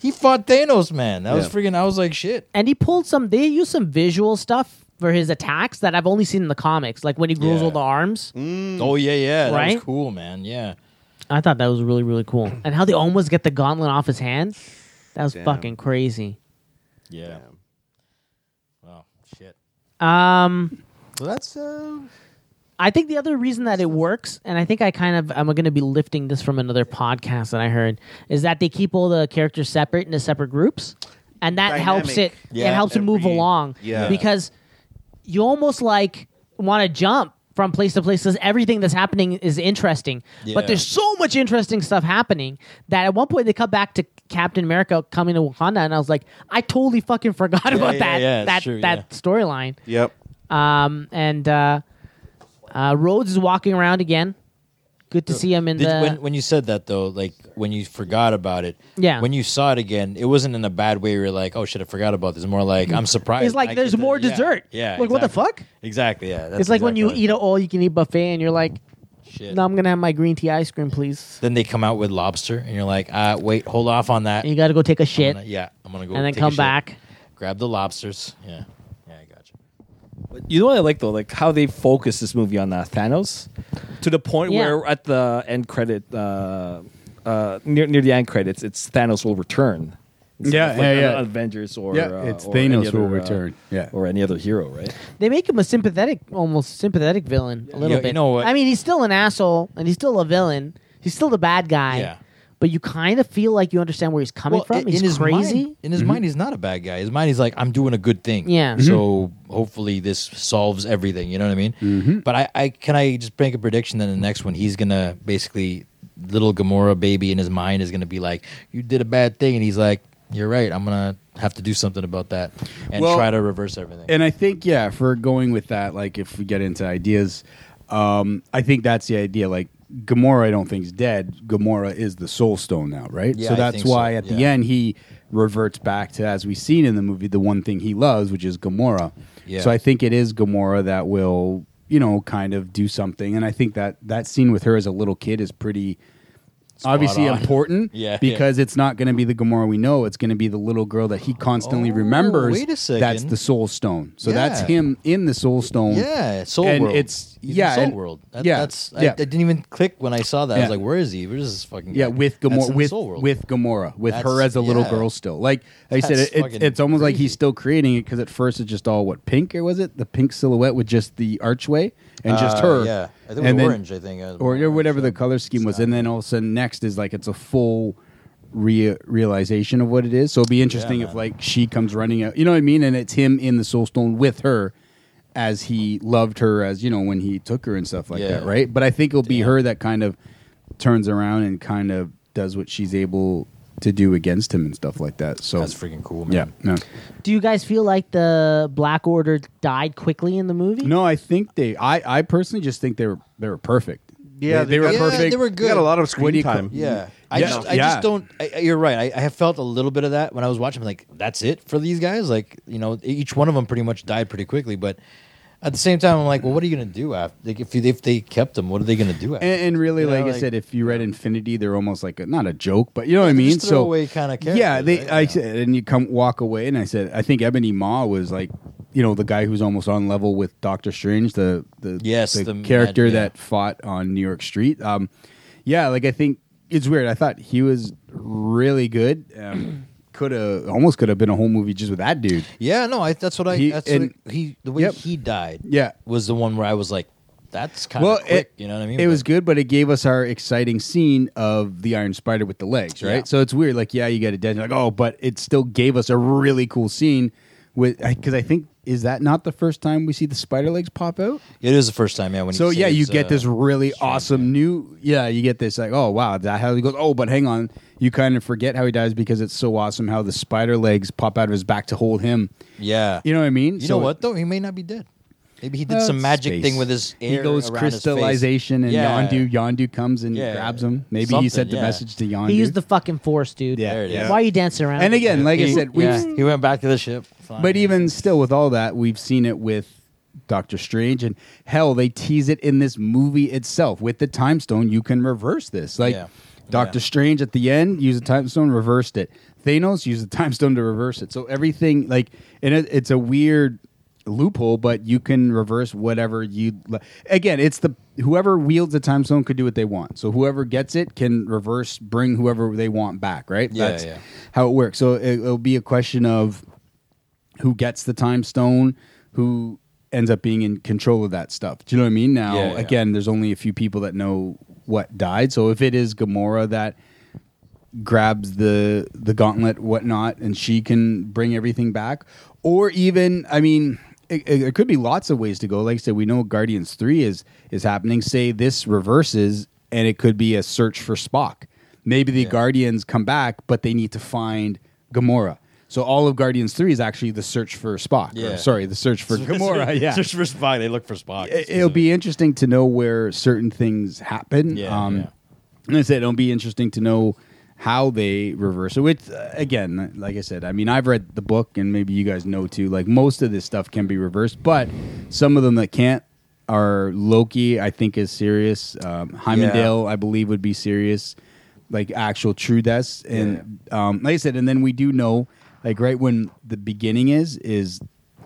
Speaker 9: he fought Thanos, man. That was
Speaker 2: Yeah.
Speaker 9: freaking. I was like, shit.
Speaker 3: and he pulled some. They used some visual stuff for his attacks that I've only seen in the comics, like when he grows
Speaker 9: Yeah.
Speaker 3: all the arms.
Speaker 9: Oh yeah, yeah. That
Speaker 3: Mm. Right?
Speaker 9: was cool, man. Yeah.
Speaker 3: I thought that was really really cool, and how they almost get the gauntlet off his hand. That was fucking crazy.
Speaker 9: Yeah. Wow. Shit.
Speaker 3: Um,
Speaker 9: So that's uh,
Speaker 3: I think the other reason that it works, and I think I kind of I'm going to be lifting this from another podcast that I heard, is that they keep all the characters separate into separate groups, and that helps it.
Speaker 2: Dynamic.
Speaker 3: it
Speaker 9: Yeah,
Speaker 3: helps it move
Speaker 2: every-
Speaker 3: along.
Speaker 2: yeah.
Speaker 3: Because you almost like want to jump from place to place because everything that's happening is interesting. But
Speaker 9: Yeah.
Speaker 3: there's so much interesting stuff happening that at one point they cut back to Captain America coming to Wakanda, and I was like, I totally fucking forgot about
Speaker 9: yeah,
Speaker 3: that
Speaker 9: yeah, it's
Speaker 3: that
Speaker 9: true,
Speaker 3: that
Speaker 9: yeah.
Speaker 3: storyline.
Speaker 2: yep.
Speaker 3: Um, and uh, uh, Rhodes is walking around again. Good to see him in
Speaker 9: Did,
Speaker 3: the.
Speaker 9: when when you said that though, like when you forgot about it,
Speaker 3: Yeah.
Speaker 9: When you saw it again, it wasn't in a bad way. You're like, oh shit, I forgot about this. More like I'm surprised.
Speaker 3: it's like
Speaker 9: I
Speaker 3: there's
Speaker 9: get the-
Speaker 3: more
Speaker 9: yeah,
Speaker 3: dessert.
Speaker 9: Yeah.
Speaker 3: Like what the
Speaker 9: exactly.
Speaker 3: fuck?
Speaker 9: Exactly. Yeah. That's
Speaker 3: It's like when you
Speaker 9: exactly
Speaker 3: eat an all you can eat buffet and you're like,
Speaker 9: Shit.
Speaker 3: no, I'm gonna have my green tea ice cream, please.
Speaker 9: Then they come out with lobster, and you're like, uh, wait, hold off on that.
Speaker 3: And you gotta go take a shit
Speaker 9: I'm gonna- yeah, I'm gonna go
Speaker 3: and then
Speaker 9: take a
Speaker 3: come
Speaker 9: shit.
Speaker 3: back.
Speaker 9: Grab the lobsters. Yeah. Yeah, I got you.
Speaker 4: You know what I like though, like how they focus this movie on uh, Thanos, to the point
Speaker 3: Yeah.
Speaker 4: where at the end credit, uh, uh, near near the end credits, it's Thanos will return. It's
Speaker 5: Yeah,
Speaker 4: like
Speaker 5: yeah,
Speaker 4: on-
Speaker 5: yeah.
Speaker 4: on Avengers or
Speaker 5: Yeah,
Speaker 4: uh,
Speaker 5: it's
Speaker 4: or
Speaker 5: Thanos
Speaker 4: any
Speaker 5: will
Speaker 4: other, uh,
Speaker 5: return. Yeah.
Speaker 4: or any other hero, right?
Speaker 3: They make him a sympathetic, almost sympathetic villain a little
Speaker 9: you
Speaker 3: bit.
Speaker 9: know what?
Speaker 3: I mean, he's still an asshole and he's still a villain. He's still the bad guy.
Speaker 9: Yeah.
Speaker 3: But you kind of feel like you understand where he's coming
Speaker 9: Well,
Speaker 3: from. He's crazy. Mm-hmm.
Speaker 9: Mind, in his mind, he's not a bad guy. His mind, he's like, I'm doing a good thing.
Speaker 3: Yeah. Mm-hmm.
Speaker 9: So hopefully this solves everything. You know what I mean? But I, I can I just make a prediction that in the next one he's gonna basically little Gamora baby in his mind is gonna be like, you did a bad thing, and he's like, you're right. I'm gonna have to do something about that and
Speaker 5: Well,
Speaker 9: try to reverse everything.
Speaker 5: and I think yeah, for going with that, like if we get into ideas, um, I think that's the idea. Like Gamora, I don't think is dead. Gamora is the Soul Stone now, right?
Speaker 9: Yeah,
Speaker 5: so
Speaker 9: I
Speaker 5: that's
Speaker 9: think so,
Speaker 5: why at the
Speaker 9: yeah.
Speaker 5: end he reverts back to as we've seen in the movie the one thing he loves, which is Gamora.
Speaker 9: Yeah.
Speaker 5: So I think it is Gamora that will you know kind of do something, and I think that that scene with her as a little kid is pretty. obviously
Speaker 9: on.
Speaker 5: important
Speaker 9: [laughs] Yeah, yeah.
Speaker 5: because it's not going to be the Gamora we know. It's going to be the little girl that he constantly
Speaker 9: Oh,
Speaker 5: remembers.
Speaker 9: wait a
Speaker 5: That's
Speaker 9: second.
Speaker 5: the Soul Stone. So that's
Speaker 9: Yeah.
Speaker 5: him in the Soul Stone.
Speaker 9: yeah, Soul
Speaker 5: and
Speaker 9: World.
Speaker 5: it's-
Speaker 9: He's in
Speaker 5: yeah,
Speaker 9: Soul
Speaker 5: and-
Speaker 9: World.
Speaker 5: yeah,
Speaker 9: that's I,
Speaker 5: yeah.
Speaker 9: I didn't even click when I saw that. I
Speaker 5: Yeah.
Speaker 9: was like, where is he? Where's this fucking guy?
Speaker 5: Yeah, with
Speaker 9: That's in
Speaker 5: Gamora,
Speaker 9: the
Speaker 5: with
Speaker 9: Soul World.
Speaker 5: with Gamora, with her
Speaker 9: That's-
Speaker 5: as a little
Speaker 9: yeah.
Speaker 5: girl still. Like I said,
Speaker 9: That's
Speaker 5: it, it's
Speaker 9: fucking
Speaker 5: it's almost like
Speaker 9: crazy.
Speaker 5: he's still creating it because at first it's just all what pink or was it the pink silhouette with just the archway and just
Speaker 9: Uh,
Speaker 5: her.
Speaker 9: Yeah, I think it was
Speaker 5: And then-
Speaker 9: orange. I think
Speaker 5: or, or whatever the color scheme was, and then all of a sudden next is like it's a full rea- realization of what it is. So it'd be interesting if
Speaker 9: man.
Speaker 5: like she comes running out, you know what I mean, and it's him in the Soul Stone with her as he loved her as you know when he took her and stuff like that,
Speaker 9: Yeah.
Speaker 5: right? But I think it'll be her that kind of turns around and kind of does what she's able to do against him and stuff like that. So
Speaker 9: That's freaking cool, man.
Speaker 5: yeah, no,
Speaker 3: Do you guys feel like the Black Order died quickly in the movie?
Speaker 5: no, I think they. I I personally just think they were they were perfect.
Speaker 2: Yeah,
Speaker 5: they, they were
Speaker 9: yeah,
Speaker 5: perfect.
Speaker 9: they were
Speaker 2: They got
Speaker 9: good.
Speaker 2: a lot of
Speaker 5: What do
Speaker 2: screen
Speaker 5: you call-
Speaker 2: time.
Speaker 9: Yeah, I
Speaker 5: Yeah.
Speaker 9: just, I
Speaker 5: Yeah.
Speaker 9: just don't. I, I- you're right. I, I have felt a little bit of that when I was watching. Like that's it for these guys. Like you know, each one of them pretty much died pretty quickly. But at the same time, I'm like, well, what are you gonna do after? Like if you, if they kept them, what are they gonna do after?
Speaker 5: And, and really,
Speaker 9: You know,
Speaker 5: like, I
Speaker 9: like-
Speaker 5: said, if you read Infinity, they're almost like a, not a joke, but you know what I mean.
Speaker 9: just
Speaker 5: so
Speaker 9: throwaway kinda
Speaker 5: Yeah,
Speaker 9: characters,
Speaker 5: they.
Speaker 9: right?
Speaker 5: I
Speaker 9: Yeah.
Speaker 5: said, and you come walk away, and I said, I think Ebony Maw was like, you know, the guy who's almost on level with Doctor Strange, the the
Speaker 9: Yes,
Speaker 5: the,
Speaker 9: the mad-
Speaker 5: character
Speaker 9: yeah.
Speaker 5: that fought on New York Street. Um, yeah, like I think it's weird. I thought he was really good. Um, [clears throat] could have almost could have been a whole movie just with that dude.
Speaker 9: yeah, no, I, that's what I.
Speaker 5: He-
Speaker 9: that's
Speaker 5: and-
Speaker 9: what he the way
Speaker 5: yep.
Speaker 9: he died.
Speaker 5: Yeah.
Speaker 9: was the one where I was like, that's kind of quick. you know what I mean?
Speaker 5: It
Speaker 9: But-
Speaker 5: was good, but it gave us our exciting scene of the Iron Spider with the legs, right?
Speaker 9: Yeah.
Speaker 5: So it's weird. Like, yeah, you got a dead, like, oh, but it still gave us a really cool scene with because I think is that not the first time we see the spider legs pop out?
Speaker 9: It is the first time, yeah. When he
Speaker 5: so yeah, you
Speaker 9: saves,
Speaker 5: get
Speaker 9: uh,
Speaker 5: this really awesome new, yeah, you get this like, oh wow, that how he goes. Oh, but hang on, you kind of forget how he dies because it's so awesome how the spider legs pop out of his back to hold him.
Speaker 9: Yeah,
Speaker 5: You know what I mean?
Speaker 9: You
Speaker 5: So-
Speaker 9: know what though? He may not be dead. Maybe he did
Speaker 5: Uh,
Speaker 9: some magic
Speaker 5: space.
Speaker 9: thing with his air.
Speaker 5: He goes
Speaker 9: around his face.
Speaker 5: crystallization, and
Speaker 9: Yeah.
Speaker 5: Yondu Yondu comes and
Speaker 9: Yeah.
Speaker 5: grabs him. Maybe he
Speaker 9: Something,
Speaker 5: sent the
Speaker 9: yeah.
Speaker 5: message to Yondu.
Speaker 3: He used the fucking force, dude.
Speaker 5: Yeah, There it
Speaker 9: is.
Speaker 3: Why are you dancing around?
Speaker 5: and again, like I said, we
Speaker 9: yeah,
Speaker 5: have
Speaker 9: he went back to the ship. Fine.
Speaker 5: but
Speaker 9: [laughs]
Speaker 5: even still, with all that, we've seen it with Doctor Strange, and hell, they tease it in this movie itself with the time stone. You can reverse this, like
Speaker 9: Yeah.
Speaker 5: Doctor
Speaker 9: Yeah.
Speaker 5: Strange at the end used the time stone, reversed it. Thanos used the time stone to reverse it. So everything, like, and it, it's a weird loophole, but you can reverse whatever you. li- Again, it's the whoever wields the time stone could do what they want. So whoever gets it can reverse, bring whoever they want back. Right?
Speaker 9: Yeah,
Speaker 5: That's
Speaker 9: yeah.
Speaker 5: how it works. So it, it'll be a question of who gets the time stone, who ends up being in control of that stuff. Do you know what I mean? Now,
Speaker 9: Yeah, yeah.
Speaker 5: again, there's only a few people that know what died. So if it is Gamora that grabs the the gauntlet, whatnot, and she can bring everything back, or even, I mean. It, it, it could be lots of ways to go. Like I said, we know Guardians Three is is happening. Say this reverses, and it could be a search for Spock. Maybe the Guardians come back, but they need to find Gamora. So all of Guardians Three is actually the search for Spock. or,
Speaker 9: Yeah.
Speaker 5: sorry, the search
Speaker 9: [laughs]
Speaker 5: for Gamora. Yeah,
Speaker 9: search for Spock. They look for Spock.
Speaker 5: It- it'll be interesting to know where certain things happen. Um,
Speaker 9: Yeah, yeah.
Speaker 5: Like I said, it'll be interesting to know how they reverse it. Which uh, again, like I said, I mean, I've read the book, and maybe you guys know too. Like most of this stuff can be reversed, but some of them that can't are Loki. I think is serious. Um, Heimdall, I believe, would be serious. Like actual true deaths, and um, like I said, and then we do know, like right when the beginning is, is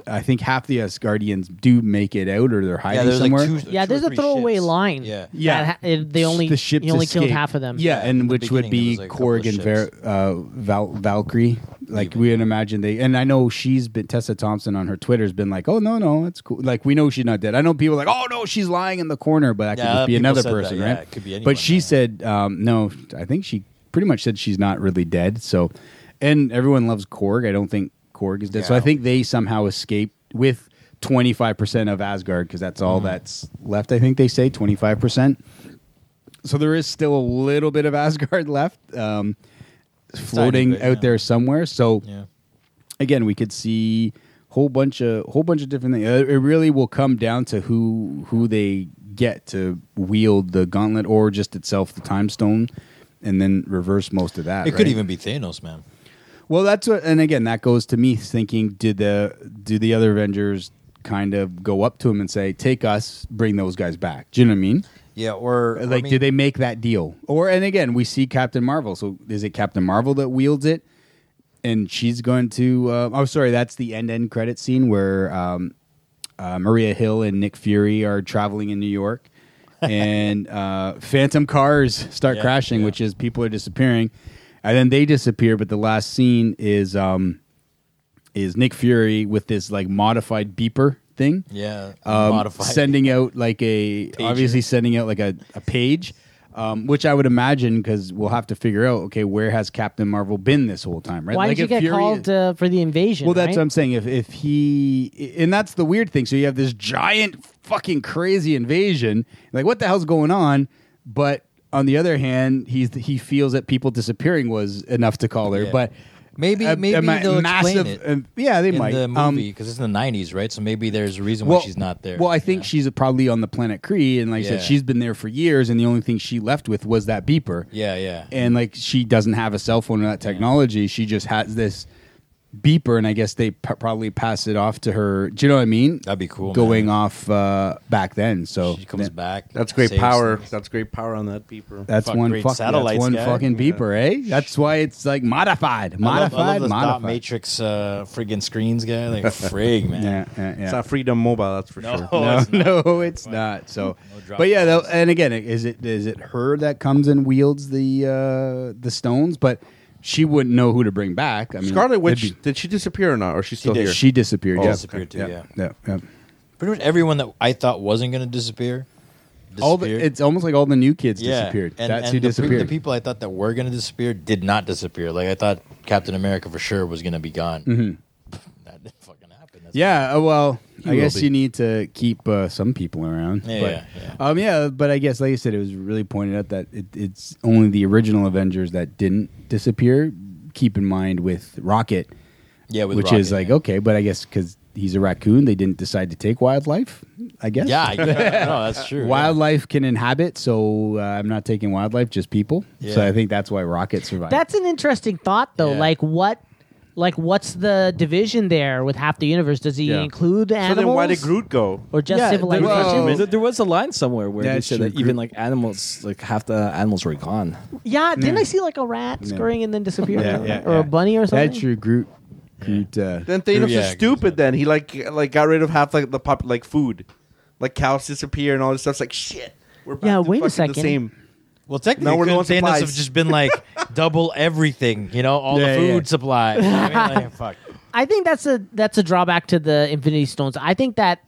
Speaker 5: I think half the Asgardians do make it out, or they're hiding
Speaker 9: Yeah, there's
Speaker 5: somewhere.
Speaker 9: like two.
Speaker 3: yeah,
Speaker 9: two or
Speaker 3: there's a
Speaker 9: three
Speaker 3: throwaway
Speaker 9: ships.
Speaker 3: line.
Speaker 9: Yeah.
Speaker 5: Yeah.
Speaker 3: that ha- it- they only
Speaker 5: the ships
Speaker 3: he only killed
Speaker 5: escape.
Speaker 3: half of them.
Speaker 5: Yeah,
Speaker 9: in
Speaker 5: and
Speaker 9: the
Speaker 5: which would be
Speaker 9: beginning, there was, like, a couple
Speaker 5: Korg
Speaker 9: of
Speaker 5: and Ver,
Speaker 9: ships.
Speaker 5: uh, Val, Valkyrie. Like we would imagine they, and I know she's been Tessa Thompson on her Twitter's been like, oh no no, it's cool. Like we know she's not dead. I know people are like, oh no, she's lying in the corner, but that
Speaker 9: Yeah,
Speaker 5: could just be
Speaker 9: people
Speaker 5: another
Speaker 9: said that.
Speaker 5: person,
Speaker 9: Yeah,
Speaker 5: right?
Speaker 9: it could be anyone,
Speaker 5: But she
Speaker 9: yeah.
Speaker 5: said um, no. I think she pretty much said she's not really dead. So, and everyone loves Korg. I don't think Korg is dead. So
Speaker 9: Yeah.
Speaker 5: I think they somehow escaped with. 25% of Asgard because that's
Speaker 9: Mm.
Speaker 5: all that's left. I think they say 25% so there is still a little bit of [laughs] Asgard left, um, floating
Speaker 9: bit,
Speaker 5: out
Speaker 9: yeah.
Speaker 5: there somewhere. So
Speaker 9: Yeah.
Speaker 5: again, we could see whole bunch of whole bunch of different things. Uh, It really will come down to who who they get to wield the gauntlet, or just itself the time stone, and then reverse most of that.
Speaker 9: It could
Speaker 5: right?
Speaker 9: even be Thanos, man.
Speaker 5: Well, that's what, and again, that goes to me thinking: did the do the other Avengers kind of go up to him and say, "Take us, bring those guys back"? Do you know what I mean?
Speaker 9: Yeah, or
Speaker 5: Uh, like do they make that deal or and again we see captain marvel so is it captain marvel that wields it and she's going to uh, oh sorry that's the end end credit scene where um, uh, maria hill and nick fury are traveling in new york and [laughs] uh, phantom cars start
Speaker 9: Yeah,
Speaker 5: crashing
Speaker 9: yeah.
Speaker 5: which is people are disappearing and then they disappear but the last scene is um, is nick fury with this like modified beeper thing
Speaker 9: Yeah,
Speaker 5: um,
Speaker 9: modified.
Speaker 5: sending out like a obviously sending out like a, a page um, which i would imagine because we'll have to figure out okay where has captain marvel been this whole time right
Speaker 3: Why did
Speaker 5: Like,
Speaker 3: you
Speaker 5: if
Speaker 3: get
Speaker 5: Fury-
Speaker 3: called uh, for the invasion?
Speaker 5: well that's
Speaker 3: right?
Speaker 5: what i'm saying if, if he and that's the weird thing so you have this giant fucking crazy invasion like what the hell's going on but on the other hand he's he feels that people disappearing was enough to call her
Speaker 9: Yeah.
Speaker 5: but
Speaker 9: Maybe-
Speaker 5: a-
Speaker 9: maybe
Speaker 5: a ma-
Speaker 9: they'll explain
Speaker 5: massive
Speaker 9: it
Speaker 5: um, yeah they
Speaker 9: in
Speaker 5: might
Speaker 9: the
Speaker 5: Um,
Speaker 9: movie because it's in the '90s, right? So maybe there's a reason why she's not there.
Speaker 5: well, I think she's probably on the planet Kree, and like I
Speaker 9: Yeah.
Speaker 5: said, she's been there for years, and the only thing she left with was that beeper.
Speaker 9: Yeah, yeah.
Speaker 5: And like she doesn't have a cell phone or that technology. She just has this beeper, and I guess they p- probably pass it off to her. Do you know what I mean?
Speaker 9: That'd be cool,
Speaker 5: Going
Speaker 9: man.
Speaker 5: off uh, back then, so
Speaker 9: she comes
Speaker 5: that-
Speaker 9: back.
Speaker 2: That's great
Speaker 9: saves
Speaker 2: power.
Speaker 9: things.
Speaker 2: That's great power on that beeper.
Speaker 5: That's
Speaker 9: Fuck,
Speaker 5: one
Speaker 9: great
Speaker 5: fuck, that's
Speaker 9: satellites,
Speaker 5: one
Speaker 9: guy.
Speaker 5: fucking beeper, eh? That's why it's like modified,
Speaker 9: I love,
Speaker 5: modified,
Speaker 9: I love the dot
Speaker 5: modified.
Speaker 9: matrix uh, friggin' screens guy. Like [laughs] frig, man.
Speaker 5: Yeah, yeah, yeah.
Speaker 2: It's not Freedom Mobile, that's for sure.
Speaker 9: [laughs] No, it's
Speaker 5: [laughs]
Speaker 9: not.
Speaker 5: no, it's not. So,
Speaker 9: No drop
Speaker 5: but yeah, though,
Speaker 9: balls.
Speaker 5: and again, is it is it her that comes and wields the uh, the stones? But she wouldn't know who to bring back. I mean,
Speaker 2: Scarlet Witch,
Speaker 5: it'd
Speaker 2: did she disappear or not? Or she's still
Speaker 5: be-
Speaker 2: here?
Speaker 5: she disappeared.
Speaker 2: Oh,
Speaker 5: yeah.
Speaker 9: disappeared too,
Speaker 5: Yeah, yeah. yeah.
Speaker 9: Pretty much everyone that I thought wasn't gonna disappear. disappeared.
Speaker 5: All the, it's almost like all the new kids
Speaker 9: Yeah,
Speaker 5: disappeared.
Speaker 9: And,
Speaker 5: That's
Speaker 9: and
Speaker 5: who
Speaker 9: the, pe-
Speaker 5: disappeared.
Speaker 9: The people I thought that were going to disappear did not disappear. Like I thought Captain America for sure was going to be gone. [laughs] That didn't fucking happen.
Speaker 5: Mm-hmm.
Speaker 9: That's
Speaker 5: yeah, uh, well, I
Speaker 2: will
Speaker 5: guess
Speaker 2: be.
Speaker 5: you need to keep uh, some people around.
Speaker 9: Yeah,
Speaker 5: but,
Speaker 9: yeah, yeah.
Speaker 5: Um, yeah, but I guess, like I said, it was really pointed out that it, it's only the original Avengers that didn't disappear. Keep in mind with Rocket,
Speaker 9: yeah, with
Speaker 5: which
Speaker 9: Rocket,
Speaker 5: is like
Speaker 9: yeah.
Speaker 5: okay, but I guess because he's a raccoon, they didn't decide to take wildlife. I guess.
Speaker 9: Yeah,
Speaker 5: [laughs]
Speaker 9: yeah, no, that's true.
Speaker 5: Wildlife can inhabit, so uh, I'm not taking wildlife, just people. So
Speaker 9: Yeah.
Speaker 5: I think that's why Rocket survived.
Speaker 3: That's an interesting thought, though.
Speaker 9: Yeah.
Speaker 3: Like what, like what's the division there with half the universe? Does he
Speaker 2: Yeah.
Speaker 3: include
Speaker 2: so
Speaker 3: animals?
Speaker 2: then why did Groot go?
Speaker 3: or just
Speaker 4: Yeah,
Speaker 3: civilized
Speaker 4: there,
Speaker 5: Well-
Speaker 3: humans?
Speaker 4: there- there was a line somewhere where they
Speaker 5: That's
Speaker 4: said that
Speaker 5: true.
Speaker 4: even like animals, like half the animals were gone.
Speaker 3: Yeah, didn't I see like a rat scurrying and then disappearing,
Speaker 5: Yeah, yeah,
Speaker 3: or
Speaker 5: yeah.
Speaker 3: a bunny or something?
Speaker 5: that's your Groot. Groot. Uh,
Speaker 2: Then Thanos
Speaker 9: Yeah,
Speaker 2: is
Speaker 9: I guess
Speaker 2: stupid. Then he like like got rid of half like the pop like food, like cows disappear and all this stuff's like shit. We're back
Speaker 3: Yeah,
Speaker 2: to
Speaker 3: wait a
Speaker 2: fucking
Speaker 3: second.
Speaker 2: The same.
Speaker 9: Well, technically,
Speaker 2: No, we're
Speaker 9: couldn't
Speaker 2: going
Speaker 9: Thanos
Speaker 2: supplies.
Speaker 9: have just
Speaker 5: [laughs]
Speaker 9: been like double everything, you know, all
Speaker 5: Yeah,
Speaker 9: the
Speaker 5: yeah,
Speaker 9: food
Speaker 5: yeah.
Speaker 9: supply.
Speaker 5: [laughs]
Speaker 9: You know what I mean? Like, fuck.
Speaker 3: I think that's a that's a drawback to the Infinity Stones. I think that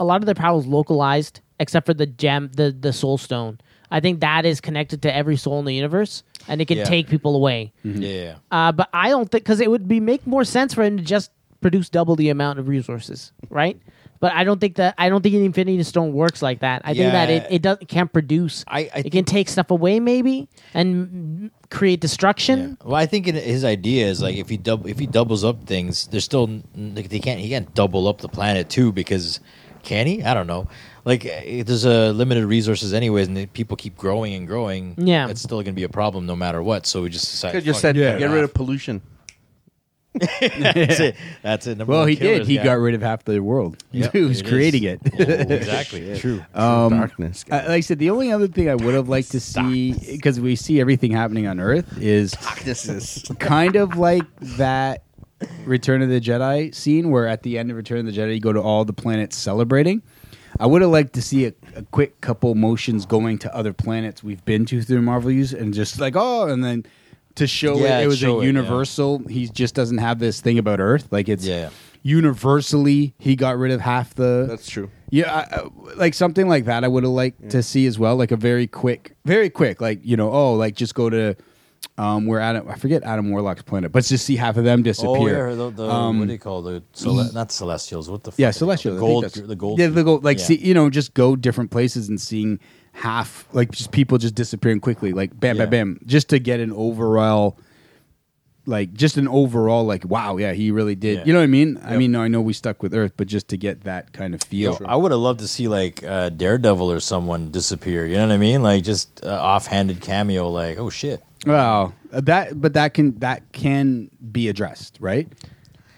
Speaker 3: a lot of the problems localized, except for the gem, the the Soul Stone. I think that is connected to every soul in the universe, and it can
Speaker 9: Yeah. Mm-hmm.
Speaker 3: take people away.
Speaker 9: Yeah,
Speaker 3: Uh, but I don't think because it would be make more sense for him to just produce double the amount of resources, right? But I don't think that I don't think an Infinity Stone works like that. I think that it,
Speaker 9: Yeah.
Speaker 3: it does can't produce.
Speaker 9: I- I
Speaker 3: it can
Speaker 9: think-
Speaker 3: take stuff away maybe and mm, create
Speaker 9: yeah.
Speaker 3: destruction.
Speaker 9: Well, I think in, his idea is like if he double if he doubles up things, there's still n- like they can't he can't double up the planet too because can he? I don't know. Like eh, there's a uh, limited resources anyways, and the people keep growing and growing.
Speaker 3: Yeah.
Speaker 9: it's still going to be a problem no matter what. So we just decided.
Speaker 2: Could just
Speaker 9: fuck
Speaker 2: said
Speaker 9: it,
Speaker 5: yeah.
Speaker 2: get rid of pollution.
Speaker 9: [laughs] That's
Speaker 5: [laughs]
Speaker 9: it. That's it. Number
Speaker 5: well,
Speaker 9: one
Speaker 5: he did.
Speaker 9: killers,
Speaker 5: He
Speaker 9: guy.
Speaker 5: got rid of half the world. [laughs]
Speaker 9: Yep,
Speaker 5: Who's
Speaker 9: it is.
Speaker 5: creating it?
Speaker 9: Oh, [laughs]
Speaker 5: [laughs]
Speaker 9: exactly. True.
Speaker 5: Um,
Speaker 2: darkness.
Speaker 5: I, like I said, the only other thing I would have liked to see,
Speaker 9: [laughs]
Speaker 5: because we see everything happening on Earth, is
Speaker 2: Darkness is
Speaker 5: kind of like that Return of the Jedi scene where at the end of Return of the Jedi you go to all the planets celebrating. I would have liked to see a, a quick couple motions going to other planets we've been to through Marvel use and just like oh and then to show
Speaker 9: Yeah,
Speaker 5: it, it was a
Speaker 9: show it, yeah.
Speaker 5: universal. He just doesn't have this thing about Earth. Like it's
Speaker 9: Yeah.
Speaker 5: universally he got rid of half the
Speaker 2: That's true.
Speaker 5: yeah, I, I- like something like that, I would have liked to see as well. Like a very quick, very quick, like you know, oh, like just go to um, where Adam, I forget Adam Warlock's planet, but just see half of them disappear.
Speaker 9: Oh, yeah, the, the
Speaker 5: Um,
Speaker 9: what do you call the cele- not celestials? What the fuck
Speaker 5: yeah,
Speaker 9: are they called?
Speaker 5: celestial,
Speaker 9: the
Speaker 5: I think
Speaker 9: gold,
Speaker 5: that's-
Speaker 9: the gold,
Speaker 5: yeah, the gold, like
Speaker 9: yeah.
Speaker 5: see, you know, just go different places and seeing half, like just people just disappearing quickly, like bam,
Speaker 9: Yeah.
Speaker 5: bam, bam, just to get an overall. Like just an overall, like wow, yeah, he really did.
Speaker 9: Yeah.
Speaker 5: You know what I mean? I mean, no, I know we stuck with Earth, but just to get that kind of feel.
Speaker 9: Yo, I would have loved to see like uh, Daredevil or someone disappear. You know what I mean? Like just uh, offhanded cameo, like oh shit.
Speaker 5: Well, that but that can that can be addressed, right?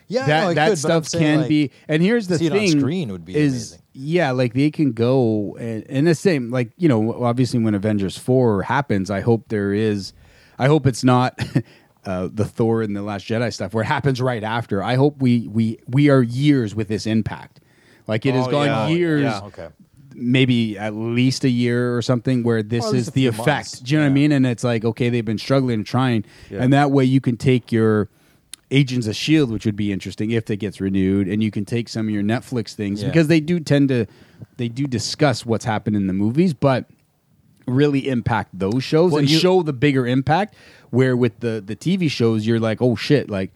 Speaker 9: Yeah,
Speaker 5: that
Speaker 9: no, it
Speaker 5: that
Speaker 9: could, but I'm
Speaker 5: stuff
Speaker 9: saying,
Speaker 5: can
Speaker 9: like,
Speaker 5: be. And here's the
Speaker 9: see it on
Speaker 5: thing:
Speaker 9: screen would be
Speaker 5: is,
Speaker 9: amazing.
Speaker 5: Yeah, like they can go and, and the same. Like you know, obviously when Avengers four happens, I hope there is. I hope it's not. [laughs] Uh, the Thor and the Last Jedi stuff, where it happens right after. I hope we we we are years with this impact. Like it has
Speaker 2: Oh,
Speaker 5: gone
Speaker 2: yeah.
Speaker 5: years
Speaker 2: Yeah.
Speaker 9: okay.
Speaker 5: maybe at least a year or something where this
Speaker 9: Or
Speaker 5: is
Speaker 9: at least a
Speaker 5: the
Speaker 9: few
Speaker 5: effect.
Speaker 9: months.
Speaker 5: Do you know what I mean? And it's like, okay, they've been struggling and trying. And that way you can take your Agents of S.H.I.E.L.D., E which would be interesting if it gets renewed, and you can take some of your Netflix things
Speaker 9: Yeah.
Speaker 5: because they do tend to, they do discuss what's happened in the movies, but really impact those shows and show the bigger impact where with the the TV shows you're like oh shit like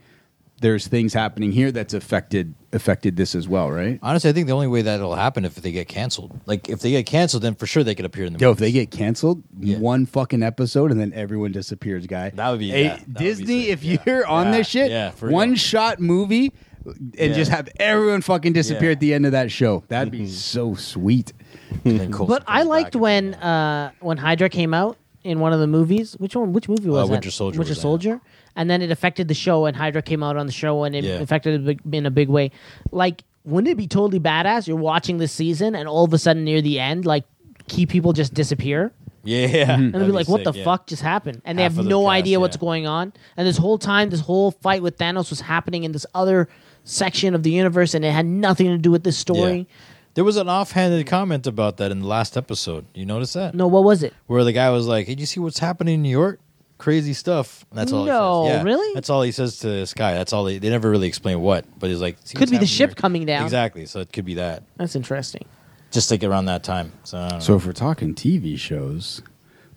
Speaker 5: there's things happening here that's affected affected this as well right
Speaker 9: Honestly, I think the only way that'll happen if they get canceled. Like if they get canceled, then for sure they could appear in the
Speaker 5: Yo, if
Speaker 9: movies.
Speaker 5: they get canceled,
Speaker 9: Yeah.
Speaker 5: one fucking episode and then everyone disappears, guy.
Speaker 9: That would be-
Speaker 5: Hey,
Speaker 9: yeah, that would be
Speaker 5: Disney.
Speaker 9: sick,
Speaker 5: if
Speaker 9: yeah.
Speaker 5: you're on
Speaker 9: Yeah,
Speaker 5: this shit,
Speaker 9: yeah, for real.
Speaker 5: one shot movie, and just have everyone fucking disappear
Speaker 9: Yeah. Mm-hmm.
Speaker 5: at the end of that show. That'd be so sweet.
Speaker 9: Then Coulson
Speaker 3: But I
Speaker 9: comes
Speaker 3: liked
Speaker 9: back.
Speaker 3: when uh, when Hydra came out in one of the movies. Which one? Which movie was that?
Speaker 9: Uh, Winter Soldier
Speaker 3: Winter
Speaker 9: was that.
Speaker 3: Soldier. And then it affected the show, and Hydra came out on the show, and it
Speaker 9: Yeah.
Speaker 3: affected it big- in a big way. Like, wouldn't it be totally badass? You're watching this season, and all of a sudden, near the end, like key people just disappear,
Speaker 9: [laughs] yeah,
Speaker 5: Mm-hmm.
Speaker 9: that'd
Speaker 3: and they'll be like, "What
Speaker 9: sick,
Speaker 3: the
Speaker 9: yeah.
Speaker 3: fuck just happened?" And they
Speaker 9: Half
Speaker 3: have
Speaker 9: of the
Speaker 3: no
Speaker 9: cast,
Speaker 3: idea what's
Speaker 9: yeah.
Speaker 3: going on. And this whole time, this whole fight with Thanos was happening in this other section of the universe, and it had nothing to do with this story.
Speaker 9: Yeah. There was an offhanded comment about that in the last episode. You notice that?
Speaker 3: No, what was it?
Speaker 9: where the guy was like, "Hey, "Did you see what's happening in New York? Crazy stuff." And that's all.
Speaker 3: No,
Speaker 9: he says. Yeah.
Speaker 3: really?
Speaker 9: That's all he says to Sky. That's all they, they never really explain what, but he's like, "See
Speaker 3: Could
Speaker 9: what's
Speaker 3: be the
Speaker 9: happening
Speaker 3: ship
Speaker 9: here?"
Speaker 3: coming down.
Speaker 9: Exactly. So it could be that.
Speaker 3: That's interesting.
Speaker 9: Just like around that time. So, I don't know.
Speaker 5: So if we're talking TV shows,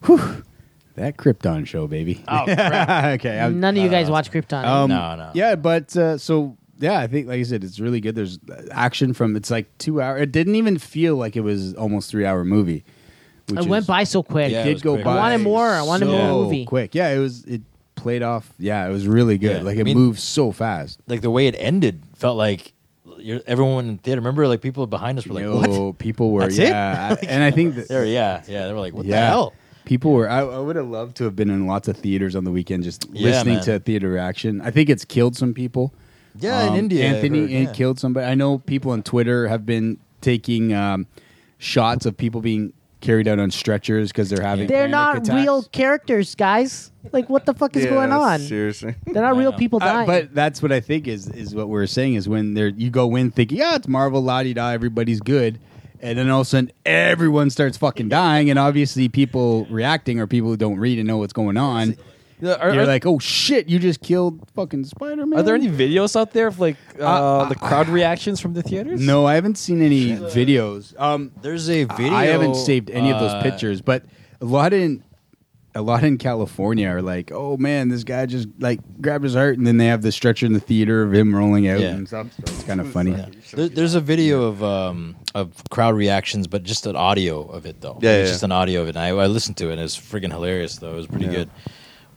Speaker 5: whew, that Krypton show, baby. Oh, [laughs] okay. I'm-
Speaker 3: None of you guys watch Krypton.
Speaker 5: Um,
Speaker 9: No, no.
Speaker 5: Yeah, but uh, so yeah, I think like I said, it's really good. There's action from it's like two hour. It didn't even feel like it was almost three hour movie. which
Speaker 3: it went
Speaker 5: is-
Speaker 3: by so quick.
Speaker 9: Yeah, it was
Speaker 5: did go
Speaker 9: quick.
Speaker 5: by.
Speaker 9: I
Speaker 3: wanted more. I wanted more
Speaker 5: so
Speaker 3: movie.
Speaker 5: Quick, yeah. It was. It played off. Yeah, it was really good.
Speaker 9: Yeah,
Speaker 5: Like
Speaker 9: I
Speaker 5: it
Speaker 9: mean-
Speaker 5: moved so fast.
Speaker 9: like the way it ended felt like you're, everyone in the theater. Remember, like people behind us were like, "What?"
Speaker 5: Yo, people were
Speaker 9: That's it?
Speaker 5: yeah,
Speaker 3: [laughs]
Speaker 5: I- and I think that,
Speaker 9: There, yeah, yeah. They were like, "What
Speaker 5: yeah,
Speaker 9: the hell?"
Speaker 5: people were. I, I would have loved to have been in lots of theaters on the weekend, just
Speaker 9: Yeah,
Speaker 5: listening
Speaker 9: man.
Speaker 5: to theater action. I think it's killed some people. Um,
Speaker 9: Yeah, in India, I
Speaker 5: Anthony
Speaker 9: heard,
Speaker 5: it
Speaker 9: yeah.
Speaker 5: killed somebody. I know people on Twitter have been taking um, shots of people being carried out on stretchers because they're having.
Speaker 3: They're
Speaker 5: panic
Speaker 3: not
Speaker 5: attacks.
Speaker 3: real characters, guys. Like, what the fuck is going on? [laughs]
Speaker 2: Seriously.
Speaker 3: They're not real people
Speaker 5: Uh,
Speaker 3: dying.
Speaker 5: but that's what I think is is what we're saying is when there you go in thinking yeah it's Marvel la di da everybody's good and then all of a sudden everyone starts fucking dying and obviously people reacting are people who don't read and know what's going on
Speaker 4: Are,
Speaker 5: you're
Speaker 4: are-
Speaker 5: like oh shit you just killed fucking Spider Man
Speaker 4: are there any videos out there of like uh, the crowd reactions from the theaters?
Speaker 5: no I haven't seen any videos um
Speaker 9: There's a video.
Speaker 5: I haven't saved any of
Speaker 9: uh,
Speaker 5: those pictures but a lot in a lot in California are like oh man this guy just like grabbed his heart and then they have the stretcher in the theater of him rolling out
Speaker 9: Yeah.
Speaker 5: and stuff so it's kind of funny.
Speaker 9: There, there's a video of um, of crowd reactions, but just an audio of it though.
Speaker 2: Yeah,
Speaker 9: It's
Speaker 2: yeah.
Speaker 9: just an audio of it. And I, I listened to it. and It was freaking hilarious though. It was pretty good.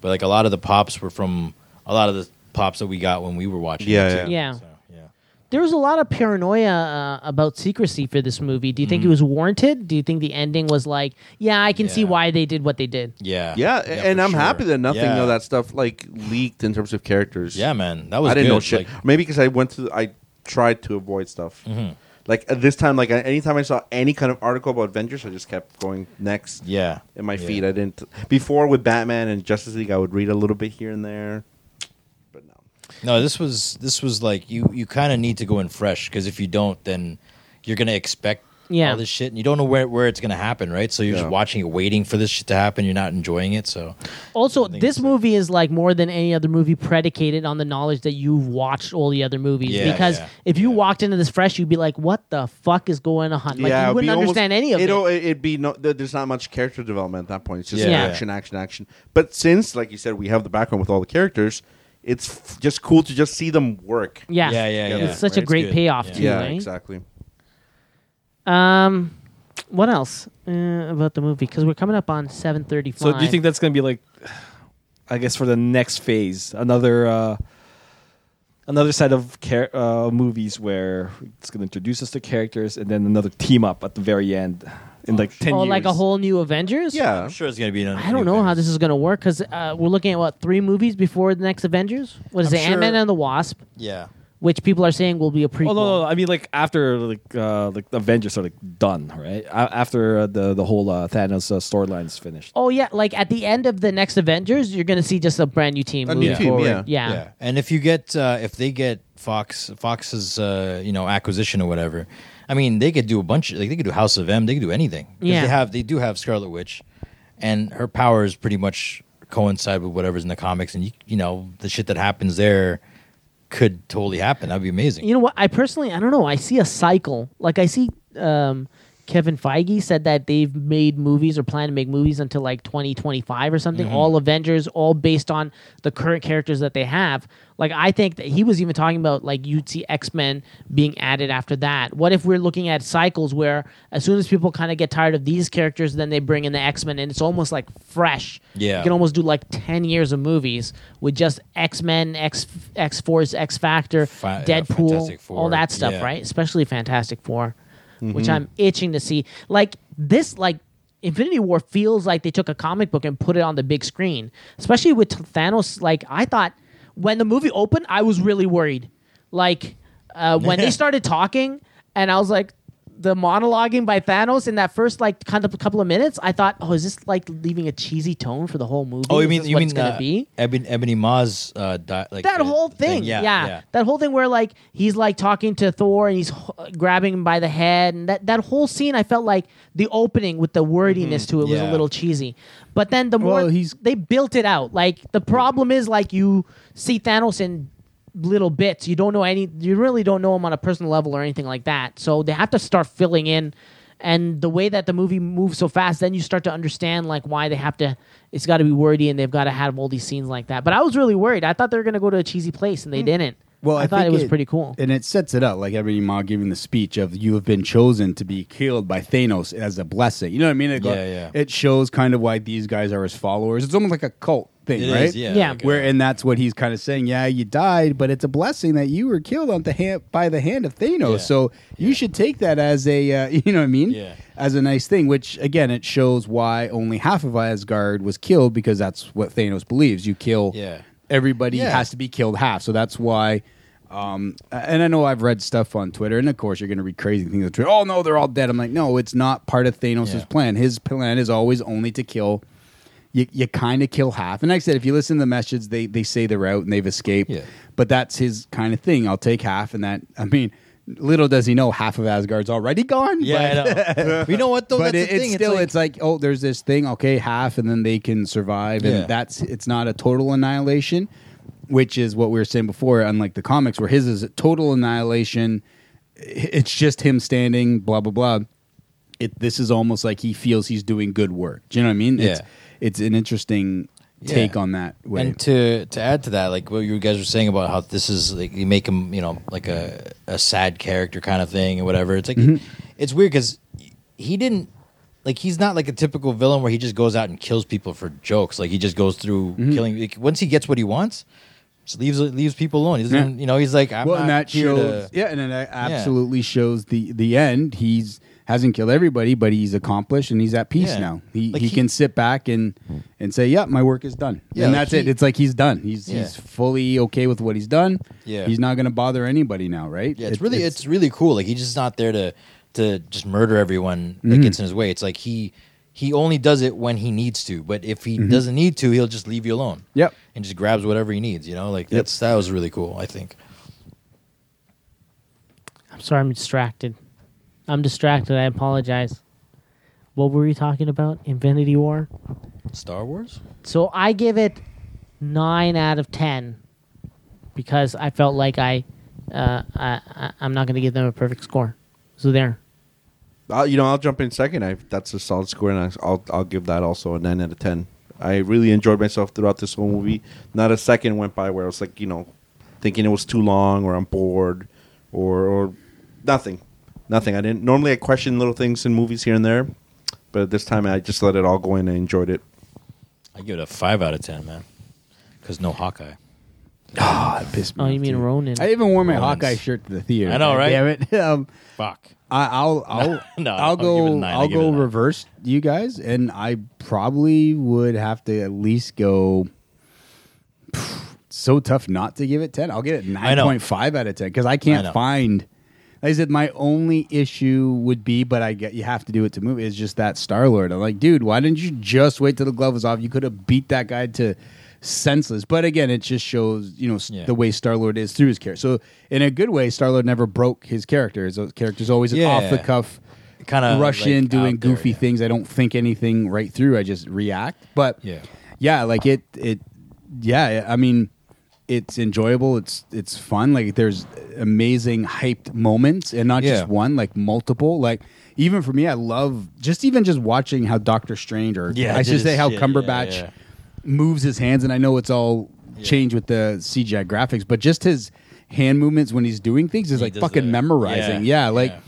Speaker 9: But like a lot of the pops were from a lot of the pops that we got when we were watching. it,
Speaker 2: Yeah,
Speaker 9: too.
Speaker 2: yeah.
Speaker 3: yeah.
Speaker 9: So, yeah.
Speaker 3: There was a lot of paranoia uh, about secrecy for this movie. Do you think it was warranted? Do you think the ending was like, yeah, I can see
Speaker 9: Yeah.
Speaker 3: why they did what they did?
Speaker 9: Yeah.
Speaker 2: [laughs] Yeah, and
Speaker 9: for
Speaker 2: I'm
Speaker 9: sure.
Speaker 2: happy that nothing
Speaker 9: Yeah.
Speaker 2: of that stuff like leaked in terms of characters.
Speaker 9: Yeah, man, that was.
Speaker 2: I didn't
Speaker 9: good.
Speaker 2: know shit.
Speaker 9: Like, Mm-hmm.
Speaker 2: Maybe because I went to, I tried to avoid stuff. Like at this time, like anytime I saw any kind of article about Avengers, I just kept going next.
Speaker 9: yeah.
Speaker 2: in my
Speaker 9: Yeah.
Speaker 2: feed. I didn't before with Batman and Justice League. I would read a little bit here and there, but no.
Speaker 9: No, this was this was like you you kind of need to go in fresh because if you don't, then you're gonna expect
Speaker 3: Yeah.
Speaker 9: all this shit, and you don't know where where it's gonna happen, right? So you're just watching it, waiting for this shit to happen. You're not enjoying it, so
Speaker 3: Also, this movie is like more than any other movie predicated on the knowledge that you've watched all the other movies.
Speaker 9: Yeah,
Speaker 3: because
Speaker 9: yeah,
Speaker 3: if you walked into this fresh, you'd be like, "What the fuck is going on?" Like
Speaker 2: it'd
Speaker 3: you wouldn't
Speaker 2: be almost-
Speaker 3: understand any of it.
Speaker 2: it'll- It'd be no. there- There's not much character development at that point. It's just
Speaker 9: Yeah.
Speaker 2: action, action, action. But since, like you said, we have the background with all the characters, it's f- just cool to just see them work.
Speaker 3: yeah,
Speaker 9: Yeah, yeah, yeah.
Speaker 3: It's such a
Speaker 9: It's
Speaker 3: great
Speaker 9: good.
Speaker 3: payoff
Speaker 9: Yeah.
Speaker 3: too.
Speaker 2: Yeah,
Speaker 3: right?
Speaker 2: exactly.
Speaker 3: Um, what else uh, about the movie? Because we're coming up on seven thirty-five.
Speaker 4: So do you think that's going to be like, I guess for the next phase, another uh, another set of char- uh, movies where it's going to introduce us to characters and then another team up at the very end in like ten
Speaker 3: oh,
Speaker 4: years.
Speaker 3: like a whole new Avengers?
Speaker 2: Yeah,
Speaker 9: I'm sure it's gonna be. An,
Speaker 3: I don't know how this is going to work because uh, we're looking at what three movies before the next Avengers. What is it?
Speaker 9: I'm
Speaker 3: Ant Man
Speaker 9: sure-
Speaker 3: and the Wasp,
Speaker 9: Yeah,
Speaker 3: which people are saying will be a prequel.
Speaker 4: Oh no, no, I mean like after like uh, like Avengers are like done, right? A- after uh, the the whole uh, Thanos uh, storyline is finished.
Speaker 3: Oh yeah, like at the end of the next Avengers, you're gonna see just a brand new team.
Speaker 2: A new
Speaker 3: moving
Speaker 2: team,
Speaker 3: forward.
Speaker 2: yeah.
Speaker 3: yeah,
Speaker 9: yeah. And if you get uh, if they get Fox Fox's uh, you know acquisition or whatever, I mean they could do a bunch. Of, like they could do House of M. They could do anything. 'Cause
Speaker 3: Yeah.
Speaker 9: They have they do have Scarlet Witch, and her powers pretty much coincide with whatever's in the comics. And you you know the shit that happens there could totally happen. That'd be amazing.
Speaker 3: You know what? I personally, I don't know. I see a cycle. Like I see um, Kevin Feige said that they've made movies or plan to make movies until like 2025 or something. All Avengers, all based on the current characters that they have. Like I think that he was even talking about like you'd see X Men being added after that. What if we're looking at cycles where as soon as people kind of get tired of these characters, then they bring in the X Men, and it's almost like fresh.
Speaker 9: Yeah.
Speaker 3: you can almost do like 10 years of movies with just X Men, X X Force, X Factor.
Speaker 9: Fa- yeah,
Speaker 3: Deadpool,
Speaker 9: Fantastic
Speaker 3: all
Speaker 9: Four.
Speaker 3: that stuff,
Speaker 9: Yeah. Mm-hmm.
Speaker 3: right? Especially Fantastic 4 which I'm itching to see. Like this, like Infinity War feels like they took a comic book and put it on the big screen, especially with Thanos. Like I thought when the movie opened, I was really worried. Like uh, when they started talking, and I was like. The monologuing by Thanos in that first like kind of couple of minutes, I thought, oh, is this like leaving a cheesy tone for the whole movie?
Speaker 9: Oh, you
Speaker 3: Is
Speaker 9: mean
Speaker 3: this
Speaker 9: you
Speaker 3: what
Speaker 9: mean
Speaker 3: it's gonna
Speaker 9: uh,
Speaker 3: be?
Speaker 9: Ebony, Ebony Maw's uh, di- like
Speaker 3: that
Speaker 9: uh,
Speaker 3: whole thing,
Speaker 9: Yeah,
Speaker 3: yeah, that whole thing where like he's like talking to Thor and he's h- grabbing him by the head, and that that whole scene, I felt like the opening with the wordiness to it was a
Speaker 9: Mm-hmm. yeah.
Speaker 3: little cheesy, but then the more
Speaker 5: Well, he's-
Speaker 3: they built it out, like the problem is like you see Thanos in little bits, you don't know any, you really don't know him on a personal level or anything like that, so they have to start filling in. And the way that the movie moves so fast, then you start to understand like why they have to. It's got to be wordy, and they've got to have all these scenes like that. But I was really worried. I thought they were going to go to a cheesy place, and they didn't.
Speaker 5: Hmm. Well, I,
Speaker 3: thought
Speaker 5: think
Speaker 3: it was pretty cool.
Speaker 5: and it sets it up like Ebony Maw giving the speech of "You have been chosen to be killed by Thanos as a blessing." You know what I mean? It go-
Speaker 9: Yeah, yeah.
Speaker 5: It shows kind of why these guys are his followers. It's almost like a cult thing,
Speaker 9: It is,
Speaker 5: right?
Speaker 9: yeah,
Speaker 3: Yeah.
Speaker 9: like a-
Speaker 5: Where and that's what he's kind of saying. Yeah, you died, but it's a blessing that you were killed on the hand by the hand of Thanos.
Speaker 9: Yeah.
Speaker 5: So you should take that as a uh, [laughs] you know what I mean?
Speaker 9: Yeah.
Speaker 5: As a nice thing. Which again, it shows why only half of Asgard was killed because that's what Thanos believes. You kill
Speaker 9: Yeah.
Speaker 5: everybody
Speaker 9: Yeah.
Speaker 5: has to be killed half. So that's why. Um, and I know I've read stuff on Twitter, and of course you're going to read crazy things on Twitter. Oh no, they're all dead. I'm like, no, it's not part of Thanos'
Speaker 9: Yeah.
Speaker 5: plan. His plan is always only to kill. You, you kind of kill half. And like I said, if you listen to the message, they they say they're out and they've escaped.
Speaker 9: Yeah.
Speaker 5: But that's his kind of thing. I'll take half, and that I mean, little does he know half of Asgard's already gone. but-
Speaker 9: yeah.
Speaker 5: [laughs]
Speaker 9: I know. you know what though?
Speaker 5: but
Speaker 9: That's
Speaker 5: it,
Speaker 9: the
Speaker 5: it's
Speaker 9: thing.
Speaker 5: still
Speaker 9: like-
Speaker 5: it's like, oh there's this thing okay half and then they can survive and
Speaker 9: Yeah.
Speaker 5: that's it's not a total annihilation which is what we were saying before unlike the comics where his is a total annihilation I- it's just him standing blah blah blah it this is almost like he feels he's doing good work do you know what i mean it's
Speaker 9: Yeah.
Speaker 5: it's an interesting take
Speaker 9: Yeah.
Speaker 5: on that way
Speaker 9: And to to add to that, like what you guys were saying about how this is like you make him, you know, like a a sad character kind of thing and whatever. It's like
Speaker 5: Mm-hmm.
Speaker 9: it's weird because he didn't like he's not like a typical villain where he just goes out and kills people for jokes. Like he just goes through
Speaker 5: Mm-hmm.
Speaker 9: killing. Like, once he gets what he wants, just leaves leaves people alone. He doesn't,
Speaker 5: Yeah.
Speaker 9: you know, he's like I'm
Speaker 5: well,
Speaker 9: not
Speaker 5: and that
Speaker 9: here
Speaker 5: shows,
Speaker 9: to-
Speaker 5: yeah, and it absolutely shows the the end. He's hasn't killed everybody, but he's accomplished and he's at peace
Speaker 9: Yeah.
Speaker 5: now. He,
Speaker 9: Like
Speaker 5: he
Speaker 9: he-
Speaker 5: can sit back and and say, "Yeah, my work is done,"
Speaker 9: Yeah,
Speaker 5: and
Speaker 9: like
Speaker 5: that's it.
Speaker 9: he-
Speaker 5: It's like he's done. He's
Speaker 9: Yeah.
Speaker 5: he's fully okay with what he's done.
Speaker 9: Yeah.
Speaker 5: he's not going to bother anybody now, right?
Speaker 9: Yeah, it's, really it's, really cool. Like he's just not there to to just murder everyone that gets in his way. It's like he he only does it when he needs to. But if he doesn't need to, he'll just leave you alone.
Speaker 5: Yep.
Speaker 9: And just grabs whatever he needs. You know, like that's that was really cool. I think.
Speaker 3: I'm sorry, I'm distracted. I'm distracted. I apologize. What were we talking about? Infinity War?
Speaker 9: Star Wars.
Speaker 3: So I give it nine out of ten because I felt like I, uh, I, I I'm not going to give them a perfect score. So there.
Speaker 2: I'll, you know, I'll jump in second. I, that's a solid score, and I, I'll I'll give that also a nine out of ten. I really enjoyed myself throughout this whole movie. Not a second went by where I was like, you know, thinking it was too long or I'm bored or or nothing, nothing. I didn't normally I question little things in movies here and there, but this time I just let it all go in and enjoyed it.
Speaker 9: I give it a five out of ten, man. Because no Hawkeye.
Speaker 5: I pissed me
Speaker 3: Oh,
Speaker 5: off,
Speaker 3: you mean
Speaker 5: dude.
Speaker 3: Ronin?
Speaker 5: I even wore my
Speaker 9: Rollins.
Speaker 5: Hawkeye shirt to the theater.
Speaker 9: I know,
Speaker 5: God
Speaker 9: right?
Speaker 5: Damn it. [laughs] Um,
Speaker 9: Fuck.
Speaker 5: I, I'll I'll
Speaker 9: [laughs] no,
Speaker 5: I'll
Speaker 9: I'll give it a
Speaker 5: go
Speaker 9: nine.
Speaker 5: I'll
Speaker 9: I'll give it
Speaker 5: go
Speaker 9: a nine.
Speaker 5: reverse you guys, and I probably would have to at least go. [sighs] So tough not to give it ten. I'll get it
Speaker 9: I
Speaker 5: nine
Speaker 9: know.
Speaker 5: point five out of ten because I
Speaker 9: I
Speaker 5: can't
Speaker 9: know.
Speaker 5: find. Like I said my only issue would be, but I get you have to do it to move. Is just that Star Lord. I'm like, dude, why didn't you just wait till the glove was off? You could have beat that guy to senseless. But again, it just shows you know s
Speaker 9: Yeah.
Speaker 5: the way Star Lord is through his character. So in a good way, Star Lord never broke his character. His uh, character's always
Speaker 9: Yeah.
Speaker 5: off the cuff
Speaker 9: Kinda,
Speaker 5: rush
Speaker 9: like,
Speaker 5: in doing
Speaker 9: out there,
Speaker 5: goofy
Speaker 9: yeah.
Speaker 5: things. I don't think anything right through. I just react. But
Speaker 9: Yeah.
Speaker 5: yeah, like it, it, yeah. I mean, it's enjoyable. It's it's fun. Like there's amazing hyped moments, and not
Speaker 9: Yeah.
Speaker 5: just one, like multiple. Like even for me, I love just even just watching how Doctor Strange or
Speaker 9: Yeah,
Speaker 5: I
Speaker 9: did
Speaker 5: should
Speaker 9: his
Speaker 5: say how
Speaker 9: shit. Yeah,
Speaker 5: Cumberbatch
Speaker 9: yeah.
Speaker 5: moves his hands, and I know it's all changed with the CGI graphics, but just his hand movements when he's doing things is
Speaker 9: He
Speaker 5: like
Speaker 9: does
Speaker 5: fucking
Speaker 9: the-
Speaker 5: memorizing.
Speaker 9: yeah,
Speaker 5: Yeah, like
Speaker 9: yeah.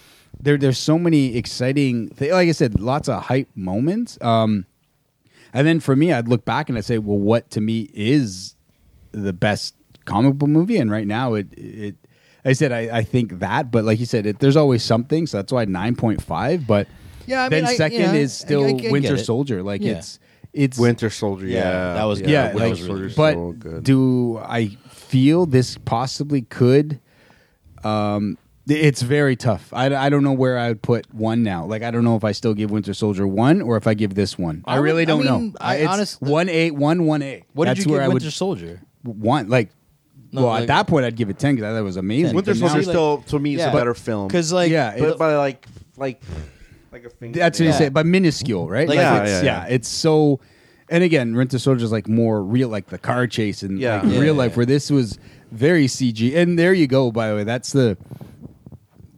Speaker 5: there there's so many exciting things. Like I said, lots of hype moments. Um, and then for me, I'd look back and I'd say, well, what to me is the best comic book movie? And right now, it it I said I, I think that, but like you said, it, there's always something, so that's why nine point five. But
Speaker 9: Yeah, I
Speaker 5: then
Speaker 9: mean, I-
Speaker 5: second
Speaker 9: yeah,
Speaker 5: is
Speaker 9: I- I-
Speaker 5: still
Speaker 9: I get
Speaker 5: Winter
Speaker 9: it.
Speaker 5: Soldier. Like
Speaker 9: Yeah.
Speaker 5: it's it's
Speaker 2: Winter Soldier, yeah,
Speaker 9: Yeah, that was
Speaker 5: yeah,
Speaker 9: good.
Speaker 5: like,
Speaker 9: Winter Soldier's
Speaker 5: but
Speaker 2: so good.
Speaker 5: do I feel this possibly could? Um, th- it's very tough. I, I don't know where I would put one now. Like I don't know if I still give Winter Soldier one or if I give this one. I,
Speaker 9: I would-
Speaker 5: really
Speaker 9: I
Speaker 5: don't
Speaker 9: mean,
Speaker 5: know. Uh,
Speaker 9: I
Speaker 5: it's
Speaker 9: honest-
Speaker 5: one A, one one A.
Speaker 9: What
Speaker 5: That's
Speaker 9: did you
Speaker 5: where
Speaker 9: give
Speaker 5: I would
Speaker 9: Winter Soldier?
Speaker 5: want like.
Speaker 9: No,
Speaker 5: well,
Speaker 9: like-
Speaker 5: at that point, I'd give it ten because I thought it was amazing.
Speaker 2: Winter
Speaker 5: But now-
Speaker 2: Soldier
Speaker 9: like-
Speaker 2: still to me is
Speaker 9: yeah.
Speaker 2: a better film.
Speaker 9: Because like
Speaker 5: Yeah,
Speaker 2: but by like like like a finger.
Speaker 5: That's what
Speaker 9: Yeah.
Speaker 5: you say, but minuscule, right?
Speaker 9: Like,
Speaker 2: Yeah,
Speaker 5: it's,
Speaker 2: yeah, yeah.
Speaker 5: It's so, and again, Rent a Soldier is like more real, like the car chase and
Speaker 2: Yeah.
Speaker 5: like
Speaker 2: Yeah,
Speaker 5: real
Speaker 9: yeah,
Speaker 5: life.
Speaker 9: yeah.
Speaker 5: Where this was very CG, and there you go. By the way, that's the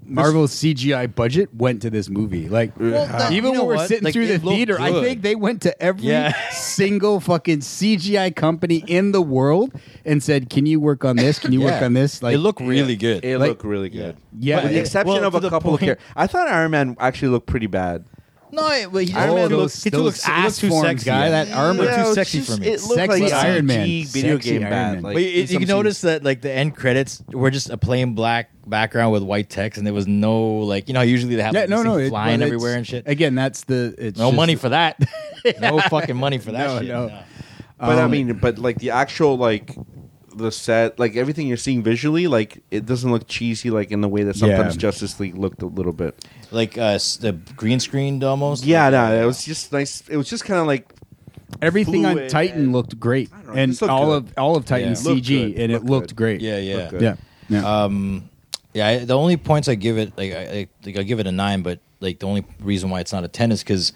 Speaker 5: Marvel CGI budget went to this movie. Like
Speaker 9: that-
Speaker 5: even
Speaker 9: you know
Speaker 5: when we're
Speaker 9: what?
Speaker 5: sitting
Speaker 9: Like,
Speaker 5: through the
Speaker 9: it looked
Speaker 5: theater, I
Speaker 9: good.
Speaker 5: think they went to every
Speaker 9: Yeah.
Speaker 5: single fucking CGI company in the world and said, "Can you work on this? Can you work
Speaker 9: Yeah.
Speaker 5: on this?" Like
Speaker 9: it looked really good.
Speaker 2: It
Speaker 5: Like-
Speaker 2: looked really good.
Speaker 5: Yeah.
Speaker 2: with the
Speaker 5: Yeah.
Speaker 2: exception
Speaker 9: Well,
Speaker 2: of
Speaker 9: to
Speaker 2: a
Speaker 9: the
Speaker 2: couple of
Speaker 9: point-
Speaker 2: characters. I thought Iron Man actually looked pretty bad.
Speaker 9: no, it, well, he,
Speaker 5: Iron Man
Speaker 9: those-
Speaker 5: looks-
Speaker 9: he
Speaker 5: those
Speaker 9: looks- he looks
Speaker 5: ass
Speaker 9: too
Speaker 5: forms,
Speaker 9: sexy.
Speaker 5: guy, that armor
Speaker 9: Looked
Speaker 5: Yeah,
Speaker 9: too
Speaker 2: it's
Speaker 9: sexy
Speaker 2: just-
Speaker 9: for me.
Speaker 2: It looked
Speaker 5: Sexy
Speaker 2: like
Speaker 5: Iron
Speaker 2: Iron
Speaker 5: Man.
Speaker 2: video
Speaker 5: Sexy
Speaker 2: game
Speaker 5: Iron
Speaker 2: bad.
Speaker 5: Man.
Speaker 2: Like,
Speaker 9: But you,
Speaker 5: in
Speaker 9: you
Speaker 5: some
Speaker 9: can notice that like the end credits were just a plain black background with white text, and there was no like you know how usually they have
Speaker 5: yeah,
Speaker 9: like,
Speaker 5: no,
Speaker 9: this
Speaker 5: no,
Speaker 9: thing
Speaker 5: it-
Speaker 9: flying
Speaker 5: well, it's-
Speaker 9: everywhere and shit.
Speaker 5: Again, that's the it's
Speaker 9: no
Speaker 5: just-
Speaker 9: money for that. [laughs] no fucking money for that
Speaker 5: No,
Speaker 9: shit.
Speaker 5: no.
Speaker 2: But
Speaker 9: um,
Speaker 2: I mean, but like the actual like the set, like everything you're seeing visually, like it doesn't look cheesy, like in the way that sometimes
Speaker 5: Yeah.
Speaker 2: Justice League looked a little bit.
Speaker 9: Like uh, s- the green screened almost.
Speaker 2: Yeah, no, it was just nice. It was just kind of like
Speaker 5: Everything on
Speaker 2: fluid
Speaker 5: Titan
Speaker 2: and-
Speaker 5: looked great,
Speaker 2: I don't know, it
Speaker 5: and
Speaker 2: just looked
Speaker 5: all
Speaker 2: good.
Speaker 5: of all of Titan
Speaker 9: Yeah.
Speaker 2: Looked
Speaker 5: CG,
Speaker 2: good,
Speaker 5: and it
Speaker 2: looked
Speaker 5: looked
Speaker 2: good.
Speaker 5: great.
Speaker 9: yeah, yeah.
Speaker 2: Looked good.
Speaker 5: yeah, yeah.
Speaker 9: Um, yeah, I, the only points I give it, like I, I like I give it a nine, but like the only reason why it's not a ten is because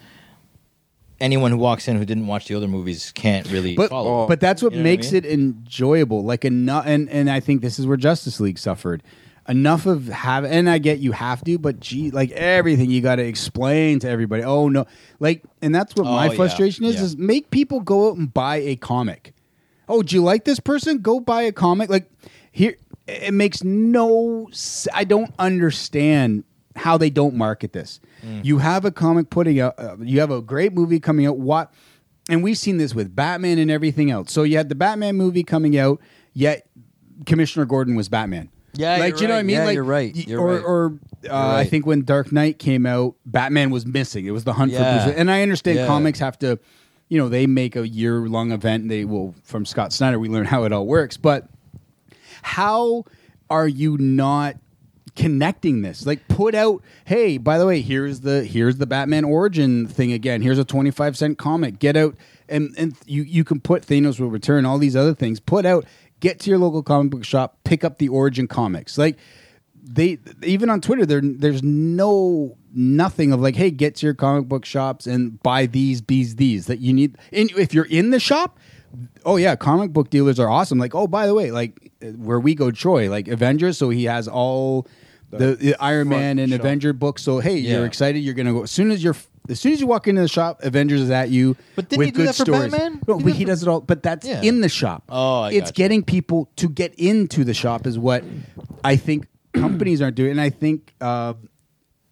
Speaker 9: anyone who walks in who didn't watch the other movies can't really
Speaker 5: but
Speaker 9: follow.
Speaker 5: but that's what
Speaker 9: You know what I
Speaker 5: makes
Speaker 9: mean?
Speaker 5: it enjoyable. Like enough, and and I think this is where Justice League suffered. Enough of have, and I get you have to, but gee, like everything you got to explain to everybody. Oh no, like, and that's what
Speaker 9: Oh,
Speaker 5: my
Speaker 9: yeah,
Speaker 5: frustration is:
Speaker 9: yeah.
Speaker 5: is make people go out and buy a comic. Oh, do you like this person? Go buy a comic. Like here, it makes no. s- I don't understand how they don't market this.
Speaker 9: Mm.
Speaker 5: You have a comic putting out. Uh, you have a great movie coming out. What? And we've seen this with Batman and everything else. So you had the Batman movie coming out, yet Commissioner Gordon was Batman.
Speaker 9: Yeah,
Speaker 5: like
Speaker 9: you're
Speaker 5: do you know what I
Speaker 9: right.
Speaker 5: mean?
Speaker 9: Yeah,
Speaker 5: like
Speaker 9: you're right.
Speaker 5: y-
Speaker 9: You're
Speaker 5: or
Speaker 9: right.
Speaker 5: or uh, I
Speaker 9: right.
Speaker 5: think when Dark Knight came out, Batman was missing. It was the hunt
Speaker 9: Yeah.
Speaker 5: for Bruce. Wayne. And I understand
Speaker 9: Yeah.
Speaker 5: comics have to, you know, they make a year long event. And they will from Scott Snyder. We learn how it all works, but how are you not connecting this. Like put out, hey, by the way, here's the here's the Batman origin thing again. Here's a 25 cent comic. Get out and and you you can put Thanos will return all these other things. Put out get to your local comic book shop, pick up the origin comics. Like they even on Twitter there there's no nothing of like hey get to your comic book shops and buy these these these that you need and if you're in the shop oh yeah comic book dealers are awesome like oh by the way like uh, where we go Troy like Avengers so he has all the, the Iron Man and Avenger books so hey you're
Speaker 9: Yeah.
Speaker 5: excited you're gonna go as soon as you're as soon as you walk into the shop Avengers is at you
Speaker 9: But didn't
Speaker 5: with
Speaker 9: he do
Speaker 5: good
Speaker 9: that for
Speaker 5: stories.
Speaker 9: Batman?
Speaker 5: no
Speaker 9: He
Speaker 5: but
Speaker 9: did
Speaker 5: he does it all but that's
Speaker 9: Yeah.
Speaker 5: in the shop
Speaker 9: Oh, I
Speaker 5: it's
Speaker 9: gotcha.
Speaker 5: getting people to get into the shop is what I think [clears throat] companies aren't doing, and I think uh,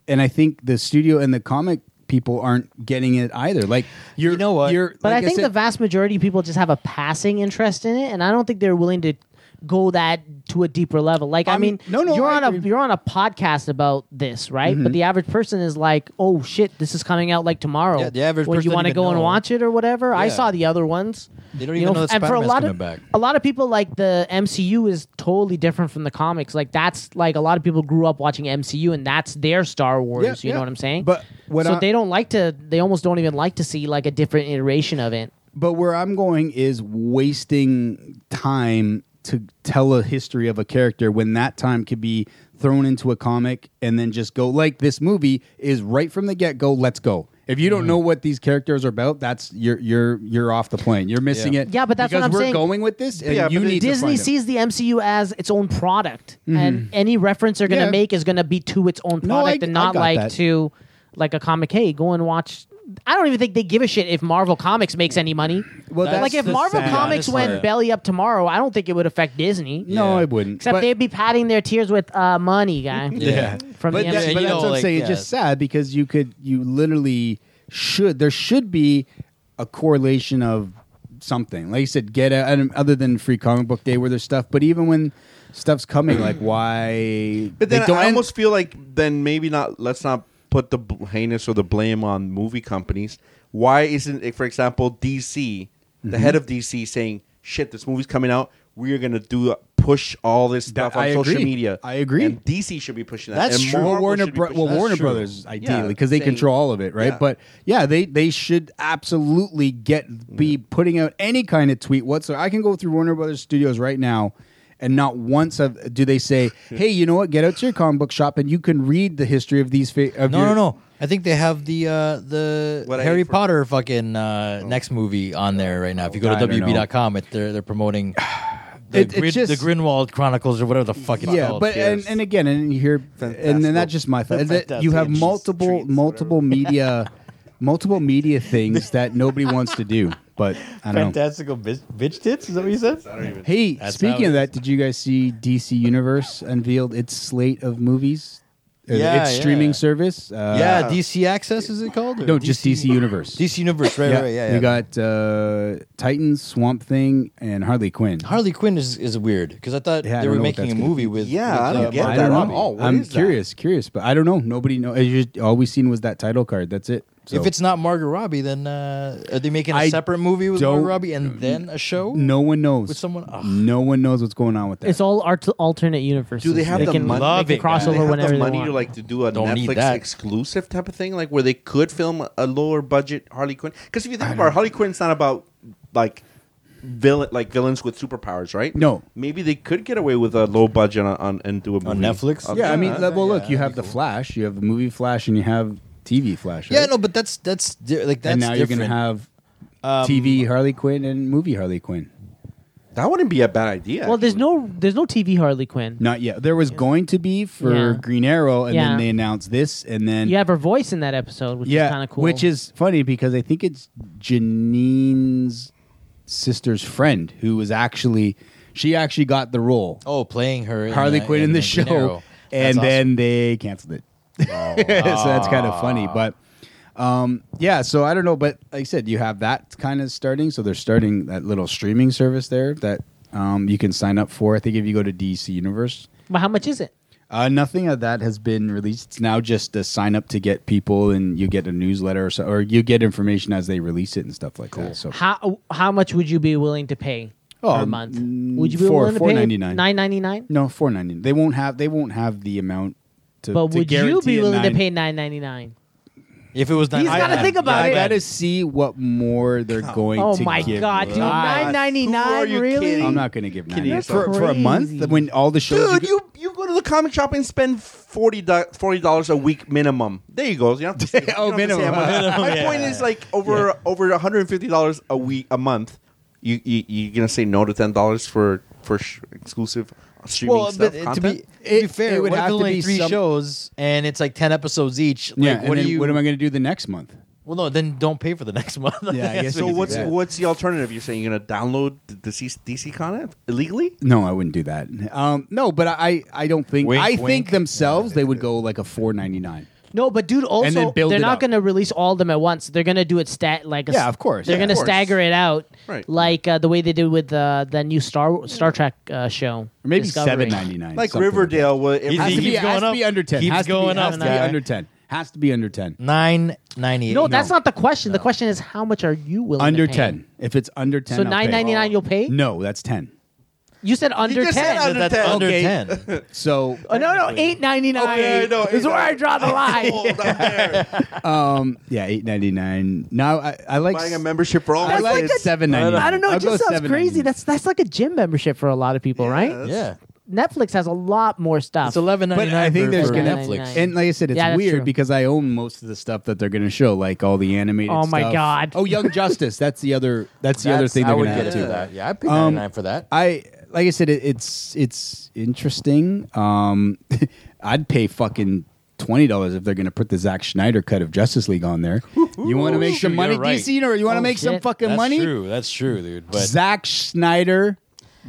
Speaker 5: and I think the studio and the comic people aren't getting it either. Like you're,
Speaker 9: know what?
Speaker 5: You're,
Speaker 3: But
Speaker 5: like
Speaker 3: I think
Speaker 5: said-
Speaker 3: the vast majority of people just have a passing interest in it, and I don't think they're willing to go that to a deeper level. Like, I
Speaker 5: I'm-
Speaker 3: mean,
Speaker 5: no, no,
Speaker 3: you're
Speaker 5: I
Speaker 3: on a
Speaker 5: agree. Mm-hmm.
Speaker 3: you're on a podcast about this, right? But the average person is like, "Oh shit, this is coming out like tomorrow."
Speaker 9: Yeah, the average
Speaker 3: when
Speaker 9: person
Speaker 3: you want to
Speaker 9: even
Speaker 3: go and
Speaker 9: know.
Speaker 3: watch it or whatever. I
Speaker 9: Yeah.
Speaker 3: saw the other ones.
Speaker 9: They don't
Speaker 3: You
Speaker 9: even know that
Speaker 3: and for a
Speaker 9: Spider-Man's
Speaker 3: lot
Speaker 9: coming
Speaker 3: of
Speaker 9: back.
Speaker 3: a lot of people like the MCU is totally different from the comics. Like that's like a lot of people grew up watching MCU and that's their Star Wars.
Speaker 5: Yeah,
Speaker 3: you
Speaker 5: yeah.
Speaker 3: know what I'm saying?
Speaker 5: But what
Speaker 3: so
Speaker 5: I-
Speaker 3: they don't like to. They almost don't even like to see like a different iteration of it.
Speaker 5: but where I'm going is wasting time to tell a history of a character when that time could be thrown into a comic and then just go like this movie is right from the get go. Let's go. If you don't know what these characters are about, that's you're you're you're off the plane. You're missing
Speaker 9: Yeah.
Speaker 5: it.
Speaker 3: Yeah, but that's what
Speaker 5: because
Speaker 3: I'm
Speaker 5: we're
Speaker 3: saying.
Speaker 5: going with this, and
Speaker 2: Yeah,
Speaker 5: you
Speaker 2: but
Speaker 5: need to
Speaker 3: Disney
Speaker 5: find it. Mm-hmm.
Speaker 3: sees the MCU as its own product, and any reference they're going to
Speaker 5: Yeah.
Speaker 3: make is going to be to its own product,
Speaker 5: No, I-
Speaker 3: and
Speaker 5: I
Speaker 3: not
Speaker 5: got
Speaker 3: like
Speaker 5: that.
Speaker 3: to like a comic. Hey, go and watch. I don't even think they give a shit if Marvel Comics makes any money.
Speaker 5: Well,
Speaker 9: That's
Speaker 3: like if
Speaker 9: the
Speaker 3: Marvel
Speaker 9: sad
Speaker 3: Comics
Speaker 9: part.
Speaker 3: went belly up tomorrow, I don't think it would affect Disney.
Speaker 5: No,
Speaker 9: Yeah.
Speaker 5: it wouldn't.
Speaker 3: Except
Speaker 5: But-
Speaker 3: they'd be patting their tears with uh, money, guy.
Speaker 9: Yeah.
Speaker 3: From
Speaker 5: but,
Speaker 3: the
Speaker 5: that-
Speaker 3: MCU.
Speaker 5: but that's
Speaker 9: you know,
Speaker 5: what I'm
Speaker 9: like,
Speaker 5: saying. It's
Speaker 9: yeah.
Speaker 5: just sad because you could, you literally should. There should be a correlation of something. Like you said, get out, and other than Free Comic Book Day where there's stuff. But even when stuff's coming, like why?
Speaker 2: But
Speaker 5: they
Speaker 2: then
Speaker 5: don't-
Speaker 2: I almost feel like then maybe not. Let's not put the bl- heinous or the blame on movie companies. Why isn't, it, for example, DC,
Speaker 5: Mm-hmm.
Speaker 2: the head of DC, saying, "Shit, this movie's coming out. We're gonna do push all this
Speaker 5: That-
Speaker 2: stuff on
Speaker 5: I
Speaker 2: social
Speaker 5: agree.
Speaker 2: media."
Speaker 5: I agree.
Speaker 2: And DC should be pushing that.
Speaker 9: That's
Speaker 2: and
Speaker 9: true.
Speaker 2: Marvel
Speaker 5: Well, Warner,
Speaker 2: should be
Speaker 5: Bro-
Speaker 2: pushing
Speaker 5: well,
Speaker 2: that.
Speaker 5: Warner
Speaker 2: That's true.
Speaker 5: Brothers, ideally,
Speaker 2: Yeah,
Speaker 5: because they
Speaker 2: saying-
Speaker 5: control all of it, right?
Speaker 2: Yeah.
Speaker 5: But yeah, they they should absolutely get be putting out any kind of tweet whatsoever. I can go through Warner Brothers Studios right now, and not once of, do they
Speaker 2: [laughs]
Speaker 5: say, "Hey, you know what? Get out to your comic book shop and you can read the history of these." Fa- of
Speaker 9: No,
Speaker 5: your-
Speaker 9: no, no. I think they have the uh, the
Speaker 2: What I
Speaker 9: Harry
Speaker 2: ate for- Oh.
Speaker 9: Potter fucking uh, next movie on there right now. If you go
Speaker 5: I
Speaker 9: to
Speaker 5: don't know.
Speaker 9: WB.com, it, they're
Speaker 2: [sighs]
Speaker 9: they're promoting the,
Speaker 5: It- it's
Speaker 9: Grin-
Speaker 5: just-
Speaker 9: the Grinwald Chronicles or whatever the fuck it's
Speaker 5: Yeah,
Speaker 9: called.
Speaker 5: but and, and again, and you hear, and then that's just my thought. That you have
Speaker 2: Fantastic
Speaker 5: multiple
Speaker 2: treats,
Speaker 5: multiple media, multiple media things that nobody wants to do. But I don't know.
Speaker 9: fantastical bitch, bitch tits. Is that what you said?
Speaker 5: Hey,
Speaker 9: That's how
Speaker 5: speaking
Speaker 9: it
Speaker 5: of
Speaker 9: is.
Speaker 5: that, did you guys see DC Universe unveiled its slate of movies? Uh,
Speaker 9: Yeah,
Speaker 5: its
Speaker 9: yeah.
Speaker 5: streaming service. Uh,
Speaker 9: yeah, DC Access is it called? or
Speaker 5: no, just DC Universe.
Speaker 9: DC Universe. Right, right, yeah, yeah.
Speaker 5: We got uh, Titans, Swamp Thing, and Harley Quinn.
Speaker 9: Harley Quinn is, is weird because I thought
Speaker 5: Yeah, I
Speaker 9: they
Speaker 5: don't
Speaker 9: were
Speaker 5: know what
Speaker 9: making
Speaker 5: that's
Speaker 9: a
Speaker 5: gonna
Speaker 9: movie
Speaker 5: be.
Speaker 9: with
Speaker 2: Yeah, I
Speaker 9: with,
Speaker 2: don't
Speaker 9: uh,
Speaker 2: get
Speaker 5: I
Speaker 9: Margot
Speaker 5: don't
Speaker 2: that.
Speaker 5: know.
Speaker 9: Robbie.
Speaker 2: all. What
Speaker 5: I'm
Speaker 2: is that?
Speaker 5: curious, curious, but I don't know. Nobody knows. Just, all we've seen was that title card. That's it. So-
Speaker 9: If it's not Margot Robbie, then uh, are they making a
Speaker 5: I
Speaker 9: separate movie with
Speaker 5: don't-
Speaker 9: Margot Robbie and then a show?
Speaker 5: no one knows.
Speaker 9: With someone- Ugh.
Speaker 5: no one knows what's going on with that.
Speaker 3: It's all art- alternate universes.
Speaker 2: Do they have the
Speaker 3: can,
Speaker 2: money?
Speaker 9: Love
Speaker 3: they
Speaker 9: it,
Speaker 3: can cross
Speaker 9: guys.
Speaker 2: Do they
Speaker 3: over
Speaker 2: have
Speaker 3: whenever
Speaker 2: the
Speaker 3: they
Speaker 2: money
Speaker 3: want.
Speaker 2: to like to do a
Speaker 9: Don't need
Speaker 2: Netflix
Speaker 9: that.
Speaker 2: exclusive type of thing, like where they could film a lower budget Harley Quinn. Because if you think about it, Harley Quinn's not about like villain like villains with superpowers, right?
Speaker 5: No.
Speaker 2: maybe they could get away with a low budget on, on and do a movie.
Speaker 9: On Netflix?
Speaker 5: yeah, I mean,
Speaker 9: Yeah,
Speaker 5: well, look,
Speaker 9: yeah,
Speaker 5: you have
Speaker 9: that'd
Speaker 5: the Flash, you have the movie Flash, and you have TV Flash.
Speaker 9: Yeah,
Speaker 5: right?
Speaker 9: no, but that's that's di- like that's
Speaker 5: and now you're
Speaker 9: different. Um,
Speaker 5: gonna have TV Harley Quinn and movie Harley Quinn.
Speaker 2: that wouldn't be a bad idea.
Speaker 3: Well, there's
Speaker 2: actually.
Speaker 3: no there's no TV Harley Quinn.
Speaker 5: Not yet. There was going to be for
Speaker 3: Yeah.
Speaker 5: Green Arrow, and
Speaker 3: Yeah.
Speaker 5: then they announced this, and then
Speaker 3: You have her voice in that episode, which
Speaker 5: yeah,
Speaker 3: is kind of cool.
Speaker 5: which is funny because I think it's Janine's sister's friend who was actually she actually got the role
Speaker 9: oh, playing her in
Speaker 5: Harley
Speaker 9: the-
Speaker 5: Quinn in
Speaker 9: in
Speaker 5: the
Speaker 9: Green
Speaker 5: show,
Speaker 9: Arrow.
Speaker 5: and
Speaker 9: That's
Speaker 5: then they canceled it. [laughs] so that's kind of funny, but. Um, yeah, so I don't know, but like I said, you have that kind of starting. So they're starting that little streaming service there that um, you can sign up for. I think if you go to DC Universe,
Speaker 3: but how much is it?
Speaker 5: uh, nothing of that has been released. It's now just a sign up to get people, and you get a newsletter or so, or you get information as they release it and stuff like that. So
Speaker 3: How how much would you be willing to pay?
Speaker 5: Oh,
Speaker 3: per month.
Speaker 5: mm,
Speaker 3: Would you be
Speaker 5: four- Mm,
Speaker 3: willing to pay
Speaker 5: $4.99.
Speaker 3: nine ninety nine?
Speaker 5: No, four ninety. They won't have. They won't have the amount to.
Speaker 3: But
Speaker 5: to
Speaker 3: would you
Speaker 5: guarantee
Speaker 3: be
Speaker 5: a
Speaker 3: willing to
Speaker 5: nine-
Speaker 3: pay nine ninety nine?
Speaker 9: If it was
Speaker 3: He's
Speaker 9: I-
Speaker 3: gotta
Speaker 9: I-
Speaker 3: think about
Speaker 5: I
Speaker 3: it.
Speaker 5: gotta see what more they're going
Speaker 3: Oh
Speaker 5: to
Speaker 3: my
Speaker 5: give
Speaker 3: god,
Speaker 5: me.
Speaker 3: dude! Nine ninety
Speaker 2: Who are
Speaker 3: nine,
Speaker 2: you
Speaker 3: really?
Speaker 2: kidding?
Speaker 5: I'm not gonna give nine
Speaker 2: you
Speaker 5: for,
Speaker 3: stop?
Speaker 5: for a month
Speaker 3: Crazy.
Speaker 5: when all the shows.
Speaker 2: Dude,
Speaker 5: go-
Speaker 2: you you go to the comic shop and spend forty dollars a week minimum. There you go. You don't have to say, [laughs] you
Speaker 5: Oh,
Speaker 2: don't have to say
Speaker 5: minimum.
Speaker 2: how much.
Speaker 9: Minimum,
Speaker 2: My
Speaker 9: yeah.
Speaker 2: point is like over over one hundred and fifty dollars a week a month. You you you gonna say no to ten dollars for for sh- exclusive streaming
Speaker 9: Well,
Speaker 2: stuff?
Speaker 9: but to
Speaker 2: content?
Speaker 9: be, to be
Speaker 5: It-
Speaker 9: fair,
Speaker 5: it would
Speaker 9: what if
Speaker 5: have
Speaker 9: it's
Speaker 5: to
Speaker 9: only
Speaker 5: be
Speaker 9: three
Speaker 5: some-
Speaker 9: shows and it's like ten episodes each.
Speaker 5: yeah,
Speaker 9: like,
Speaker 5: and
Speaker 9: what do
Speaker 5: then
Speaker 9: you?
Speaker 5: What am I gonna do the next month?
Speaker 9: well, no, then don't pay for the [laughs] next month.
Speaker 5: Yeah, I guess
Speaker 2: so
Speaker 5: we could
Speaker 2: what's
Speaker 5: do that.
Speaker 2: what's the alternative? You're saying you're gonna download the DC, DC content illegally?
Speaker 5: No, I wouldn't do that. Um, no, but I, I don't think
Speaker 9: Wink,
Speaker 5: I
Speaker 9: wink.
Speaker 5: think themselves they would go like a four ninety nine.
Speaker 3: No, but dude, also
Speaker 5: then build
Speaker 3: they're
Speaker 5: it
Speaker 3: not
Speaker 5: up.
Speaker 3: going to release all of them at once. They're going to do it stat like a,
Speaker 5: Yeah, of course.
Speaker 3: They're
Speaker 5: Yeah,
Speaker 3: going to
Speaker 2: of course.
Speaker 3: stagger it out,
Speaker 2: Right.
Speaker 3: Like uh, the way they did with uh, the new Star Star Trek uh, show,
Speaker 5: Or maybe
Speaker 3: Discovery.
Speaker 5: seven ninety nine.
Speaker 2: Like Riverdale, where it
Speaker 9: You
Speaker 5: Has
Speaker 9: He
Speaker 5: to be
Speaker 2: [laughs]
Speaker 9: keeps
Speaker 5: has to
Speaker 9: going
Speaker 5: be
Speaker 9: up.
Speaker 5: under ten.
Speaker 9: Keeps
Speaker 5: has to be-
Speaker 9: going
Speaker 5: has
Speaker 9: up,
Speaker 5: to be
Speaker 9: guy.
Speaker 5: under ten. Has to be under ten.
Speaker 9: nine ninety eight.
Speaker 3: No, that's not the question. The question is how much are you willing
Speaker 5: Under
Speaker 3: to pay?
Speaker 5: ten. If it's under ten,
Speaker 3: So
Speaker 5: I'll pay.
Speaker 3: nine ninety nine, you'll pay.
Speaker 5: No, that's ten.
Speaker 3: You said under
Speaker 2: just said
Speaker 3: ten.
Speaker 2: under
Speaker 9: That's
Speaker 2: 10.
Speaker 9: under
Speaker 2: Okay.
Speaker 9: [laughs] ten.
Speaker 5: So
Speaker 3: Oh, no, no, eight ninety nine
Speaker 2: Okay, I know,
Speaker 3: is where I draw
Speaker 2: [laughs]
Speaker 3: the line.
Speaker 2: Oh, not [laughs] there.
Speaker 5: yeah, eight ninety nine. Now I, I like
Speaker 2: buying a membership for all
Speaker 5: I
Speaker 2: my
Speaker 5: like
Speaker 2: kids.
Speaker 5: it seven ninety nine.
Speaker 3: I don't know. It just sounds crazy. That's that's like a gym membership for a lot of people, right?
Speaker 9: yeah,
Speaker 3: Netflix has a lot more stuff.
Speaker 9: it's eleven
Speaker 5: But
Speaker 9: ninety nine.
Speaker 5: I think there's
Speaker 9: for
Speaker 5: gonna
Speaker 9: Netflix.
Speaker 5: and like I said, it's
Speaker 3: Yeah, that's
Speaker 5: weird
Speaker 3: true.
Speaker 5: because I own most of the stuff that they're going to show, like all the animated.
Speaker 3: Oh, my
Speaker 5: stuff.
Speaker 3: God.
Speaker 5: Oh, Young Justice. That's the other. That's the other
Speaker 9: That's-
Speaker 5: thing
Speaker 9: I
Speaker 5: they're
Speaker 9: would
Speaker 5: going to
Speaker 9: get
Speaker 5: add to
Speaker 9: into
Speaker 5: that.
Speaker 9: that. Yeah, I paid
Speaker 5: Um,
Speaker 9: ninety nine for that.
Speaker 5: I like I said, it, it's it's interesting. Um, [laughs] I'd pay fucking twenty dollars if they're going to put the Zack Schneider cut of Justice League on there. you want to make some
Speaker 9: Shoot,
Speaker 5: money,
Speaker 9: you're right.
Speaker 5: DC, or you want to
Speaker 3: Oh,
Speaker 5: make some
Speaker 3: shit.
Speaker 5: fucking
Speaker 9: That's
Speaker 5: money?
Speaker 9: true. That's true, dude. But
Speaker 5: Zack Schneider,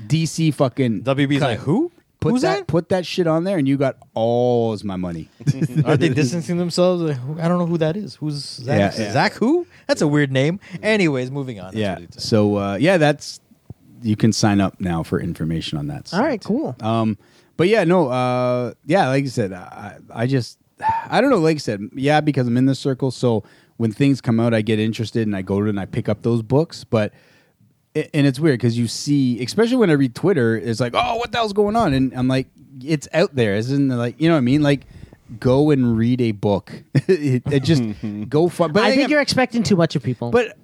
Speaker 5: DC fucking
Speaker 9: WB's
Speaker 5: cut.
Speaker 9: like, who?
Speaker 5: Put
Speaker 9: Who's
Speaker 5: that,
Speaker 9: that?
Speaker 5: Put that shit on there, and you got all my money.
Speaker 9: Are they distancing themselves? Like, who- I don't know who that is. Who's Zach?
Speaker 5: Yeah, yeah.
Speaker 9: Zach who? That's a weird name. Anyways, moving on. That's
Speaker 5: yeah.
Speaker 9: what he said.
Speaker 5: So uh, yeah, that's you can sign up now for information on that.
Speaker 3: All right,
Speaker 5: site.
Speaker 3: cool.
Speaker 5: Um, but yeah, no, uh, yeah, like you said, I, I just, [sighs] I don't know, like you said, yeah, because I'm in this circle. So when things come out, I get interested and I go to and I pick up those books. But a- and it's weird because you see, especially when I read Twitter, it's like, oh, what the hell's going on? And I'm like, it's out there, isn't it? Like, you know what I mean? Like, go and read a book. [laughs] it, it
Speaker 9: [laughs]
Speaker 5: just go far. But
Speaker 3: I think
Speaker 5: I'm-
Speaker 3: you're expecting too much of people.
Speaker 5: but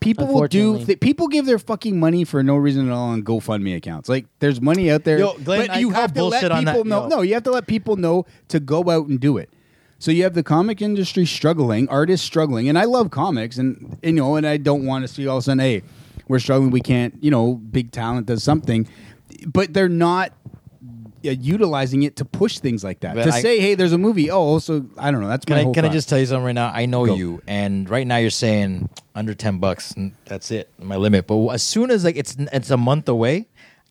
Speaker 5: people will do.
Speaker 3: Unfortunately.
Speaker 5: Th- people give their fucking money for no reason at all on GoFundMe accounts. Like there's money out there.
Speaker 9: Yo, Glenn,
Speaker 5: but you
Speaker 9: I
Speaker 5: have to
Speaker 9: call
Speaker 5: let
Speaker 9: bullshit
Speaker 5: people
Speaker 9: on that,
Speaker 5: know.
Speaker 9: yo.
Speaker 5: No, you have to let people know to go out and do it. So you have the comic industry struggling, artists struggling, and I love comics, and you know, and I don't want to see all of a sudden, hey, we're struggling, we can't, you know, big talent does something, but they're not uh, utilizing it to push things like that.
Speaker 9: But
Speaker 5: to
Speaker 9: I-
Speaker 5: say, hey, there's a movie. Oh, also, I don't know. That's
Speaker 9: Can
Speaker 5: my
Speaker 9: I,
Speaker 5: whole
Speaker 9: can I
Speaker 5: thought.
Speaker 9: just tell you something right now? I know
Speaker 5: Go.
Speaker 9: you, and right now you're saying under ten bucks. And that's it, my limit. But as soon as like it's it's a month away,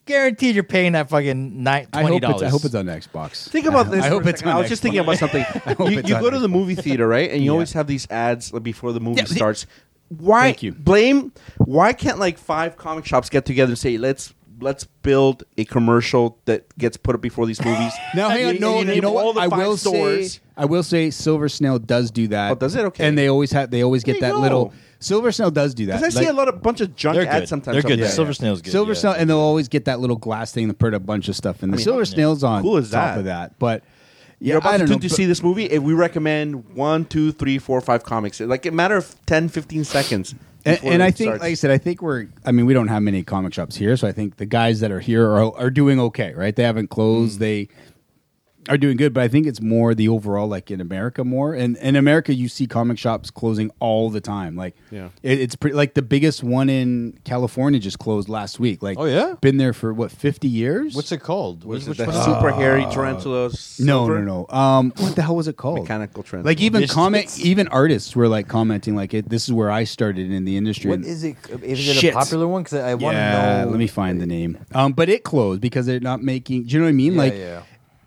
Speaker 9: guaranteed you're paying that fucking nine,
Speaker 5: I hope
Speaker 9: twenty
Speaker 5: it's
Speaker 9: dollars.
Speaker 5: I hope it's on Xbox.
Speaker 2: Think about this.
Speaker 5: I
Speaker 2: for
Speaker 5: hope
Speaker 2: a
Speaker 5: it's
Speaker 2: second.
Speaker 5: on
Speaker 2: I was just
Speaker 5: Xbox.
Speaker 2: thinking
Speaker 5: [laughs]
Speaker 2: about something.
Speaker 5: hope
Speaker 2: you
Speaker 5: it's
Speaker 2: you
Speaker 5: on
Speaker 2: go to the movie theater, right? And you always have these ads like, before the movie
Speaker 9: Yeah, the-
Speaker 2: starts. Why
Speaker 5: Thank you.
Speaker 2: blame? Why can't like five comic shops get together and say let's let's build a commercial that gets put up before these movies?
Speaker 5: [laughs] Now, hang on.
Speaker 2: You-
Speaker 5: No,
Speaker 2: you
Speaker 5: you,
Speaker 2: name
Speaker 5: know
Speaker 2: all
Speaker 5: what?
Speaker 2: the
Speaker 5: I
Speaker 2: five
Speaker 5: will
Speaker 2: stores.
Speaker 5: say, I will say, Silver Snail does do that.
Speaker 2: Oh, does it? Okay.
Speaker 5: And they always have, they always get
Speaker 2: There you
Speaker 5: that little.
Speaker 2: go.
Speaker 5: Silver Snail does do that.
Speaker 2: Because I see
Speaker 5: Like,
Speaker 2: a lot of bunch of junk
Speaker 9: They're
Speaker 2: ads
Speaker 9: good.
Speaker 2: sometimes.
Speaker 9: They're
Speaker 2: up
Speaker 9: good.
Speaker 2: there.
Speaker 9: The Silver Snail's good.
Speaker 5: Silver
Speaker 9: yeah.
Speaker 5: Snail, and they'll always get that little glass thing to put a bunch of stuff in. The Silver Snail's on
Speaker 2: cool is
Speaker 5: top
Speaker 2: that?
Speaker 5: of that, but yeah,
Speaker 2: You're about
Speaker 5: I don't
Speaker 2: to,
Speaker 5: know.
Speaker 2: to
Speaker 5: but-
Speaker 2: see this movie, and we recommend one, two, three, four, five comics. Like a matter of 10, 15 seconds.
Speaker 5: and,
Speaker 2: before
Speaker 5: and
Speaker 2: it
Speaker 5: I think,
Speaker 2: starts.
Speaker 5: like I said, I think we're. I mean, we don't have many comic shops here, so I think the guys that are here are are doing okay, right? They haven't
Speaker 9: Mm.
Speaker 5: closed. They are doing good, but I think it's more the overall, like in America, more and in America, you see comic shops closing all the time. Like,
Speaker 2: Yeah.
Speaker 5: it, it's pretty like the biggest one in California just closed last week. Like,
Speaker 9: Oh, yeah?
Speaker 5: been there for what fifty years?
Speaker 9: What's it called?
Speaker 2: Was
Speaker 9: Which,
Speaker 2: it
Speaker 9: which
Speaker 2: the
Speaker 9: one?
Speaker 2: super hairy tarantula.
Speaker 5: Ah. No,
Speaker 2: silver?
Speaker 5: no, no. Um, what the hell was it called?
Speaker 2: Mechanical transformer.
Speaker 5: Like even
Speaker 9: It's-
Speaker 5: comment,
Speaker 9: it's-
Speaker 5: even artists were like commenting, like it, this is where I started in the industry.
Speaker 9: What
Speaker 5: and-
Speaker 9: is it? Is it
Speaker 5: Shit.
Speaker 9: a popular one? Because I, I want to know.
Speaker 5: Let me find the name. Um, but it closed because they're not making. Do you know what I mean?
Speaker 9: Yeah,
Speaker 5: like,
Speaker 9: yeah.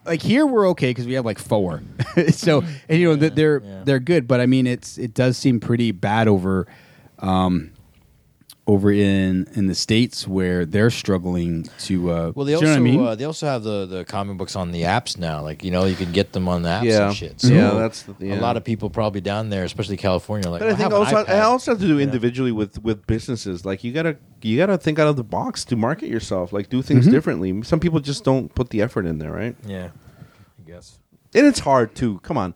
Speaker 5: like here we're okay because we have like four. [laughs] so and you know that they're
Speaker 9: Mm-hmm. yeah.
Speaker 5: they're good, but I mean it's it does seem pretty bad over. Um, over in in the states where they're struggling to. Uh,
Speaker 9: Well,
Speaker 5: do
Speaker 9: they
Speaker 5: you
Speaker 9: also
Speaker 5: know what I mean?
Speaker 9: uh, they also have the, the comic books on the apps now. Like you know, you can get them on the apps
Speaker 2: Yeah.
Speaker 9: and shit. So
Speaker 2: Yeah, that's the- yeah.
Speaker 9: a lot of people probably down there, especially California. are Like,
Speaker 2: But I
Speaker 9: well,
Speaker 2: think
Speaker 9: have an
Speaker 2: also
Speaker 9: iPad.
Speaker 2: I also have to do individually with with businesses. Like you gotta you gotta think out of the box to market yourself. Like do
Speaker 9: Mm-hmm.
Speaker 2: things differently. Some people just don't put the effort in there, right?
Speaker 9: yeah, I guess.
Speaker 2: And it's hard too. Come on,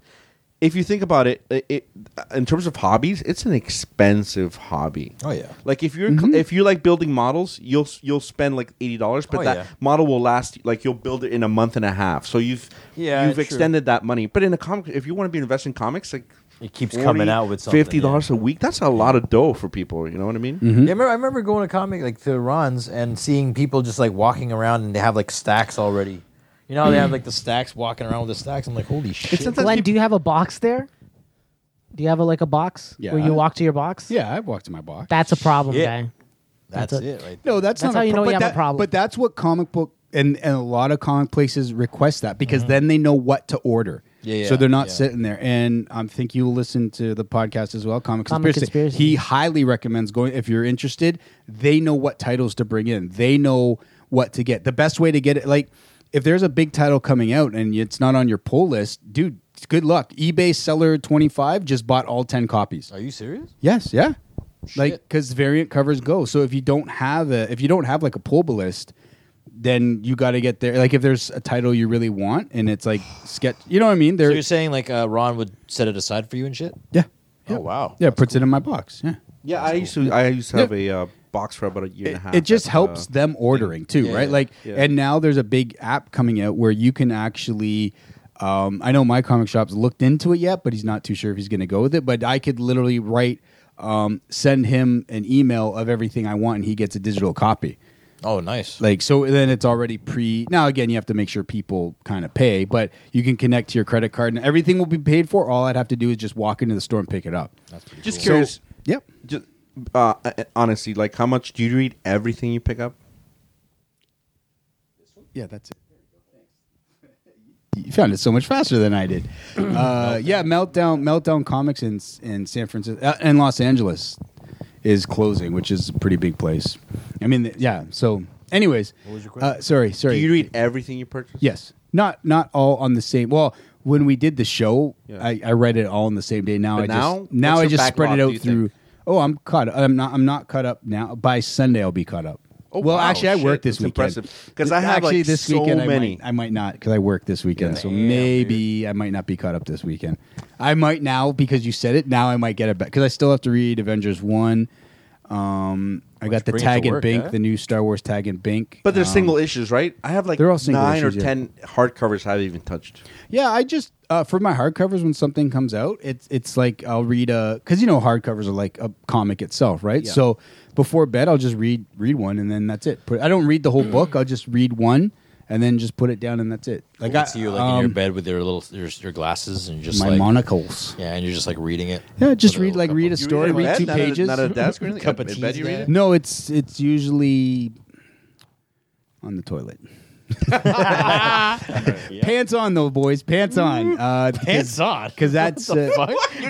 Speaker 2: if you think about it, it, it in terms of hobbies, it's an expensive hobby.
Speaker 9: Oh, yeah.
Speaker 2: Like if you're
Speaker 5: Mm-hmm.
Speaker 2: if you like building models, you'll you'll spend like eighty dollars, but
Speaker 9: Oh,
Speaker 2: that
Speaker 9: yeah.
Speaker 2: model will last like you'll build it in a month and a half. So you've
Speaker 9: Yeah,
Speaker 2: you've
Speaker 9: true.
Speaker 2: extended that money. But in a comic, if you want to be investing in comics, like
Speaker 9: It keeps coming out with something,
Speaker 2: fifty dollars
Speaker 9: yeah.
Speaker 2: a week. That's a lot of dough for people. You know what I mean?
Speaker 5: Mm-hmm.
Speaker 9: Yeah, I remember, I remember going to comic like to Ron's and seeing people just like walking around and they have like stacks already. You know, how they have like the stacks walking around with the stacks. I'm like, holy shit!
Speaker 2: sometimes
Speaker 3: Glenn,
Speaker 2: people-
Speaker 3: do you have a box there? Do you have a, like a box
Speaker 5: Yeah.
Speaker 3: where you walk to your box?
Speaker 5: yeah, I walked to my box.
Speaker 3: That's a problem,
Speaker 9: Yeah.
Speaker 3: guy.
Speaker 9: that's
Speaker 3: that's a-
Speaker 9: it, right?
Speaker 5: No, that's,
Speaker 3: That's
Speaker 5: not
Speaker 3: how
Speaker 5: a
Speaker 3: you know
Speaker 5: but
Speaker 3: you have a
Speaker 5: that-
Speaker 3: problem.
Speaker 5: But that's what comic book and, and a lot of comic places request that because then they know what to order.
Speaker 9: Mm-hmm. Yeah,
Speaker 5: so
Speaker 9: yeah,
Speaker 5: they're not
Speaker 9: yeah.
Speaker 5: sitting there. And I think you listen to the podcast as well, Comic,
Speaker 3: Comic
Speaker 5: Conspiracy.
Speaker 3: Conspiracy.
Speaker 5: He highly recommends going if you're interested. They know what titles to bring in. They know what to get. The best way to get it, like if there's a big title coming out and it's not on your pull list, dude, good luck. eBay seller twenty five just bought all ten copies.
Speaker 9: Are you serious?
Speaker 5: Yes, yeah. Like
Speaker 9: Shit.
Speaker 5: because variant covers go. So if you don't have a if you don't have like a pull list, then you got to get there. Like if there's a title you really want and it's like sketch, you know what I mean?
Speaker 9: So
Speaker 5: There,
Speaker 9: you're saying like uh, Ron would set it aside for you and shit?
Speaker 5: yeah, yeah,
Speaker 9: Oh wow.
Speaker 5: yeah. Puts it in my box. Yeah,
Speaker 2: Yeah, I used to I used to have a uh, box for about a year and a half.
Speaker 5: it, it just
Speaker 2: at, uh,
Speaker 5: helps them ordering too,
Speaker 9: Yeah,
Speaker 5: right?
Speaker 9: yeah,
Speaker 5: Like
Speaker 2: yeah.
Speaker 5: and now there's a big app coming out where you can actually. Um, I know my comic shop's looked into it yet, but he's not too sure if he's going to go with it. But I could literally write, um, send him an email of everything I want, and he gets a digital copy.
Speaker 9: Oh nice.
Speaker 5: Like so, then it's already pre. Now again, you have to make sure people kind of pay, but you can connect to your credit card, and everything will be paid for. All I'd have to do is just walk into the store and pick it up.
Speaker 2: Just
Speaker 5: So-
Speaker 2: curious.
Speaker 5: yep.
Speaker 2: Just, uh, uh, honestly, like, how much do you read everything you pick up?
Speaker 5: Yeah, that's it. You found it so much faster than I
Speaker 2: [clears throat]
Speaker 5: did. Uh, yeah, meltdown, meltdown comics in in San Francisco uh, in Los Angeles is closing, which is a pretty big place. I mean, th- yeah. So, anyways, what was your question? Uh, sorry,
Speaker 2: Do
Speaker 5: sorry.
Speaker 2: you read everything you purchase?
Speaker 5: Yes. Not not all on the same. Well, when we did the show,
Speaker 2: Yeah.
Speaker 5: I, I read it all on the same day. Now
Speaker 2: But
Speaker 5: I
Speaker 2: now?
Speaker 5: just now
Speaker 2: What's
Speaker 5: I
Speaker 2: your
Speaker 5: just spread
Speaker 2: backlog,
Speaker 5: it
Speaker 2: do
Speaker 5: out
Speaker 2: you
Speaker 5: through.
Speaker 2: think?
Speaker 5: Oh, I'm caught. I'm not. I'm not caught up now. By Sunday, I'll be caught up.
Speaker 2: Oh,
Speaker 5: well,
Speaker 2: wow,
Speaker 5: actually, I
Speaker 2: shit,
Speaker 5: worked this
Speaker 2: that's
Speaker 5: weekend.
Speaker 2: impressive. 'Cause I have, like,
Speaker 5: actually this
Speaker 2: so
Speaker 5: weekend.
Speaker 2: many.
Speaker 5: I might, I might not because I work this weekend. so
Speaker 9: Damn,
Speaker 5: maybe I might not be caught up this weekend. I might now because you said it. Now I might get it back because I still have to read Avengers one. Um, I got the
Speaker 9: bring it to
Speaker 5: Tag and
Speaker 9: work,
Speaker 5: Bink,
Speaker 9: eh?
Speaker 5: the new Star Wars Tag and Bink.
Speaker 2: But they're
Speaker 5: Um,
Speaker 2: single issues, right? I have like
Speaker 5: They're all single
Speaker 2: nine
Speaker 5: issues,
Speaker 2: or
Speaker 5: yeah.
Speaker 2: ten hardcovers I haven't even touched.
Speaker 5: Yeah, I just uh, for my hardcovers when something comes out, it's it's like I'll read a because you know hardcovers are like a comic itself, right?
Speaker 2: Yeah.
Speaker 5: So before bed, I'll just read read one and then that's it. Put, I don't read the
Speaker 9: Mm-hmm.
Speaker 5: whole book. I'll just read one and then just put it down and that's it.
Speaker 9: Like I,
Speaker 5: I,
Speaker 9: see you like in your
Speaker 5: um,
Speaker 9: bed with your little your, your glasses and just
Speaker 5: my
Speaker 9: like
Speaker 5: monocles.
Speaker 9: yeah, and you're just like reading it.
Speaker 5: Yeah, just
Speaker 9: With a
Speaker 5: read like
Speaker 9: couple-
Speaker 5: read a
Speaker 2: You
Speaker 5: story,
Speaker 2: it
Speaker 5: read,
Speaker 2: in
Speaker 5: two
Speaker 2: bed? Not at-
Speaker 5: pages.
Speaker 2: Not at a desk or anything.
Speaker 9: Cup of
Speaker 2: In
Speaker 9: tea
Speaker 2: bed you read
Speaker 9: there.
Speaker 2: it?
Speaker 5: no, it's it's usually on the toilet.
Speaker 9: [laughs]
Speaker 5: [laughs] Pants on though, boys. Pants on. Uh,
Speaker 9: Pants on?
Speaker 5: because that's uh,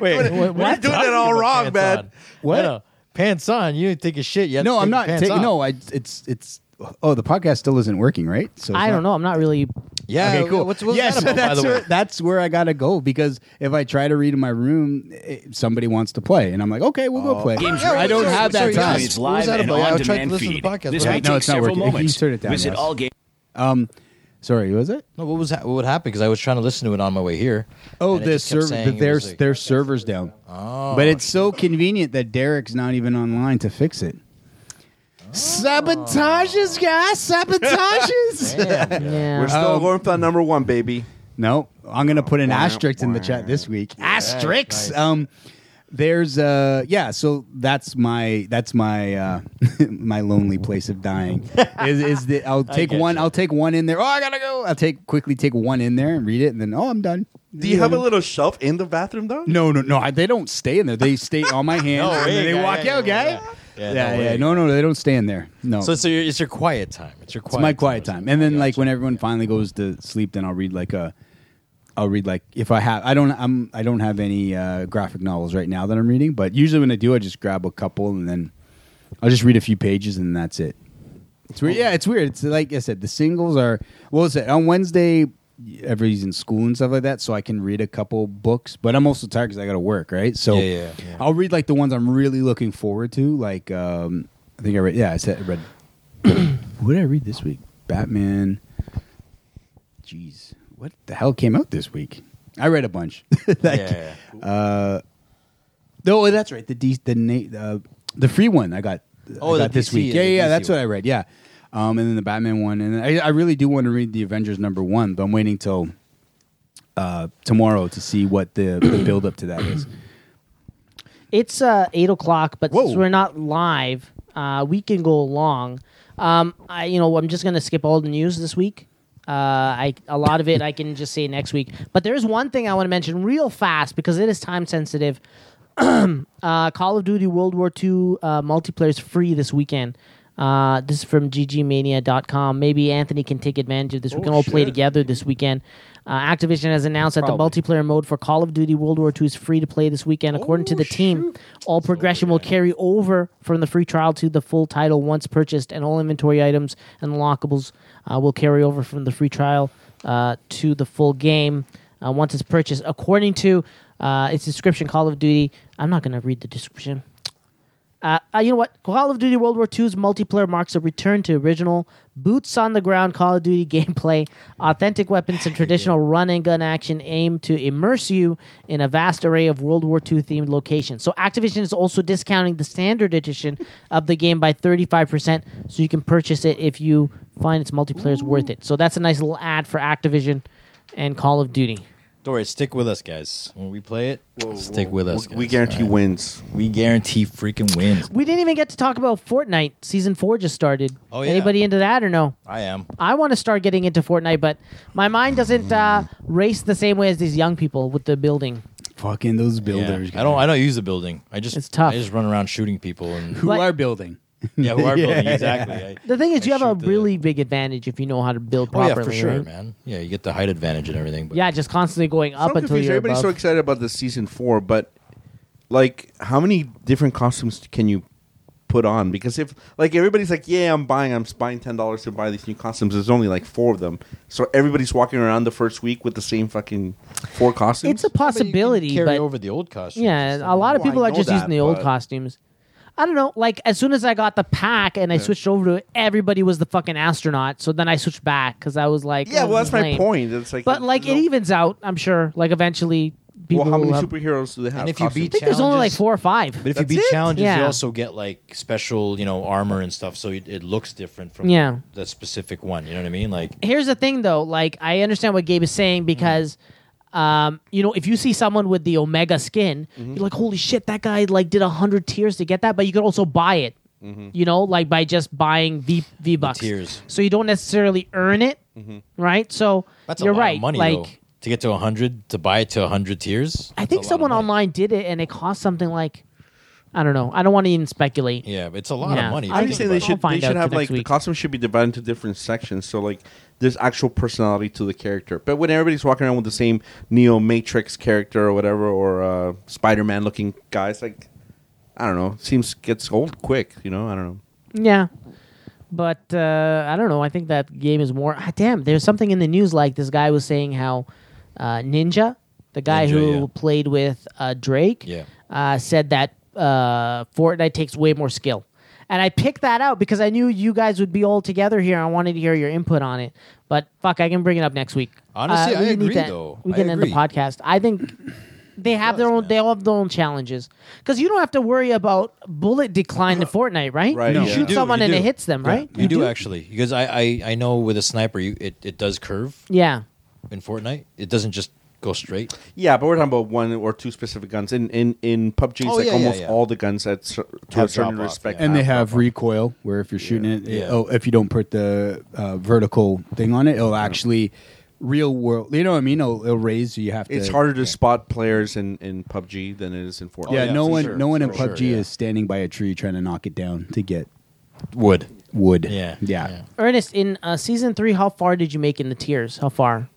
Speaker 9: Wait, what,
Speaker 2: You're doing it all wrong, man.
Speaker 5: What?
Speaker 9: What? Pants on? You didn't take a shit yet.
Speaker 5: No, I'm not.
Speaker 9: Pants
Speaker 5: Ta-
Speaker 9: on.
Speaker 5: no, I. It's it's. Oh, the podcast still isn't working, right? So it's
Speaker 3: I don't
Speaker 5: not-
Speaker 3: know. I'm not
Speaker 2: [laughs]
Speaker 3: really.
Speaker 9: Yeah.
Speaker 5: okay, cool.
Speaker 9: What's, what's
Speaker 5: yeah, so
Speaker 9: that about, by
Speaker 5: that's
Speaker 9: the way?
Speaker 5: where, that's where I gotta go because if I try to read in my room, it, somebody wants to play, and I'm like, okay, we'll
Speaker 9: Oh.
Speaker 5: go play. I don't have that time.
Speaker 9: guys. What was that about? I tried to listen to the podcast,
Speaker 10: This
Speaker 9: but-
Speaker 10: may
Speaker 9: No,
Speaker 10: take
Speaker 5: it's not
Speaker 10: several
Speaker 5: working. You
Speaker 10: moments.
Speaker 5: turn it down,
Speaker 10: Visit
Speaker 5: yes.
Speaker 10: all game.
Speaker 5: Sorry, was it?
Speaker 9: No, what was ha- what would happen? Because I was trying to listen to it on my way here.
Speaker 5: Oh,
Speaker 9: and it
Speaker 5: the
Speaker 9: just kept
Speaker 5: server.
Speaker 9: saying
Speaker 5: The,
Speaker 9: it
Speaker 5: their
Speaker 9: was like-
Speaker 5: their servers down.
Speaker 9: Oh,
Speaker 5: but it's so convenient that Derek's not even online to fix it.
Speaker 9: Oh.
Speaker 5: Sabotages, guys. Sabotages.
Speaker 9: damn.
Speaker 3: Yeah.
Speaker 2: We're still going for number one, baby.
Speaker 5: No, I'm gonna put
Speaker 9: Oh,
Speaker 5: an asterisk in the chat this week. Asterisk. Um, there's uh, yeah. So that's my that's my uh, [laughs] my lonely place of dying. is is that I'll take
Speaker 9: get
Speaker 5: one.
Speaker 9: you.
Speaker 5: I'll take one in there. Oh, I gotta go. I'll take quickly take one in there and read it, and then oh, I'm done.
Speaker 2: Do you have a little shelf in the bathroom, though?
Speaker 5: No, no, no. I, they don't stay in there. They stay on
Speaker 9: [laughs]
Speaker 5: my hand.
Speaker 9: No
Speaker 5: and
Speaker 9: way,
Speaker 5: then they
Speaker 9: guy.
Speaker 5: walk
Speaker 9: Yeah,
Speaker 5: out,
Speaker 9: yeah,
Speaker 5: guy.
Speaker 9: yeah.
Speaker 5: Yeah,
Speaker 9: Yeah,
Speaker 5: yeah.
Speaker 9: no way.
Speaker 5: No, no, they don't stay in there. No.
Speaker 9: So it's your it's your quiet time. It's your quiet.
Speaker 5: It's my
Speaker 9: time.
Speaker 5: quiet time. And then like when everyone finally goes to sleep, then I'll read like a I'll read like if I have I don't I'm I don't have any uh, graphic novels right now that I'm reading, but usually when I do I just grab a couple and then I'll just read a few pages and that's it. It's weird. Yeah, it's weird. It's like I said, the singles are. What was it on Wednesday? Everybody's in school and stuff like that, so I can read a couple books. But I'm also tired because I got to work, right? So
Speaker 9: Yeah, yeah, yeah.
Speaker 5: I'll read like the ones I'm really looking forward to. Like um, I think I read. Yeah, I said I read. what did I read this week? Batman. Jeez, what the hell came out this week? I read a bunch. [laughs] like,
Speaker 9: yeah. Uh,
Speaker 5: no, oh, that's right. The D, the na- uh, the free one I got.
Speaker 9: Oh,
Speaker 5: I
Speaker 9: the
Speaker 5: got this
Speaker 9: DC,
Speaker 5: week. Yeah,
Speaker 9: yeah, the
Speaker 5: yeah,
Speaker 9: DC
Speaker 5: that's
Speaker 9: one.
Speaker 5: what I read. Yeah, um, and then the Batman one, and I, I really do want to read the Avengers number one, but I'm waiting till uh, tomorrow to see what the, the build up to that
Speaker 9: [clears throat]
Speaker 5: is.
Speaker 3: It's uh, eight o'clock, but
Speaker 5: Whoa.
Speaker 3: since we're not live, uh, we can go long. Um, I, you know, I'm just gonna skip all the news this week. Uh, I a lot of it I can just say next week. But there is one thing I want to mention real fast because it is time sensitive. uh, Call of Duty World War II uh, multiplayer is free this weekend. Uh, this is from ggmania.com. Maybe Anthony can take advantage of this. we can all play together this weekend. Uh, Activision has announced that the multiplayer mode for Call of Duty World War II is free to play this weekend. According to the team, all progression will carry over from the free trial to the full title once purchased, and all inventory items and unlockables uh, will carry over from the free trial uh, to the full game uh, once it's purchased. According to uh, its description, Call of Duty. I'm not going to read the description. Uh, uh, you know what? Call of Duty World War II's multiplayer marks a return to original boots on the ground Call of Duty [laughs] gameplay, authentic weapons, and traditional run and gun action aimed to immerse you in a vast array of World War II themed locations. So, Activision is also discounting the standard edition of the game by 35%, so you can purchase it if you find its multiplayer is worth it. So, that's a nice little ad for Activision and Call of Duty.
Speaker 9: Don't worry, stick with us, guys. When we play it, stick with us.
Speaker 2: We, we
Speaker 9: guys,
Speaker 2: guarantee
Speaker 9: alright?
Speaker 2: wins.
Speaker 9: We guarantee freaking wins.
Speaker 3: We didn't even get to talk about Fortnite. Season 4 just started.
Speaker 9: Oh, yeah.
Speaker 3: Anybody into that or no?
Speaker 9: I am.
Speaker 3: I want to start getting into Fortnite, but my mind doesn't uh, race the same way as these young people with the building.
Speaker 5: Fucking those
Speaker 9: Yeah.
Speaker 5: builders!
Speaker 9: I don't. I don't use the building. I just.
Speaker 3: It's tough.
Speaker 9: I just run around shooting people and
Speaker 5: Who
Speaker 3: But-
Speaker 5: are building?
Speaker 9: [laughs] yeah,
Speaker 5: [laughs]
Speaker 9: who are building exactly. I-
Speaker 3: The thing is,
Speaker 9: I
Speaker 3: you have a
Speaker 9: shoot the-
Speaker 3: really big advantage if you know how to build
Speaker 9: Oh yeah,
Speaker 3: properly.
Speaker 9: for sure,
Speaker 3: right?
Speaker 9: man. Yeah, you get the height advantage and everything. But
Speaker 3: Yeah, just constantly going up
Speaker 2: So
Speaker 3: until
Speaker 2: confused.
Speaker 3: you're
Speaker 2: Everybody's so
Speaker 3: above.
Speaker 2: excited about the season four, but like, how many different costumes can you put on? Because if like everybody's like, "Yeah, I'm buying. I'm buying ten dollars to buy these new costumes," there's only like four of them, so everybody's walking around the first week with the same fucking four costumes.
Speaker 3: It's a
Speaker 9: But you can
Speaker 3: possibility,
Speaker 9: carry
Speaker 3: but
Speaker 9: over the old costume.
Speaker 3: yeah, a lot of
Speaker 2: Well, Oh, I
Speaker 3: people are
Speaker 2: know
Speaker 3: just using
Speaker 2: that,
Speaker 3: the old
Speaker 2: but-
Speaker 3: costumes. I don't know. Like as soon as I got the pack and I switched over to it, everybody was the fucking astronaut. So then I switched back because I was like,
Speaker 2: yeah.
Speaker 3: "Oh,
Speaker 2: Well,
Speaker 3: this
Speaker 2: that's
Speaker 3: is
Speaker 2: my
Speaker 3: lame."
Speaker 2: point. It's like,
Speaker 3: But like it
Speaker 2: there's no-
Speaker 3: evens out, I'm sure. Like eventually, people.
Speaker 2: Well, how many
Speaker 3: will have-
Speaker 2: superheroes do they have?
Speaker 9: And if you
Speaker 2: costumes?
Speaker 9: beat
Speaker 3: I think there's only like
Speaker 9: challenges-
Speaker 3: four or five.
Speaker 9: But if you beat challenges,
Speaker 3: Yeah.
Speaker 9: you also get like special, you know, armor and stuff, so it, it looks different from
Speaker 3: Yeah.
Speaker 9: that specific one. You know what I mean? Like,
Speaker 3: here's the thing though like i understand what gabe is
Speaker 9: Mm-hmm.
Speaker 3: saying because um, you know if you see someone with the omega skin
Speaker 9: Mm-hmm.
Speaker 3: you're like holy shit that guy like did 100 tiers to get that but you could also buy it you know like by just buying v v bucks
Speaker 9: Mm-hmm. tiers. Mm-hmm.
Speaker 3: so you don't necessarily earn it right so
Speaker 9: that's
Speaker 3: you're
Speaker 9: a lot
Speaker 3: right
Speaker 9: of money
Speaker 3: like
Speaker 9: though. To get to hundred, to buy it to hundred tiers.
Speaker 3: i
Speaker 9: that's
Speaker 3: think
Speaker 9: a lot of
Speaker 3: someone
Speaker 9: money.
Speaker 3: online did it and it cost something like i don't know i don't want to even speculate
Speaker 9: Yeah, but it's a lot
Speaker 3: Yeah.
Speaker 9: of money. if
Speaker 3: I
Speaker 9: you
Speaker 2: I'm
Speaker 3: think
Speaker 2: just
Speaker 9: think
Speaker 3: about
Speaker 2: saying they
Speaker 3: it. I'll
Speaker 2: should they
Speaker 3: find out
Speaker 2: should
Speaker 3: for
Speaker 2: have
Speaker 3: next
Speaker 2: like the
Speaker 3: week.
Speaker 2: costumes should be divided into different sections. So like there's actual personality to the character. But when everybody's walking around with the same Neo Matrix character or whatever or uh, Spider Man looking guys, like I don't know, seems gets old quick. You know, I don't know.
Speaker 3: Yeah. But uh, I don't know. I think that game is more. Ah, damn, there's something in the news like this guy was saying how uh, Ninja, the guy
Speaker 9: Ninja,
Speaker 3: who
Speaker 9: yeah.
Speaker 3: played with uh, Drake,
Speaker 9: Yeah.
Speaker 3: uh, said that uh, Fortnite takes way more skill. And I picked that out because I knew you guys would be all together here. I wanted to hear your input on it. But fuck, I can bring it up next week. Uh,
Speaker 9: Honestly,
Speaker 3: we
Speaker 9: I
Speaker 3: need
Speaker 9: agree,
Speaker 3: to-
Speaker 9: though.
Speaker 3: We
Speaker 9: I
Speaker 3: can end the
Speaker 9: agree.
Speaker 3: podcast. I
Speaker 9: [coughs]
Speaker 3: think they have their own. They all have their own challenges because you don't have to worry about bullet
Speaker 9: [coughs]
Speaker 3: decline in Fortnite, right?
Speaker 2: Right,
Speaker 3: You
Speaker 2: No.
Speaker 3: shoot
Speaker 9: do,
Speaker 3: someone
Speaker 9: you
Speaker 3: and it
Speaker 9: do.
Speaker 3: hits them, right?
Speaker 9: you, do, actually, because I, I, I know with a sniper, you, it, it does curve
Speaker 3: Yeah.
Speaker 9: in Fortnite. It doesn't just go straight.
Speaker 2: Yeah, but we're talking about one or two specific guns. In in in PUBG, it's
Speaker 9: Oh,
Speaker 2: like
Speaker 9: yeah, yeah,
Speaker 2: almost
Speaker 9: yeah.
Speaker 2: all the guns at cer- to a
Speaker 9: Have
Speaker 2: certain
Speaker 9: drop off,
Speaker 2: respect,
Speaker 9: yeah.
Speaker 5: And they have recoil, where if you're shooting it, it-
Speaker 9: Yeah.
Speaker 5: oh, if you don't put the uh, vertical thing on it, it'll actually real world. You know what I mean? It'll, it'll raise. You have to.
Speaker 2: It's harder oh, to spot players in, in PUBG than it is in Fortnite.
Speaker 5: Yeah,
Speaker 9: yeah,
Speaker 5: no
Speaker 9: for
Speaker 5: one,
Speaker 9: sure,
Speaker 5: no one in
Speaker 9: for sure,
Speaker 5: PUBG
Speaker 9: yeah.
Speaker 5: is standing by a tree trying to knock it down to get
Speaker 9: Wood.
Speaker 5: wood.
Speaker 9: Yeah.
Speaker 5: yeah.
Speaker 3: Ernest, in uh, season three, how far did you make in the tiers? How far?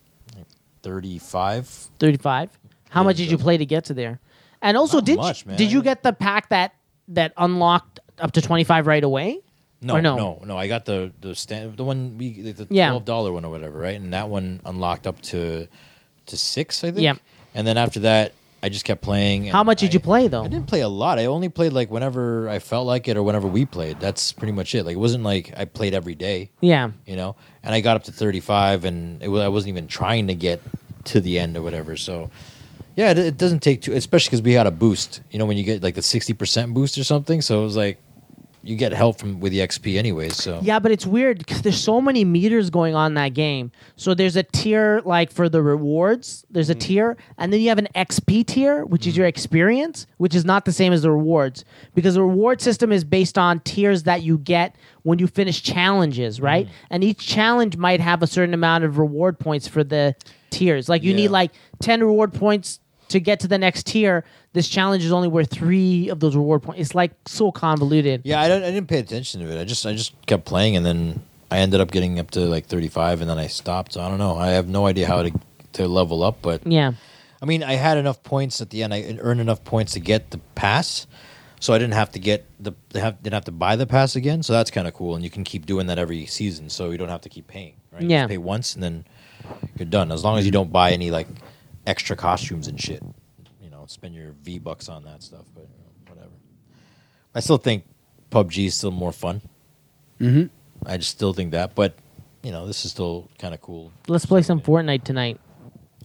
Speaker 9: Thirty-five.
Speaker 3: Thirty-five. How
Speaker 9: Yeah,
Speaker 3: much did you
Speaker 9: so-
Speaker 3: play to get to there? And also,
Speaker 9: Not
Speaker 3: did
Speaker 9: much,
Speaker 3: you,
Speaker 9: man.
Speaker 3: did you get the pack that that unlocked up to twenty five right away?
Speaker 9: No,
Speaker 3: Or no?
Speaker 9: no, no. I got the the stand, the one we the the
Speaker 3: Yeah.
Speaker 9: twelve dollar one or whatever, right? And that one unlocked up to to six, I think.
Speaker 3: Yeah.
Speaker 9: And then after that, I just kept playing.
Speaker 3: How
Speaker 9: and
Speaker 3: much did
Speaker 9: I-
Speaker 3: you play though?
Speaker 9: I didn't play a lot. I only played like whenever I felt like it or whenever we played. That's pretty much it. Like it wasn't like I played every day,
Speaker 3: Yeah.
Speaker 9: you know. And I got up to thirty five, and it, wa- I wasn't even trying to get to the end or whatever. So. Yeah, it, it doesn't take too, especially because we had a boost. You know, when you get like the sixty percent boost or something, so it was like you get help from with the XP anyways. So
Speaker 3: Yeah, but it's weird because there's so many meters going on in that game. So there's a tier like for the rewards, there's
Speaker 9: Mm.
Speaker 3: a tier, and then you have an XP tier, which is your experience, which is not the same as the rewards because the reward system is based on tiers that you get when you finish challenges,
Speaker 9: Mm.
Speaker 3: right? And each challenge might have a certain amount of reward points for the tiers. Like you
Speaker 9: Yeah.
Speaker 3: need like 10 reward points to get to the next tier. This challenge is only worth 3 of those reward points. It's like so convoluted.
Speaker 9: Yeah, I, don't, I didn't pay attention to it. I just I just kept playing, and then I ended up getting up to like thirty five, and then I stopped. So I don't know. I have no idea how to to level up, but
Speaker 3: Yeah.
Speaker 9: I mean, I had enough points at the end. I earned enough points to get the pass, so I didn't have to get the they have didn't have to buy the pass again. So that's kind of cool, and you can keep doing that every season, so you don't have to keep paying. Right? You just
Speaker 3: Yeah.
Speaker 9: pay once, and then you're done. As long as you don't buy any like extra costumes and shit, you know, spend your V bucks on that stuff. But you know, whatever. I still think PUBG is still more fun. Mm-hmm. I just still think that, but you know, this is still kind of cool.
Speaker 3: Let's play some Fortnite tonight.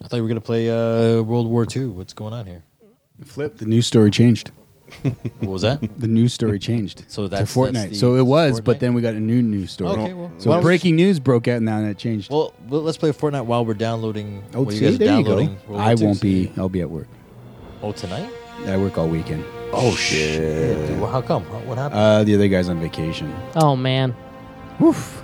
Speaker 9: I thought we were gonna play uh, World War II. What's going on here?
Speaker 5: Flip. The news story changed.
Speaker 9: What was that?
Speaker 5: The news [laughs] story changed.
Speaker 9: So that's-
Speaker 5: to Fortnite.
Speaker 9: that's the-
Speaker 5: so it was,
Speaker 9: Fortnite?
Speaker 5: but then we got a new news story.
Speaker 9: Okay, well,
Speaker 5: so
Speaker 9: why don't-
Speaker 5: breaking news broke out now and it changed.
Speaker 9: Well, well, let's play Fortnite while we're downloading.
Speaker 5: oh,
Speaker 9: while
Speaker 5: see,
Speaker 9: guys are
Speaker 5: there you go.
Speaker 9: downloading World War
Speaker 5: I
Speaker 9: II.
Speaker 5: won't be. I'll be at work.
Speaker 9: Oh, tonight?
Speaker 5: I work all weekend.
Speaker 9: Oh shit! Dude, well, how come? How- What happened?
Speaker 5: Uh, the other guy's on vacation.
Speaker 3: Oh man. Woof.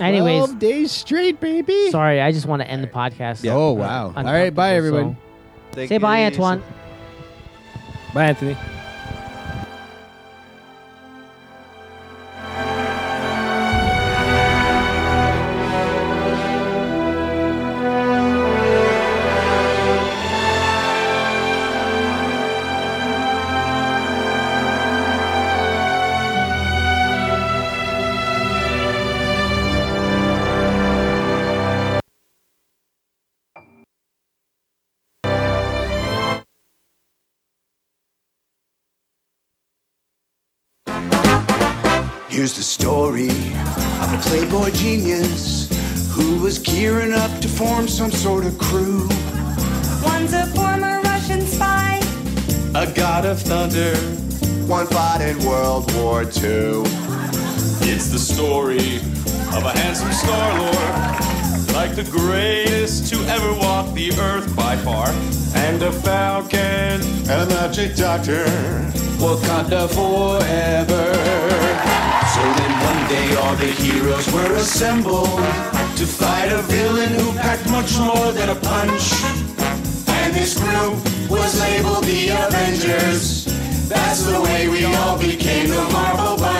Speaker 3: Anyways,
Speaker 5: Twelve days straight, baby.
Speaker 3: sorry. I just want to end the podcast.
Speaker 5: Oh wow! All right, bye
Speaker 3: Uncomfortable,
Speaker 5: everyone.
Speaker 3: so- Say bye, Antoine.
Speaker 4: Bye, Anthony.
Speaker 1: Here's the story of a playboy genius who was gearing up to form some sort of crew.
Speaker 10: One's a former Russian spy.
Speaker 1: A god of thunder, one fought in World War II. It's the story of a handsome Star Lord, like the greatest to ever walk the earth by far, and a falcon, and a magic doctor, Wakanda forever. So then one day all the heroes were assembled to fight a villain who packed much more than a punch. And this group was labeled the Avengers. That's the way we all became the Marvel Bunch.